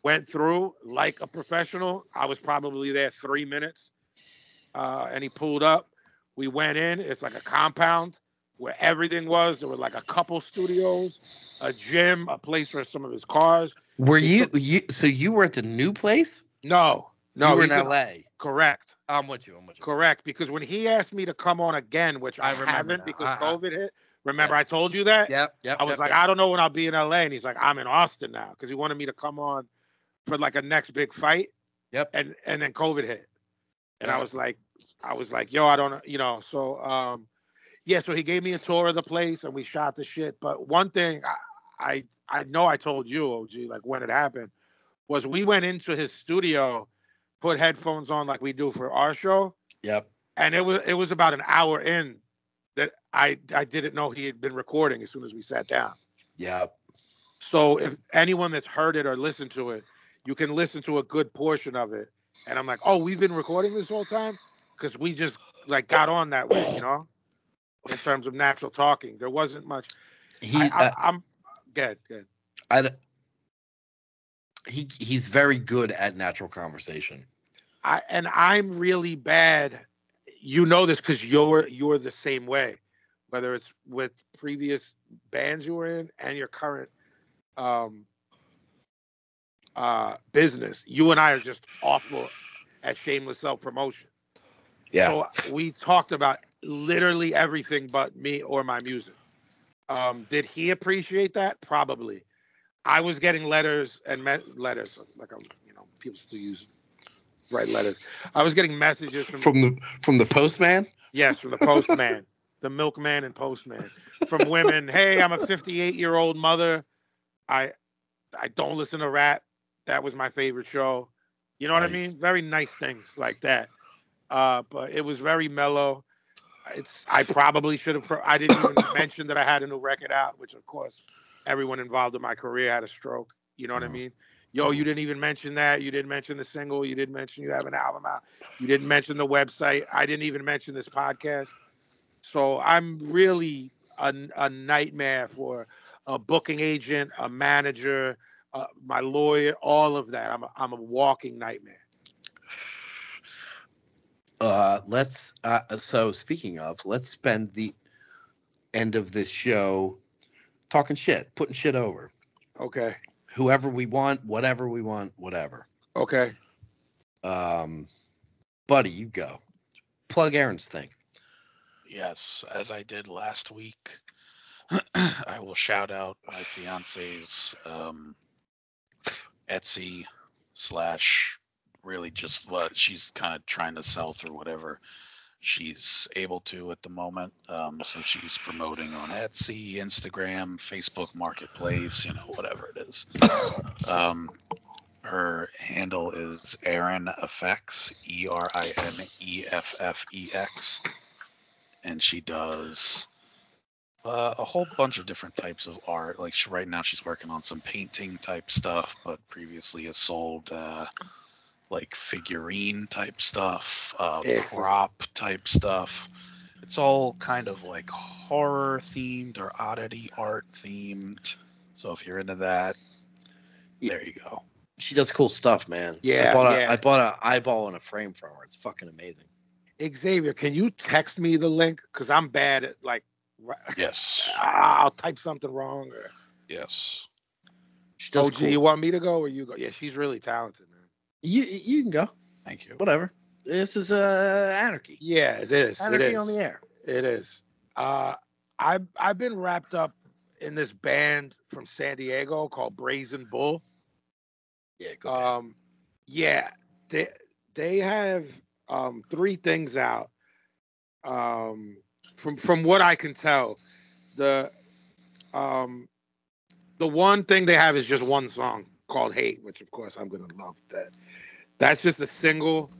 Went through like a professional. I was probably there three minutes. Uh, and he pulled up. We went in. It's like a compound where everything was. There were like a couple studios, a gym, a place for some of his cars.
Were you you? So you were at the new place?
No, no,
you were in
he's in-
L.A.
correct.
I'm with you. I'm with you.
Correct, because when he asked me to come on again, which
I
I,
remember
haven't
now.
because
Uh-uh.
COVID hit. Remember,
Yes.
I told you that.
Yep, yep.
I was
yep,
like,
yep.
I don't know when I'll be in LA, and he's like, I'm in Austin now, because he wanted me to come on for like a next big fight.
Yep.
And and then COVID hit, and I
Yeah.
was like, I was like, yo, I don't, know, you know. So um, yeah. So he gave me a tour of the place, and we shot the shit. But one thing I I, I know I told you, OG, like when it happened, was we went into his studio, put headphones on like we do for our show
yep.
and it was it was about an hour in that I I didn't know he had been recording as soon as we sat down.
Yep.
So if anyone that's heard it or listened to it, you can listen to a good portion of it. And I'm like, oh, we've been recording this whole time because we just like got on that way, you know, in terms of natural talking. There wasn't much.
He.
I,
uh,
I, I'm good, good.
I d- he he's very good at natural conversation.
I and I'm really bad. You know this because you're you're the same way, whether it's with previous bands you were in and your current um, uh, business. You and I are just awful at shameless self promotion. So we talked about literally everything but me or my music. Um, did he appreciate that? Probably. I was getting letters and me- letters like um, you know people still use write letters. I was getting messages from,
from the from the postman.
yes from the postman, the milkman and postman from women. Hey, I'm a 58 year old mother. I I don't listen to rap. That was my favorite show. You know what I
Nice.
mean? Very nice things like that. Uh, but it was very mellow. It's I probably should have. Pro- I didn't even mention that I had a new record out, which of course everyone involved in my career had a stroke. You know what I
Mhm.
mean? Yo, you didn't even mention that. You didn't mention the single. You didn't mention you have an album out. You didn't mention the website. I didn't even mention this podcast. So I'm really a, a nightmare for a booking agent, a manager, uh, my lawyer, all of that. I'm a, I'm a walking nightmare.
Uh, let's. Uh, so speaking of, let's spend the end of this show talking shit, putting shit over.
Okay.
Whoever we want, whatever we want, whatever.
Okay.
Um, buddy, you go. Plug Aaron's thing.
Yes, as I did last week, I will shout out my fiance's um, Etsy slash really just what she's kind of trying to sell through whatever she's able to at the moment. Um, so she's promoting on Etsy, Instagram, Facebook Marketplace, you know, whatever it is. Um, her handle is Erin Effects, E R I N E F F E X, and she does uh, a whole bunch of different types of art. Like she, right now, she's working on some painting type stuff, but previously has sold uh, like figurine type stuff, uh,
Excellent.
prop type stuff. It's all kind of like horror themed or oddity art themed. So if you're into that,
Yeah.
there you go.
She does cool stuff, man.
Yeah,
I bought
yeah.
a I bought an eyeball and a frame from her. It's fucking amazing.
Xavier, can you text me the link? Cause I'm bad at like, ri-
Yes.
I'll type something wrong. Or,
Yes.
She
oh,
does
do you
cool.
want me to go or you go? Yeah, she's really talented, man.
You you can go.
Thank you.
Whatever. This is uh anarchy.
Yeah, it is. It
Anarchy
is.
on the air.
It is. Uh, I've I've been wrapped up in this band from San Diego called Brazen Bull.
Yeah, go. ahead.
Um, yeah, they they have um, three things out. Um, from from what I can tell, the um, the one thing they have is just one song called Hate, which of course I'm gonna love that. That's just a single.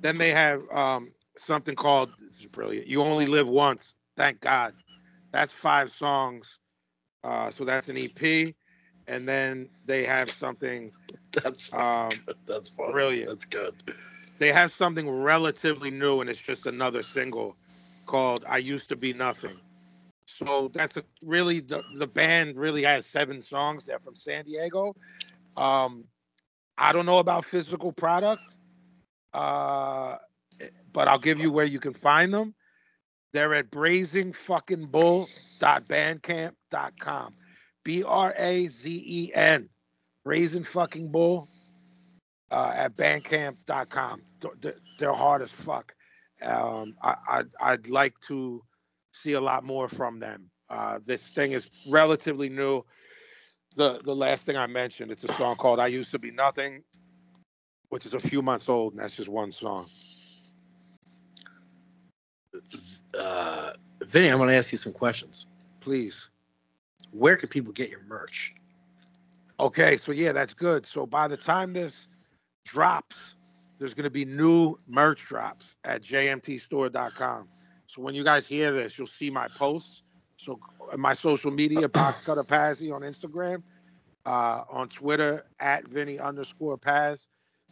Then they have um, something called this is brilliant. You only live once. Thank God. That's five songs. Uh, so that's an EP. And then they have something
that's fun.
um,
that's fun.
brilliant.
That's good.
they have something relatively new and it's just another single called I Used to Be Nothing. So that's a, really the, the band really has seven songs. They're from San Diego. Um, I don't know about physical product, uh, but I'll give you where you can find them. They're at brazenfuckingbull.bandcamp.com. B R A Z E N. Brazen fucking bull uh, at bandcamp.com. Th- th- They're hard as fuck. Um, I, I'd, I'd like to see a lot more from them. Uh, this thing is relatively new. The the last thing I mentioned, it's a song called "I Used to Be Nothing," which is a few months old, and that's just one song.
Uh, Vinny, I'm gonna ask you some questions.
Please.
Where can people get your merch?
Okay, so yeah, that's good. So by the time this drops, there's going to be new merch drops at jmtstore.com. So when you guys hear this, you'll see my posts. So uh, my social media, Box Cutter Pazzy on Instagram, uh, on Twitter at Vinny underscore Paz,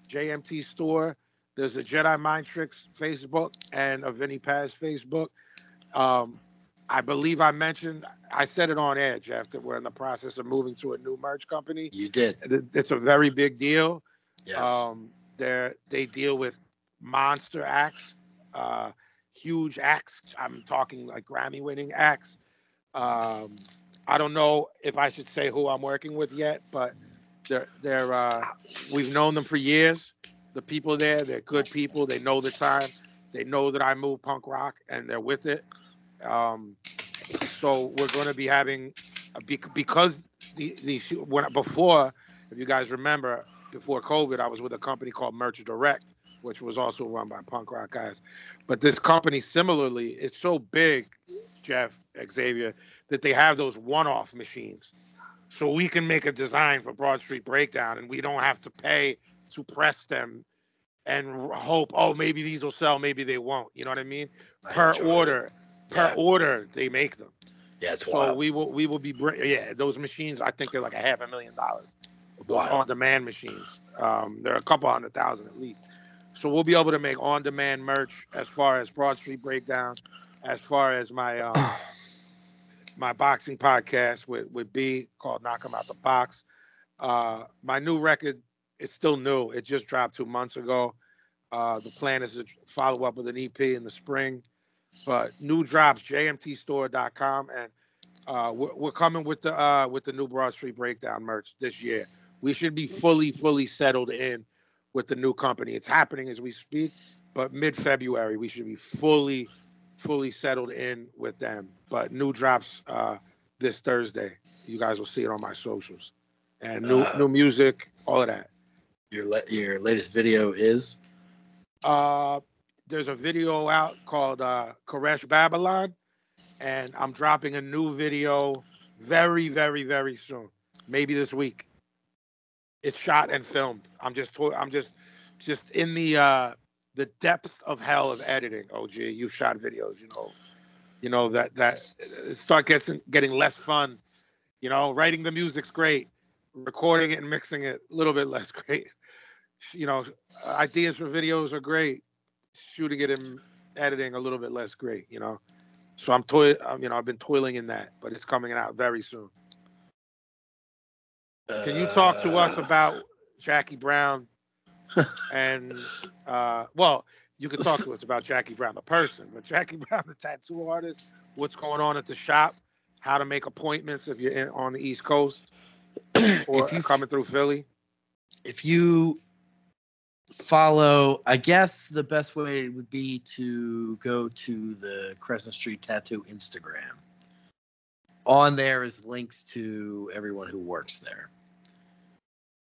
JMT Store. There's a Jedi Mind Tricks Facebook and a Vinny Paz Facebook. Um, I believe I mentioned, I said it on edge after we're in the process of moving to a new merch company.
You did.
Th- It's a very big deal.
Yes.
Um, they they deal with monster acts, uh, huge acts. I'm talking like Grammy winning acts. Um, I don't know if I should say who I'm working with yet, but they're they're uh, we've known them for years. The people there, they're good people. They know the time. They know that I move punk rock, and they're with it. Um, so we're going to be having Uh, bec- because the the when before, if you guys remember, before COVID, I was with a company called Merch Direct, which was also run by punk rock guys. But this company, similarly, it's so big, Jeff, Xavier, that they have those one off machines. So we can make a design for Broad Street Breakdown and we don't have to pay to press them and r- hope, oh, maybe these will sell, maybe they won't. You know what I mean?
I
Per
enjoy it.
order, per
Yeah.
order, they make them.
Yeah, it's
So
wild.
we will we will be br- yeah those machines I think they're like a half a million dollars
Wild.
on demand machines. Um, they're a couple hundred thousand at least. So we'll be able to make on demand merch as far as Broad Street Breakdown, as far as my um, my boxing podcast with, with B called Knock 'em Out the Box. Uh, my new record is still new. It just dropped two months ago. Uh, the plan is to follow up with an EP in the spring. But new drops, jmtstore.com, and uh, we're, we're coming with the uh, with the new Broad Street Breakdown merch this year we should be fully, fully settled in with the new company. It's happening as we speak, but mid February we should be fully, fully settled in with them. But new drops uh, this Thursday. You guys will see it on my socials, and new
Uh,
new music, all of that.
Your la- your latest video is
Uh, there's a video out called uh, Koresh Babylon, and I'm dropping a new video very, very, very soon. Maybe this week. It's shot and filmed. I'm just to- I'm just just in the uh, the depths of hell of editing. OG, you've shot videos, you know. You know that that it start gets getting less fun. You know, writing the music's great. Recording it and mixing it a little bit less great. You know, Uh, ideas for videos are great. Shooting it and editing a little bit less great, you know. So I'm toil, um, you know, I've been toiling in that, but it's coming out very soon. Can you talk to us
Uh,
about Jackie Brown? and uh, well, you can talk to us about Jackie Brown, the person, but Jackie Brown, the tattoo artist. What's going on at the shop? How to make appointments if you're in, on the East Coast or
if you
coming through Philly?
if you follow, I guess the best way would be to go to the Crescent Street Tattoo Instagram. On there is links to everyone who works there.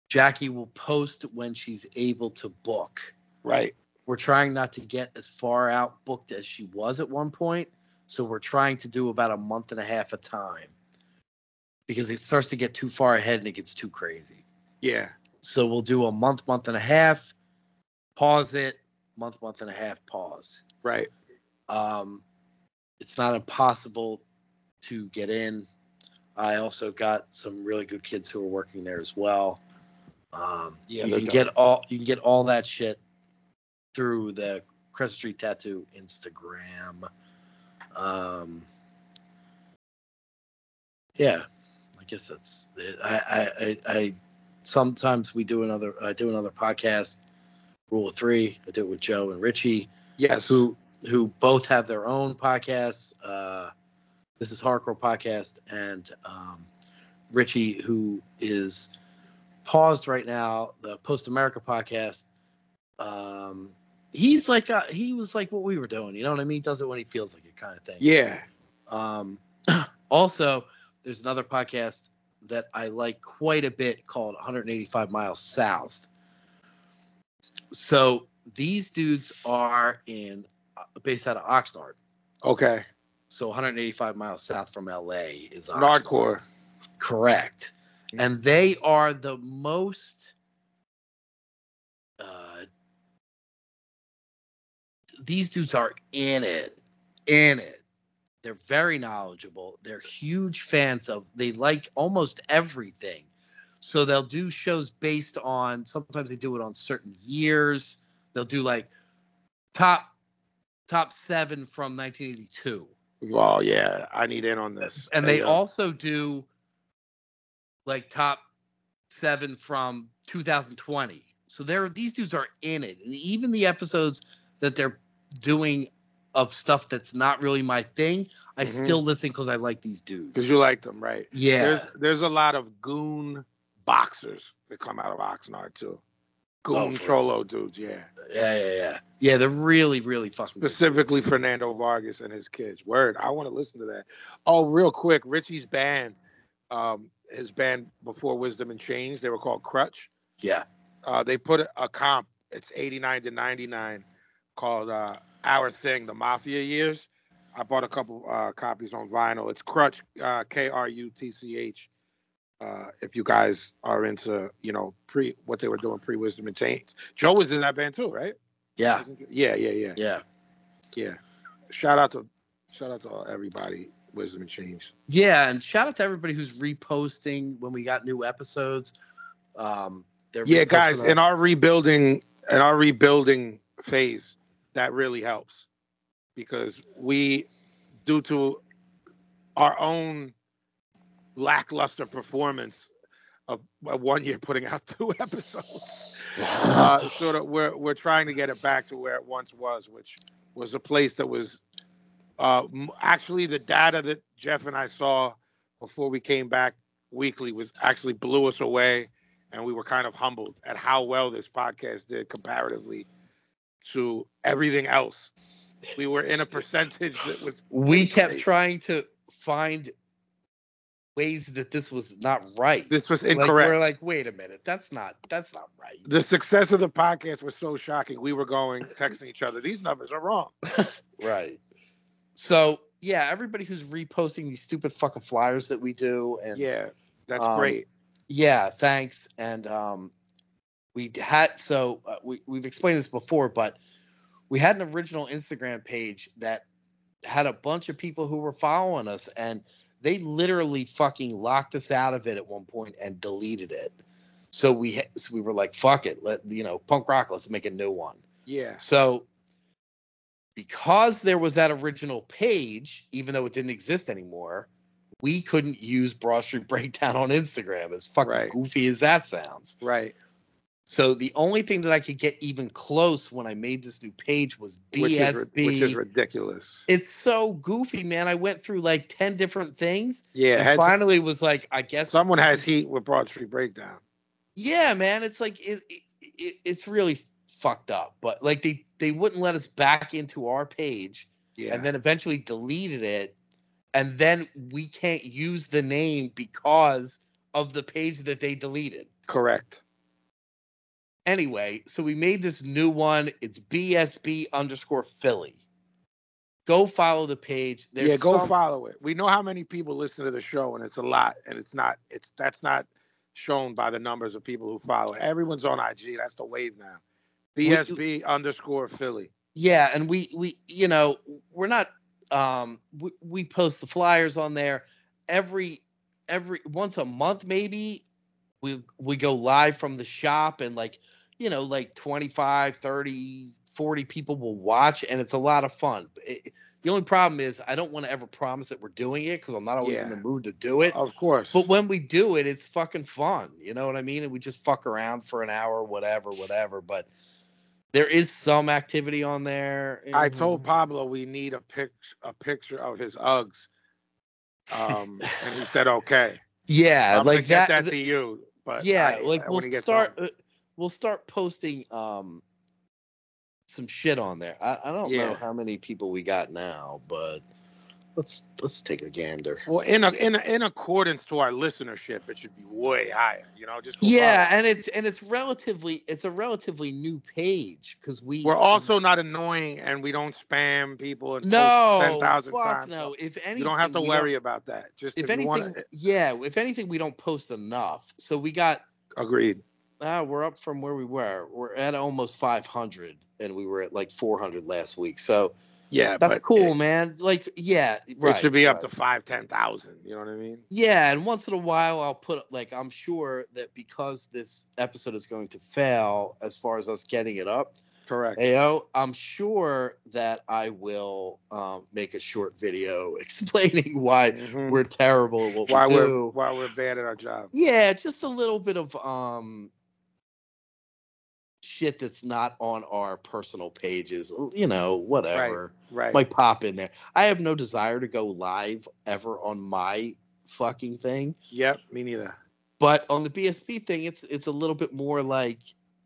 Jackie will post when she's able to book.
Right.
We're trying not to get as far out booked as she was at one point, so we're trying to do about a month and a half of time because it starts to get too far ahead and it gets too crazy.
Yeah.
So we'll do a month, month and a half, pause it, month, month and a half, pause.
Right.
Um, it's not impossible to get in. I also got some really good kids who are working there as well. Um,
Yeah,
you
they're
can get all you can get all that shit through the Crescent Street Tattoo Instagram. Um, yeah, I guess that's it. I, I, I, I sometimes we do another I do another podcast, Rule of Three. I do it with Joe and Richie
Yes.
who who both have their own podcasts. Uh, this is Hardcore Podcast and um, Richie, who is paused right now, the Post America Podcast. Um, he's like uh he was like what we were doing, you know what I mean? He does it when he feels like it, kind of thing.
Yeah.
Um, also, there's another podcast that I like quite a bit called 185 Miles South. So these dudes are in based out of Oxnard.
Okay.
So 185 miles south from LA is Oxnard.
Nardcore.
Correct. And they are the most. Uh, these dudes are in it, in it. They're very knowledgeable. They're huge fans of. They like almost everything. So they'll do shows based on. Sometimes they do it on certain years. They'll do like top top seven from 1982
Well, yeah. I need in on this.
and they
Yeah.
also do like top seven from 2020. So they're these dudes are in it, and even the episodes that they're doing of stuff that's not really my thing, I
Mhm.
still listen because I like these
Because
dudes.
you like them, right?
Yeah,
There's there's a lot of goon boxers that come out of Oxnard too. Goon
Oh, for-
cholo dudes, yeah.
yeah, yeah, yeah, yeah. They're really, really fucking good
Specifically
dudes.
Fernando Vargas and his kids. Word, I want to listen to that. Oh, real quick, Richie's band, um, his band before Wisdom and Change, they were called Crutch.
Yeah,
Uh, they put a comp. It's 89 to 99, called uh, Our Thing, the Mafia Years. I bought a couple uh, copies on vinyl. It's Crutch, uh, K R U T C H. Uh, if you guys are into, you know, pre what they were doing pre Wisdom and Change. Joe was in that band too, right?
yeah,
Yeah, yeah, yeah,
yeah,
yeah. Shout out to, shout out to everybody. Wisdom and Change.
yeah. And shout out to everybody who's reposting when we got new episodes. Um, they're
Yeah,
reposting
guys,
our-
in our rebuilding, in our rebuilding phase, that really helps because we, due to our own lackluster performance of of one year putting out two episodes, uh, sort of we're we're trying to get it back to where it once was, which was a place that was uh, m- actually the data that Jeff and I saw before we came back weekly was actually blew us away, and we were kind of humbled at how well this podcast did comparatively to everything else. We were in a percentage that was
we kept
Right.
trying to find ways that this was not right.
This was
Like we're
incorrect.
like, wait a minute, that's not that's not right.
the success of the podcast was so shocking. We were going texting each other. These numbers are wrong.
Right. So yeah, everybody who's reposting these stupid fucking flyers that we do and
Yeah, that's
Um,
great.
Yeah, thanks. And um, we had so uh, we we've explained this before, but we had an original Instagram page that had a bunch of people who were following us, and they literally fucking locked us out of it at one point and deleted it. So we ha- so we were like, fuck it, let you know, punk rock, let's make a new one.
Yeah,
So because there was that original page, even though it didn't exist anymore, we couldn't use Broad Street Breakdown on Instagram. As fucking
Right.
goofy as that sounds.
right.
So the only thing that I could get even close when I made this new page was
Which is,
BSB.
which is ridiculous.
it's so goofy, man. I went through like ten different things
Yeah,
and
hence-
finally was like, I guess
someone has heat with Broad Street Breakdown.
Yeah, man, it's like it, it, it it's really fucked up. But like they they wouldn't let us back into our page.
Yeah,
and then eventually deleted it and then we can't use the name because of the page that they deleted
correct.
anyway so we made this new one it's bsb underscore philly go follow the page there's
yeah, go
some-
follow it. We know how many people listen to the show, and it's a lot. And it's not. It's that's not shown by the numbers of people who follow. it. Everyone's on IG. That's the wave now. BSB underscore Philly.
yeah and we we you know we're not um we, we post the flyers on there every every once a month maybe we we go live from the shop and like you know like 25 30 40 people will watch and it's a lot of fun it, the only problem is i don't want to ever promise that we're doing it because i'm not always in
Yeah.
the mood to do it
Of course.
but when we do it, it's fucking fun. You know what I mean? And we just fuck around for an hour, whatever, whatever. But there is some activity on there.
I told Pablo we need a pic a picture of his Uggs. Um, and he said okay.
Yeah,
I'm
like
gonna get
that.
that to you. But
yeah,
I-
like we'll
when he gets
start.
home.
uh, We'll start posting um some shit on there. I, I don't know
Yeah.
how many people we got now, but let's let's take a gander.
Well, in a, in a, in accordance to our listenership, it should be way higher. You know, just go
Yeah,
follow.
and it's and it's relatively it's a relatively new page because we
We're also not annoying, and we don't spam people and
no
ten thousand
fuck
times.
no. If anything,
you don't have to
we
worry about that. Just if,
if anything,
you want to,
yeah, if anything, we don't post enough. So we got,
agreed.
ah, we're up from where we were. We're at almost 500, and we were at like 400 last week. So
Yeah,
that's
but
cool,
It,
man. Like, yeah, right.
it should be up
right.
to five, ten thousand. You know what I mean?
Yeah, and once in a while, I'll put like I'm sure that because this episode is going to fail as far as us getting it up,
Correct.
Ayo, I'm sure that I will um, make a short video explaining why
Mhm.
we're terrible at what
Why
we
we're
do.
why we're bad at our job.
Yeah, just a little bit of um shit that's not on our personal pages, you know, whatever.
Right.
Might pop in there. I have no desire to go live ever on my fucking thing,
Yep. Me neither.
but on the BSP thing, it's it's a little bit more like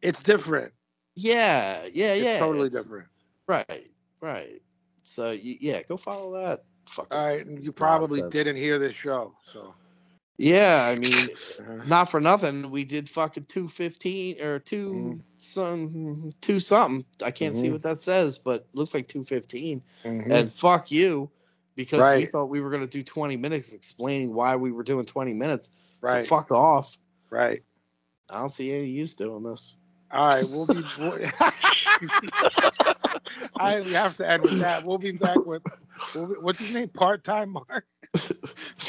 It's different.
yeah, yeah,
It's
yeah.
totally
it's-
different.
Right, right. So y- yeah, go follow that. Fucking
All right. and You probably
Nonsense.
didn't hear this show, so.
yeah. I mean,
uh,
not for nothing, we did fucking two fifteen or two some two something. I can't see
Mhm.
what that says, but looks like two
mhm.
And fuck you, because we
Right.
thought we were gonna do twenty minutes explaining why we were doing twenty minutes.
right.
So fuck off.
Right.
I don't see any use doing this.
All right. We'll be. we'll- I we have to end with that. We'll be back with. We'll be, what's his name? Part time Mark.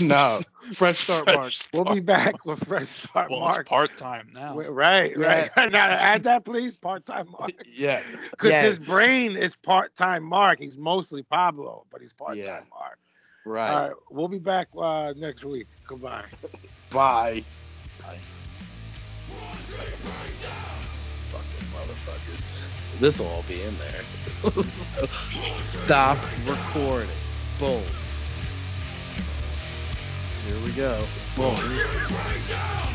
no, fresh start, Mark.
We'll be back with Fresh Start
Well,
Mark.
it's part time now.
Wi- Right, right. now add that, please. Part time Mark.
Yeah,
Because
Yeah.
his brain is part time Mark. He's mostly Pablo, but he's part time
Yeah.
Mark.
right.
All right. We'll be back uh, next week. Goodbye.
Bye.
Bye.
Fucking motherfuckers. This will all be in there. So, stop recording. Boom. Here we go. Boom.
Breakdown!